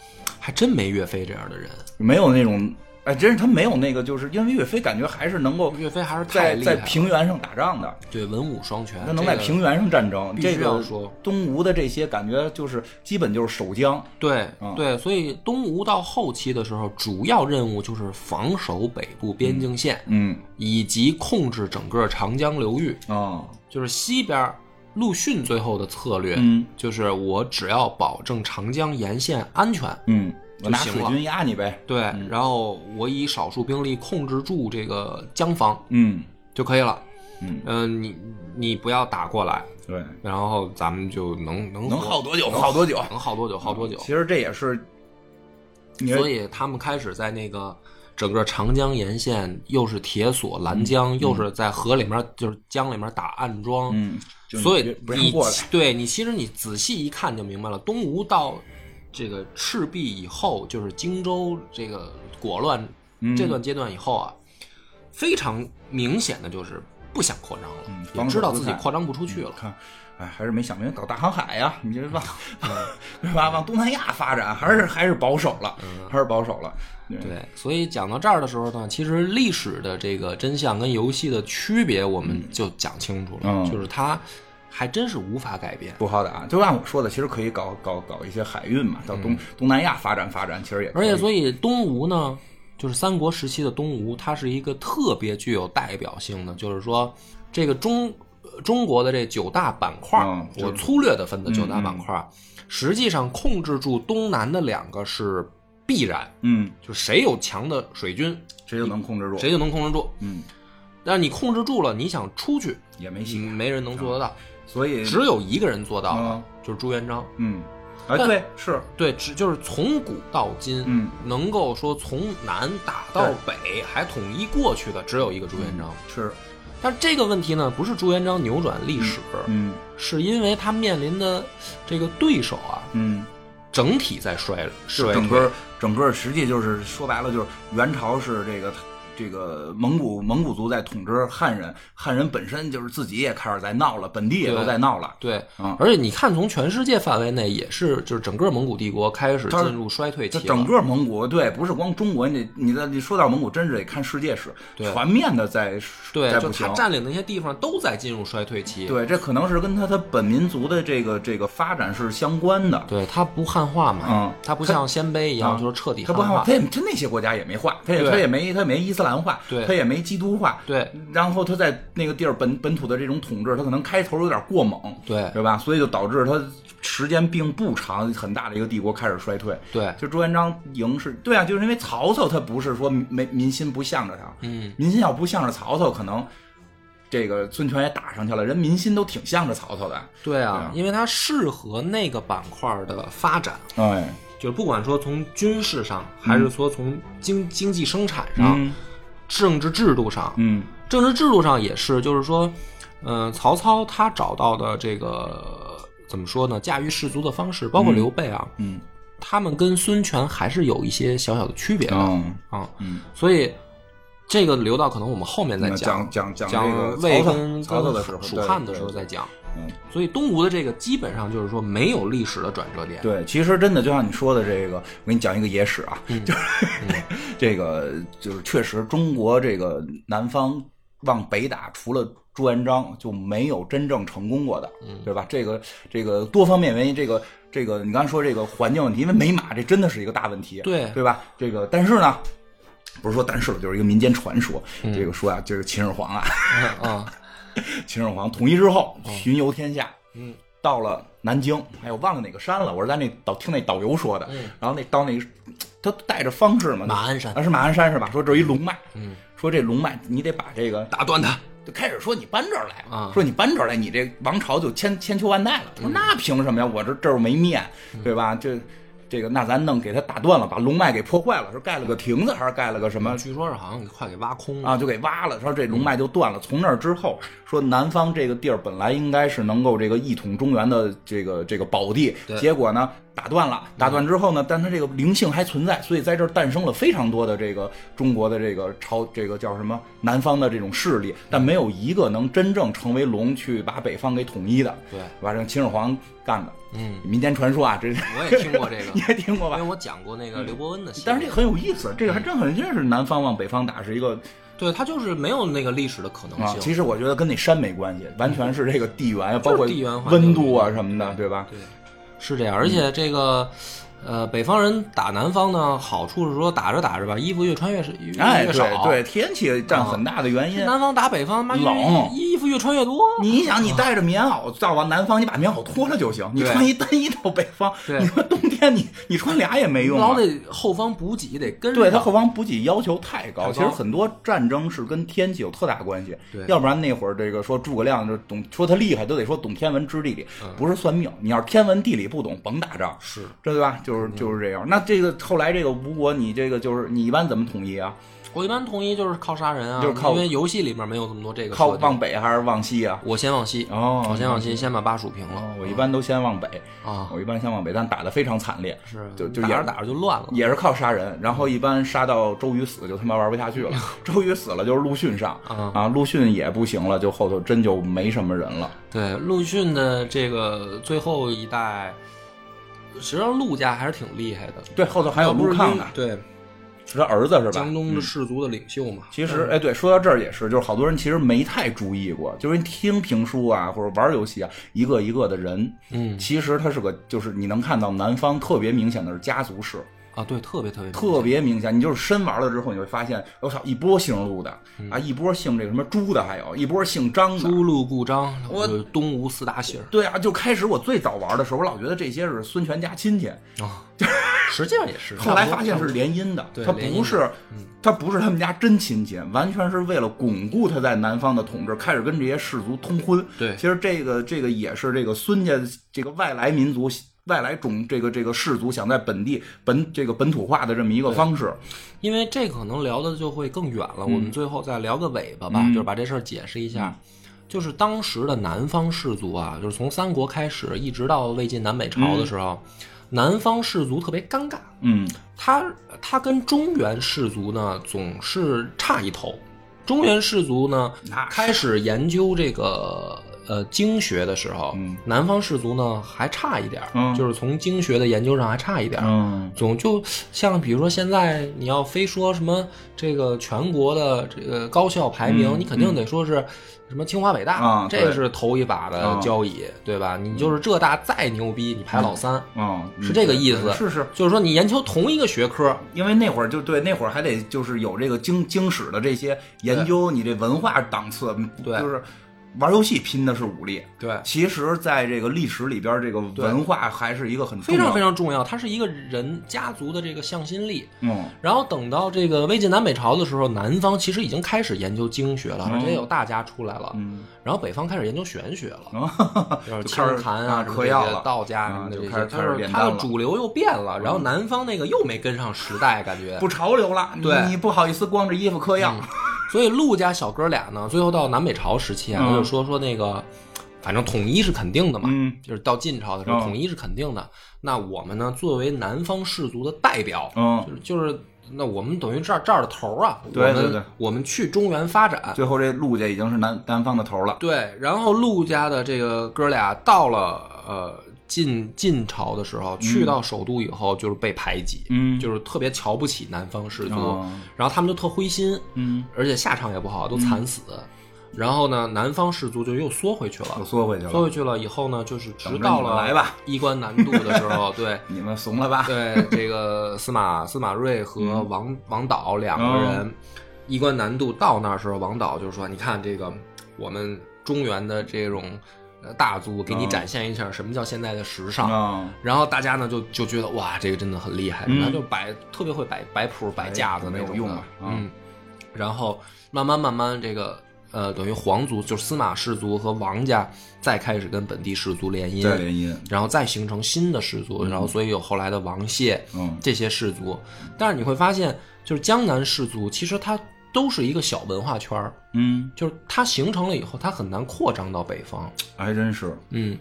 [SPEAKER 3] 还真没岳飞这样的人。
[SPEAKER 2] 没有那种，哎，真是他没有那个，就是因为岳飞感觉还是能够
[SPEAKER 3] 哦岳飞还是太
[SPEAKER 2] 在
[SPEAKER 3] 厉害
[SPEAKER 2] 在
[SPEAKER 3] 了，
[SPEAKER 2] 平原上打仗的，
[SPEAKER 3] 对文武双全，
[SPEAKER 2] 他能在
[SPEAKER 3] 这个
[SPEAKER 2] 平原上战争。
[SPEAKER 3] 必
[SPEAKER 2] 这
[SPEAKER 3] 须要
[SPEAKER 2] 个
[SPEAKER 3] 说
[SPEAKER 2] 东吴的这些感觉就是基本就是守江，
[SPEAKER 3] 对
[SPEAKER 2] 嗯
[SPEAKER 3] 对，所以东吴到后期的时候，主要任务就是防守北部边境线，
[SPEAKER 2] 嗯
[SPEAKER 3] 以及控制整个长江流域。
[SPEAKER 2] 啊
[SPEAKER 3] 就是西边儿陆逊最后的策略，
[SPEAKER 2] 嗯
[SPEAKER 3] 就是我只要保证长江沿线安全，
[SPEAKER 2] 嗯，我拿
[SPEAKER 3] 就行
[SPEAKER 2] 水
[SPEAKER 3] 了
[SPEAKER 2] 军压你呗，
[SPEAKER 3] 对，然后我以少数兵力控制住这个江防
[SPEAKER 2] 嗯
[SPEAKER 3] 就可以了。
[SPEAKER 2] 嗯，
[SPEAKER 3] 呃你你不要打过来，
[SPEAKER 2] 对，
[SPEAKER 3] 然后咱们就能能
[SPEAKER 2] 能
[SPEAKER 3] 活
[SPEAKER 2] 耗多久耗多久，
[SPEAKER 3] 能耗多久耗多久。
[SPEAKER 2] 其实这也是，你
[SPEAKER 3] 所以他们开始在那个整个长江沿线，又是铁索
[SPEAKER 2] 嗯
[SPEAKER 3] 拦江，又是在河里面就是江里面打暗桩，
[SPEAKER 2] 嗯，就你
[SPEAKER 3] 所
[SPEAKER 2] 别
[SPEAKER 3] 以
[SPEAKER 2] 不让
[SPEAKER 3] 你
[SPEAKER 2] 过来
[SPEAKER 3] 其对你其实你仔细一看就明白了，东吴到这个赤壁以后，就是荆州这
[SPEAKER 2] 嗯
[SPEAKER 3] 个果乱这段阶段以后啊，非常明显的就是不想扩张了，
[SPEAKER 2] 嗯
[SPEAKER 3] 也
[SPEAKER 2] 防守
[SPEAKER 3] 知道
[SPEAKER 2] 不
[SPEAKER 3] 自己
[SPEAKER 2] 太
[SPEAKER 3] 扩张不出去了。
[SPEAKER 2] 看，哎，还是没想明白搞大航海呀、你这往
[SPEAKER 3] 嗯
[SPEAKER 2] 对吧？往东南亚发展，还是还是保守了，还是保守了。对
[SPEAKER 3] 嗯对，所以讲到这儿的时候呢，其实历史的这个真相跟游戏的区别，我们就讲清楚了，
[SPEAKER 2] 嗯
[SPEAKER 3] 就是它还真是无法改变。
[SPEAKER 2] 不好打，就按我说的，其实可以搞搞搞一些海运嘛，到东、东南亚发展发展，其实也
[SPEAKER 3] 嗯
[SPEAKER 2] 可
[SPEAKER 3] 而
[SPEAKER 2] 以
[SPEAKER 3] 且，所以东吴呢，就是三国时期的东吴，它是一个特别具有代表性的，就是说这个中呃中国的这九大板块，
[SPEAKER 2] 嗯就是嗯
[SPEAKER 3] 我粗略的分的九大板块，实际上控制住东南的两个是必然，
[SPEAKER 2] 嗯，
[SPEAKER 3] 就谁有强的水军，
[SPEAKER 2] 谁就能控制住，
[SPEAKER 3] 谁就能控制住。
[SPEAKER 2] 嗯
[SPEAKER 3] 但是你控制住了，你想出去，嗯
[SPEAKER 2] 也没戏，嗯
[SPEAKER 3] 没人能做得到，
[SPEAKER 2] 所以
[SPEAKER 3] 只有一个人做到了，就是朱元璋。
[SPEAKER 2] 嗯，哎
[SPEAKER 3] 但
[SPEAKER 2] 对是，
[SPEAKER 3] 对，只就是从古到今，
[SPEAKER 2] 嗯，
[SPEAKER 3] 能够说从南打到北还统一过去的，只有一个朱
[SPEAKER 2] 嗯
[SPEAKER 3] 元璋。
[SPEAKER 2] 是
[SPEAKER 3] 但这个问题呢，不是朱元璋扭转历史，
[SPEAKER 2] 嗯
[SPEAKER 3] 是因为他面临的这个对手啊，
[SPEAKER 2] 嗯，
[SPEAKER 3] 整体在衰衰
[SPEAKER 2] 是整
[SPEAKER 3] 退。
[SPEAKER 2] 个整个实际就是说白了就是元朝是这个。这个蒙古蒙古族在统治汉人，汉人本身就是自己也开始在闹了，本地也都
[SPEAKER 3] 对
[SPEAKER 2] 在闹了。
[SPEAKER 3] 对
[SPEAKER 2] 嗯，
[SPEAKER 3] 而且你看，从全世界范围内也是，就是整个蒙古帝国开始
[SPEAKER 2] 它
[SPEAKER 3] 进入衰退期
[SPEAKER 2] 这
[SPEAKER 3] 了。
[SPEAKER 2] 整个蒙古对，不是光中国，你你的你说到蒙古，真是得看世界史，
[SPEAKER 3] 对
[SPEAKER 2] 全面的在
[SPEAKER 3] 对，
[SPEAKER 2] 在
[SPEAKER 3] 就
[SPEAKER 2] 不行
[SPEAKER 3] 他。占领那些地方都在进入衰退期。
[SPEAKER 2] 对，这可能是跟他他本民族的这个这个发展是相关的。
[SPEAKER 3] 对，他不汉化嘛，
[SPEAKER 2] 嗯
[SPEAKER 3] 他不像鲜卑一样，
[SPEAKER 2] 嗯
[SPEAKER 3] 就是彻底
[SPEAKER 2] 他不
[SPEAKER 3] 汉
[SPEAKER 2] 他也他那些国家也没化，他也
[SPEAKER 3] 对
[SPEAKER 2] 他也没他也没伊斯兰化，
[SPEAKER 3] 对
[SPEAKER 2] 他也没基督化，
[SPEAKER 3] 对。
[SPEAKER 2] 然后他在那个地儿本本土的这种统治，他可能开头有点过猛，
[SPEAKER 3] 对
[SPEAKER 2] 对吧？所以就导致他时间并不长，很大的一个帝国开始衰退。
[SPEAKER 3] 对，
[SPEAKER 2] 就朱元璋赢是对啊，就是因为曹操他不是说没民心不向着他，
[SPEAKER 3] 嗯，
[SPEAKER 2] 民心要不向着曹操，可能这个孙权也打上去了，人民心都挺向着曹操的。
[SPEAKER 3] 对
[SPEAKER 2] 对
[SPEAKER 3] 啊
[SPEAKER 2] 啊，
[SPEAKER 3] 因为它适合那个板块的发展，
[SPEAKER 2] 哎，
[SPEAKER 3] 就是不管说从军事上，还是说从经经济生产上、政治制度上，
[SPEAKER 2] 嗯
[SPEAKER 3] 政治制度上也是，就是说，嗯，曹操他找到的这个怎么说呢？驾驭士族的方式，包括刘备啊，
[SPEAKER 2] 嗯
[SPEAKER 3] 他们跟孙权还是有一些小小的区别的啊、
[SPEAKER 2] 嗯嗯，
[SPEAKER 3] 所以这个留到可能我们后面再
[SPEAKER 2] 那讲讲讲
[SPEAKER 3] 讲
[SPEAKER 2] 这个
[SPEAKER 3] 魏
[SPEAKER 2] 曹操
[SPEAKER 3] 跟
[SPEAKER 2] 曹操的时候，
[SPEAKER 3] 蜀
[SPEAKER 2] 对
[SPEAKER 3] 汉的时候
[SPEAKER 2] 对
[SPEAKER 3] 再讲。
[SPEAKER 2] 嗯
[SPEAKER 3] 所以东吴的这个基本上就是说没有历史的转折点。
[SPEAKER 2] 对，其实真的就像你说的这个，我给你讲一个野史啊，
[SPEAKER 3] 嗯
[SPEAKER 2] 就是、 这个就是确实中国这个南方往北打，除了朱元璋就没有真正成功过的，
[SPEAKER 3] 嗯
[SPEAKER 2] 对吧？这个这个多方面原因，这个这个你刚才说这个环境问题，因为没马这真的是一个大问题，
[SPEAKER 3] 对
[SPEAKER 2] 对吧？这个但是呢。不是说但是了，就是一个民间传说。
[SPEAKER 3] 嗯
[SPEAKER 2] 这个说啊，就是秦始皇啊，
[SPEAKER 3] 啊，
[SPEAKER 2] 秦始皇统一之后巡游天下，
[SPEAKER 3] 哦嗯，
[SPEAKER 2] 到了南京，哎，我忘了哪个山了，我是在那导听那导游说的，
[SPEAKER 3] 嗯
[SPEAKER 2] 然后那到那他带着方士嘛，
[SPEAKER 3] 马鞍山
[SPEAKER 2] 啊是马鞍山是吧？说这有一龙脉，
[SPEAKER 3] 嗯，
[SPEAKER 2] 说这龙脉你得把这个
[SPEAKER 3] 打断他。
[SPEAKER 2] 就开始说你搬这儿来
[SPEAKER 3] 啊嗯
[SPEAKER 2] 说你搬这儿来，你这王朝就千千秋万代了。他说那凭什么呀？我这这儿没面，对吧？这这个那咱弄给他打断了，把龙脉给破坏了，是盖了个亭子还是盖了个什么？
[SPEAKER 3] 据说是好像给快给挖空了。
[SPEAKER 2] 啊，就给挖了，说这龙脉就断了。从那儿之后，说南方这个地儿本来应该是能够这个一统中原的这个这个宝地
[SPEAKER 3] 对，嗯
[SPEAKER 2] 结果呢打断了。打断之后呢，但它这个灵性还存在，所以在这儿诞生了非常多的这个中国的这个朝这个叫什么南方的这种势力，但没有一个能真正成为龙去把北方给统一的，
[SPEAKER 3] 对，
[SPEAKER 2] 把这秦始皇干的。
[SPEAKER 3] 嗯，
[SPEAKER 2] 民间传说啊，这
[SPEAKER 3] 我也听过这个
[SPEAKER 2] 你，也听过
[SPEAKER 3] 因为
[SPEAKER 2] 吧？
[SPEAKER 3] 我讲过那个刘伯温的戏。
[SPEAKER 2] 嗯但是这个很有意思，
[SPEAKER 3] 嗯
[SPEAKER 2] 这个还真很真是南方往北方打是一个
[SPEAKER 3] 对他就是没有那个历史的可能
[SPEAKER 2] 啊，
[SPEAKER 3] 性。
[SPEAKER 2] 其实我觉得跟那山没关系，完全是这个地缘，包括
[SPEAKER 3] 地缘环境
[SPEAKER 2] 温度啊什么的，对吧？
[SPEAKER 3] 对，是这样。而且这个，呃，北方人打南方呢，好处是说打着打着吧，衣服越穿越是哦越
[SPEAKER 2] 哎，
[SPEAKER 3] 越
[SPEAKER 2] 对
[SPEAKER 3] 少。
[SPEAKER 2] 对，，天气占很大的原因。
[SPEAKER 3] 南方打北方，妈
[SPEAKER 2] 冷
[SPEAKER 3] 衣衣服越穿越多。
[SPEAKER 2] 你想，你带着棉袄到往南方，你把棉袄脱了就行。你
[SPEAKER 3] 对
[SPEAKER 2] 穿一单衣到北方，
[SPEAKER 3] 对
[SPEAKER 2] 你说冬天你 你穿俩也没用啊。
[SPEAKER 3] 老得后方补给得跟上。
[SPEAKER 2] 对他后方补给要求太
[SPEAKER 3] 太
[SPEAKER 2] 高，
[SPEAKER 3] 高
[SPEAKER 2] 其实很多战争是跟天气有特大关系。
[SPEAKER 3] 对
[SPEAKER 2] 要不然那会儿这个说诸葛亮就懂，说他厉害都得说懂天文知地理，
[SPEAKER 3] 嗯
[SPEAKER 2] 不是算命。你要是天文地理不懂，甭打仗。
[SPEAKER 3] 是嗯
[SPEAKER 2] 这对吧？就是就是这样。那这个后来这个吴国，你这个就是你一般怎么统一啊？
[SPEAKER 3] 我一般同意就是靠杀人啊，
[SPEAKER 2] 就是靠
[SPEAKER 3] 因为游戏里面没有这么多这个
[SPEAKER 2] 靠
[SPEAKER 3] 设定
[SPEAKER 2] 往北还是往西啊？
[SPEAKER 3] 我先往西，
[SPEAKER 2] 哦
[SPEAKER 3] 我先往西，先把巴蜀平了。
[SPEAKER 2] 我一般都先往北，
[SPEAKER 3] 啊，
[SPEAKER 2] 我一般先往北，但打的非常惨烈，
[SPEAKER 3] 是嗯
[SPEAKER 2] 就就
[SPEAKER 3] 打
[SPEAKER 2] 哦也
[SPEAKER 3] 着打着就乱了。
[SPEAKER 2] 也是靠杀人，然后一般杀到周瑜死就他妈玩不下去
[SPEAKER 3] 嗯
[SPEAKER 2] 了， 周瑜死了就是陆逊上
[SPEAKER 3] 啊
[SPEAKER 2] 啊，陆逊也不行了，就后头真就没什么人了。
[SPEAKER 3] 对，陆逊的这个最后一代，实际上陆家还是挺厉害的。
[SPEAKER 2] 对，后头还有陆抗呢，
[SPEAKER 3] 对，
[SPEAKER 2] 是他儿子是吧？
[SPEAKER 3] 江东的氏族的领袖嘛。
[SPEAKER 2] 其实，哎，对，说到这儿也是，就是好多人其实没太注意过，就是听评书啊，或者玩游戏啊，一个一个的人，
[SPEAKER 3] 嗯
[SPEAKER 2] 其实他是个，就是你能看到南方特别明显的是家族式，
[SPEAKER 3] 啊，对，特别特别
[SPEAKER 2] 特别明显。你就是深玩了之后，你会发现，我操，一波姓陆的啊，一波姓这个什么朱的，还有一波姓张的。
[SPEAKER 3] 嗯朱陆顾张，
[SPEAKER 2] 我
[SPEAKER 3] 就是东吴四大姓儿
[SPEAKER 2] 对啊，就开始我最早玩的时候，我老觉得这些是孙权家亲戚，
[SPEAKER 3] 啊，实际上也是。
[SPEAKER 2] 后来
[SPEAKER 3] 差
[SPEAKER 2] 发
[SPEAKER 3] 不多
[SPEAKER 2] 现是联姻的，
[SPEAKER 3] 对
[SPEAKER 2] 他
[SPEAKER 3] 联
[SPEAKER 2] 不
[SPEAKER 3] 姻嗯
[SPEAKER 2] 是，他不是他们家真亲戚，完全是为了巩固他在南方的统治，开始跟这些氏族通婚。
[SPEAKER 3] 对
[SPEAKER 2] 其实这个这个也是这个孙家这个外来民族、外来种这个这个氏族想在本地本这个本土化的这么一个方式。
[SPEAKER 3] 因为这可能聊的就会更远
[SPEAKER 2] 嗯
[SPEAKER 3] 了，我们最后再聊个尾巴吧，就是把这事儿解释一下。就是当时的南方氏族啊，就是从三国开始，一直到魏晋南北朝的时候，南方氏族特别尴尬，
[SPEAKER 2] 嗯，
[SPEAKER 3] 他他跟中原氏族呢总是差一头。中原氏族呢
[SPEAKER 2] 那是
[SPEAKER 3] 开始研究这个呃经学的时候，
[SPEAKER 2] 嗯
[SPEAKER 3] 南方氏族呢还差一点儿，
[SPEAKER 2] 嗯
[SPEAKER 3] 就是从经学的研究上还差一点儿。
[SPEAKER 2] 嗯，
[SPEAKER 3] 总就像比如说现在你要非说什么这个全国的这个高校排名，
[SPEAKER 2] 嗯
[SPEAKER 3] 你肯定得说是什么清华北大，
[SPEAKER 2] 啊
[SPEAKER 3] 这
[SPEAKER 2] 对
[SPEAKER 3] 是头一把的
[SPEAKER 2] 啊嗯
[SPEAKER 3] 交椅，对吧？你就是浙大再牛逼，你排老三，
[SPEAKER 2] 哦，
[SPEAKER 3] 是这个意思
[SPEAKER 2] 是是。
[SPEAKER 3] 就是说你研究同一个学科，
[SPEAKER 2] 因为那会儿就对，那会儿还得就是有这个经经史的这些研究，你这文化档次，
[SPEAKER 3] 对
[SPEAKER 2] 就是玩游戏拼的是武力，
[SPEAKER 3] 对，
[SPEAKER 2] 其实，在这个历史里边，这个文化还是一个很重
[SPEAKER 3] 非
[SPEAKER 2] 要
[SPEAKER 3] 常
[SPEAKER 2] 的
[SPEAKER 3] 非常重要，它是一个人家族的这个向心力。
[SPEAKER 2] 嗯
[SPEAKER 3] 然后等到这个魏晋南北朝的时候，南方其实已经开始研究经学了，而且有大家出来了。
[SPEAKER 2] 嗯，啊
[SPEAKER 3] 然后北方开始研究玄学了，就是
[SPEAKER 2] 就开
[SPEAKER 3] 清
[SPEAKER 2] 始
[SPEAKER 3] 谈
[SPEAKER 2] 啊
[SPEAKER 3] 什么
[SPEAKER 2] 嗑
[SPEAKER 3] 这
[SPEAKER 2] 药
[SPEAKER 3] 些
[SPEAKER 2] 了
[SPEAKER 3] 道家什么
[SPEAKER 2] 啊
[SPEAKER 3] 的这
[SPEAKER 2] 就
[SPEAKER 3] 些，
[SPEAKER 2] 开始开始
[SPEAKER 3] 就是
[SPEAKER 2] 炼
[SPEAKER 3] 它
[SPEAKER 2] 丹
[SPEAKER 3] 的
[SPEAKER 2] 了嗯
[SPEAKER 3] 主流又变了，然后南方那个又没跟上时代，感觉
[SPEAKER 2] 不潮流了，你
[SPEAKER 3] 对嗯
[SPEAKER 2] 你不好意思光着衣服嗑药，
[SPEAKER 3] 所以陆家小哥俩呢，最后到南北朝时期啊，
[SPEAKER 2] 嗯
[SPEAKER 3] 他就说说那个，反正统一是肯定的嘛，
[SPEAKER 2] 嗯
[SPEAKER 3] 就是到晋朝的时候、
[SPEAKER 2] 嗯
[SPEAKER 3] 统一是肯定的。那我们呢，作为南方氏族的代表，
[SPEAKER 2] 嗯
[SPEAKER 3] 就是就是那我们等于这儿这儿的头儿啊，
[SPEAKER 2] 对
[SPEAKER 3] 我们
[SPEAKER 2] 对对
[SPEAKER 3] 我们去中原发展，
[SPEAKER 2] 最后这陆家已经是南南方的头了，
[SPEAKER 3] 对，然后陆家的这个哥俩到了呃晋晋朝的时候，去到首都以后就是被排挤，
[SPEAKER 2] 嗯
[SPEAKER 3] 就是特别瞧不起南方氏族，
[SPEAKER 2] 哦
[SPEAKER 3] 然后他们就特灰心，
[SPEAKER 2] 嗯，
[SPEAKER 3] 而且下场也不好，都惨死。然后呢，南方氏族就又缩回去
[SPEAKER 2] 又
[SPEAKER 3] 了，
[SPEAKER 2] 缩回去
[SPEAKER 3] 缩
[SPEAKER 2] 了。
[SPEAKER 3] 回去了以后呢，就是直
[SPEAKER 2] 等着
[SPEAKER 3] 到
[SPEAKER 2] 你们
[SPEAKER 3] 了
[SPEAKER 2] 来吧
[SPEAKER 3] 衣冠南渡的时候， 对。
[SPEAKER 2] 你们怂了 吧？
[SPEAKER 3] 对，这个司马司马睿和
[SPEAKER 2] 嗯
[SPEAKER 3] 王、王导两个
[SPEAKER 2] 哦
[SPEAKER 3] 人，衣冠南渡到那儿时候，王导就说：“你看这个，我们中原的这种呃大族，给你
[SPEAKER 2] 嗯
[SPEAKER 3] 展现一下什么叫现在的时尚。
[SPEAKER 2] 啊，
[SPEAKER 3] 然后大家呢就就觉得哇，这个真的很厉害，
[SPEAKER 2] 嗯
[SPEAKER 3] 他就摆特别会摆摆谱、摆架子那种的
[SPEAKER 2] 没有用啊
[SPEAKER 3] 嗯，然后慢慢慢慢这个。呃，等于皇族就是司马氏族和王家，再开始跟本地氏族联姻，
[SPEAKER 2] 再联姻，
[SPEAKER 3] 然后再形成新的氏族，然后所以有后来的王谢
[SPEAKER 2] 嗯
[SPEAKER 3] 这些氏族。但是你会发现，就是江南氏族其实它都是一个小文化圈儿，
[SPEAKER 2] 嗯，
[SPEAKER 3] 就是它形成了以后，它很难扩张到北方。
[SPEAKER 2] 还真是，
[SPEAKER 3] 嗯，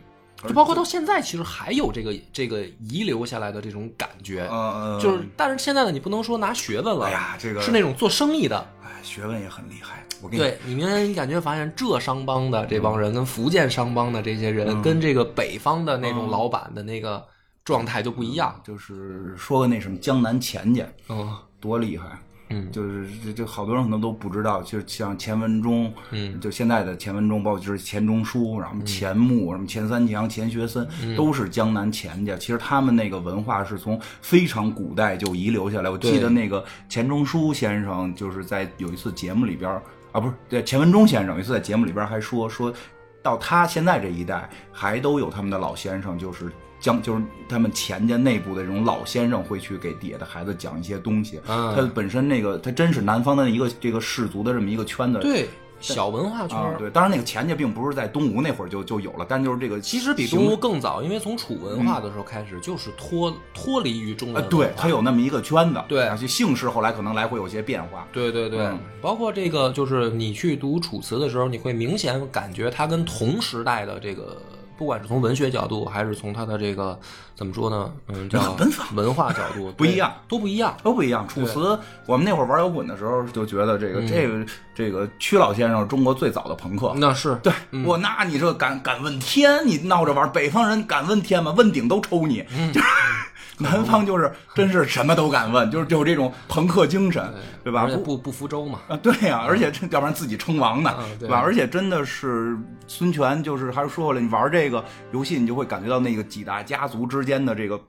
[SPEAKER 3] 就包括到现在，其实还有这个这个遗留下来的这种感觉，
[SPEAKER 2] 呃，
[SPEAKER 3] 就是但是现在呢，你不能说拿学问了，
[SPEAKER 2] 哎呀这个
[SPEAKER 3] 是那种做生意的。
[SPEAKER 2] 哎，学问也很厉害，我跟你
[SPEAKER 3] 对你明显你感觉发现浙商帮的这
[SPEAKER 2] 嗯
[SPEAKER 3] 帮人跟福建商帮的这些人，跟这个北方的那
[SPEAKER 2] 嗯
[SPEAKER 3] 种老板的那个状态就不一样。
[SPEAKER 2] 就是说个那什么江南钱家
[SPEAKER 3] 嗯
[SPEAKER 2] 多厉害，
[SPEAKER 3] 嗯
[SPEAKER 2] 就是这这好多人可能都不知道，就是像钱文忠，
[SPEAKER 3] 嗯，
[SPEAKER 2] 就现在的钱文忠，包括就是钱钟书，然后钱穆，什么钱三强、钱学森，
[SPEAKER 3] 嗯
[SPEAKER 2] 都是江南钱家。其实他们那个文化是从非常古代就遗留下来。我
[SPEAKER 3] 对
[SPEAKER 2] 记得那个钱钟书先生，就是在有一次节目里边儿啊，不是对钱文忠先生，有一次在节目里边儿还说说。到他现在这一代，还都有他们的老先生，就是江，就是他们钱家内部的这种老先生会去给底下的孩子讲一些东西。
[SPEAKER 3] 嗯
[SPEAKER 2] 他本身那个，他真是南方的一个这个氏族的这么一个圈子，
[SPEAKER 3] 对，小文化圈
[SPEAKER 2] 啊
[SPEAKER 3] 儿，，
[SPEAKER 2] 对，当然那个钱家并不是在东吴那会儿就就有了，但就是这个
[SPEAKER 3] 其实比东吴更早，因为从楚文化的时候开始就是脱脱离于中原
[SPEAKER 2] 呃，
[SPEAKER 3] 文化，
[SPEAKER 2] 嗯对，它有那么一个圈子，
[SPEAKER 3] 对
[SPEAKER 2] 而且姓氏后来可能来回有些变化，
[SPEAKER 3] 对对对，
[SPEAKER 2] 嗯
[SPEAKER 3] 包括这个，就是你去读《楚辞》的时候，你会明显感觉它跟同时代的这个，不管是从文学角度，还是从它的这个怎么说呢，嗯，叫
[SPEAKER 2] 文法
[SPEAKER 3] 文化角度
[SPEAKER 2] 不一样
[SPEAKER 3] 对都不一样。
[SPEAKER 2] 都不一样。楚辞，我们那会儿玩摇滚的时候就觉得这
[SPEAKER 3] 嗯
[SPEAKER 2] 个、这个这个屈老先生是中国最早的朋克。
[SPEAKER 3] 那是
[SPEAKER 2] 对，我那你这敢敢问天？你闹着玩儿？北方人敢问天吗？问鼎都抽你。
[SPEAKER 3] 嗯
[SPEAKER 2] 就是南方就是真是什么都敢问，就是有这种朋克精神，对吧？
[SPEAKER 3] 而且
[SPEAKER 2] 不
[SPEAKER 3] 不不服周嘛，
[SPEAKER 2] 啊，对呀、而且这要不然自己称王呢，
[SPEAKER 3] 嗯对
[SPEAKER 2] 吧？而且真的是孙权，就是还是说了，你玩这个游戏，你就会感觉到那个几大家族之间的这个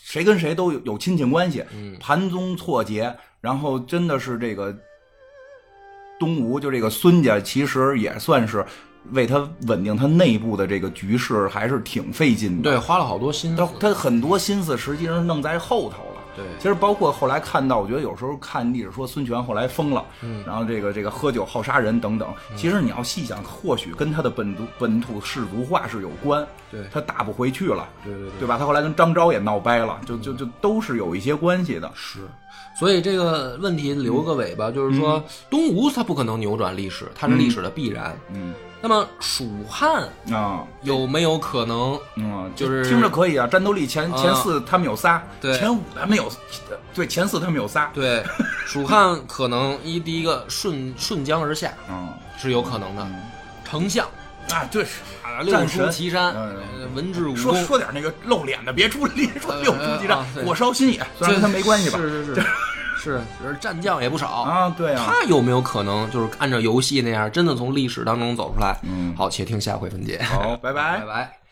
[SPEAKER 2] 谁跟谁都有有亲戚关系，
[SPEAKER 3] 嗯
[SPEAKER 2] 盘宗错节，然后真的是这个东吴就这个孙家，其实也算是为他稳定他内部的这个局势，还是挺费劲的。
[SPEAKER 3] 对，花了好多心
[SPEAKER 2] 他
[SPEAKER 3] 思。
[SPEAKER 2] 他很多心思实际上是弄在后头了。
[SPEAKER 3] 对
[SPEAKER 2] 其实包括后来看到，我觉得有时候看历史说孙权后来疯了，嗯，然后这个这个喝酒好杀人等等，
[SPEAKER 3] 嗯
[SPEAKER 2] 其实你要细想，或许跟他的本土本土氏族化是有关，
[SPEAKER 3] 对
[SPEAKER 2] 他打不回去了，
[SPEAKER 3] 对对对
[SPEAKER 2] 对吧？他后来跟张昭也闹掰了，就就就都是有一些关系的，
[SPEAKER 3] 是，所以这个问题留个尾
[SPEAKER 2] 嗯
[SPEAKER 3] 巴，就是说东吴它不可能扭转历史，它是历史的必然。
[SPEAKER 2] 嗯
[SPEAKER 3] 那么蜀汉
[SPEAKER 2] 啊。
[SPEAKER 3] 有没有可能？
[SPEAKER 2] 嗯，
[SPEAKER 3] 就是
[SPEAKER 2] 听着可以啊，战斗力前
[SPEAKER 3] 啊
[SPEAKER 2] 前四他们有仨，
[SPEAKER 3] 对
[SPEAKER 2] 前五他们有，对前四他们有仨，
[SPEAKER 3] 对，蜀汉可能一第一个顺顺江而下，
[SPEAKER 2] 嗯，
[SPEAKER 3] 是有可能的。丞相
[SPEAKER 2] 啊，对，是嗯啊
[SPEAKER 3] 战
[SPEAKER 2] 六
[SPEAKER 3] 书
[SPEAKER 2] 神
[SPEAKER 3] 岐山，
[SPEAKER 2] 嗯
[SPEAKER 3] 呃文治武
[SPEAKER 2] 说
[SPEAKER 3] 功，
[SPEAKER 2] 说点那个露脸的，别出力，说六出
[SPEAKER 3] 呃
[SPEAKER 2] 激战
[SPEAKER 3] 啊，对
[SPEAKER 2] 火烧新野，虽然跟他没关系吧？
[SPEAKER 3] 是是是是，而战将也不少。
[SPEAKER 2] 啊，对啊，
[SPEAKER 3] 他有没有可能就是按照游戏那样，真的从历史当中走出来？
[SPEAKER 2] 嗯
[SPEAKER 3] 好，且听下回分解。
[SPEAKER 2] 好，拜拜
[SPEAKER 3] 拜。拜。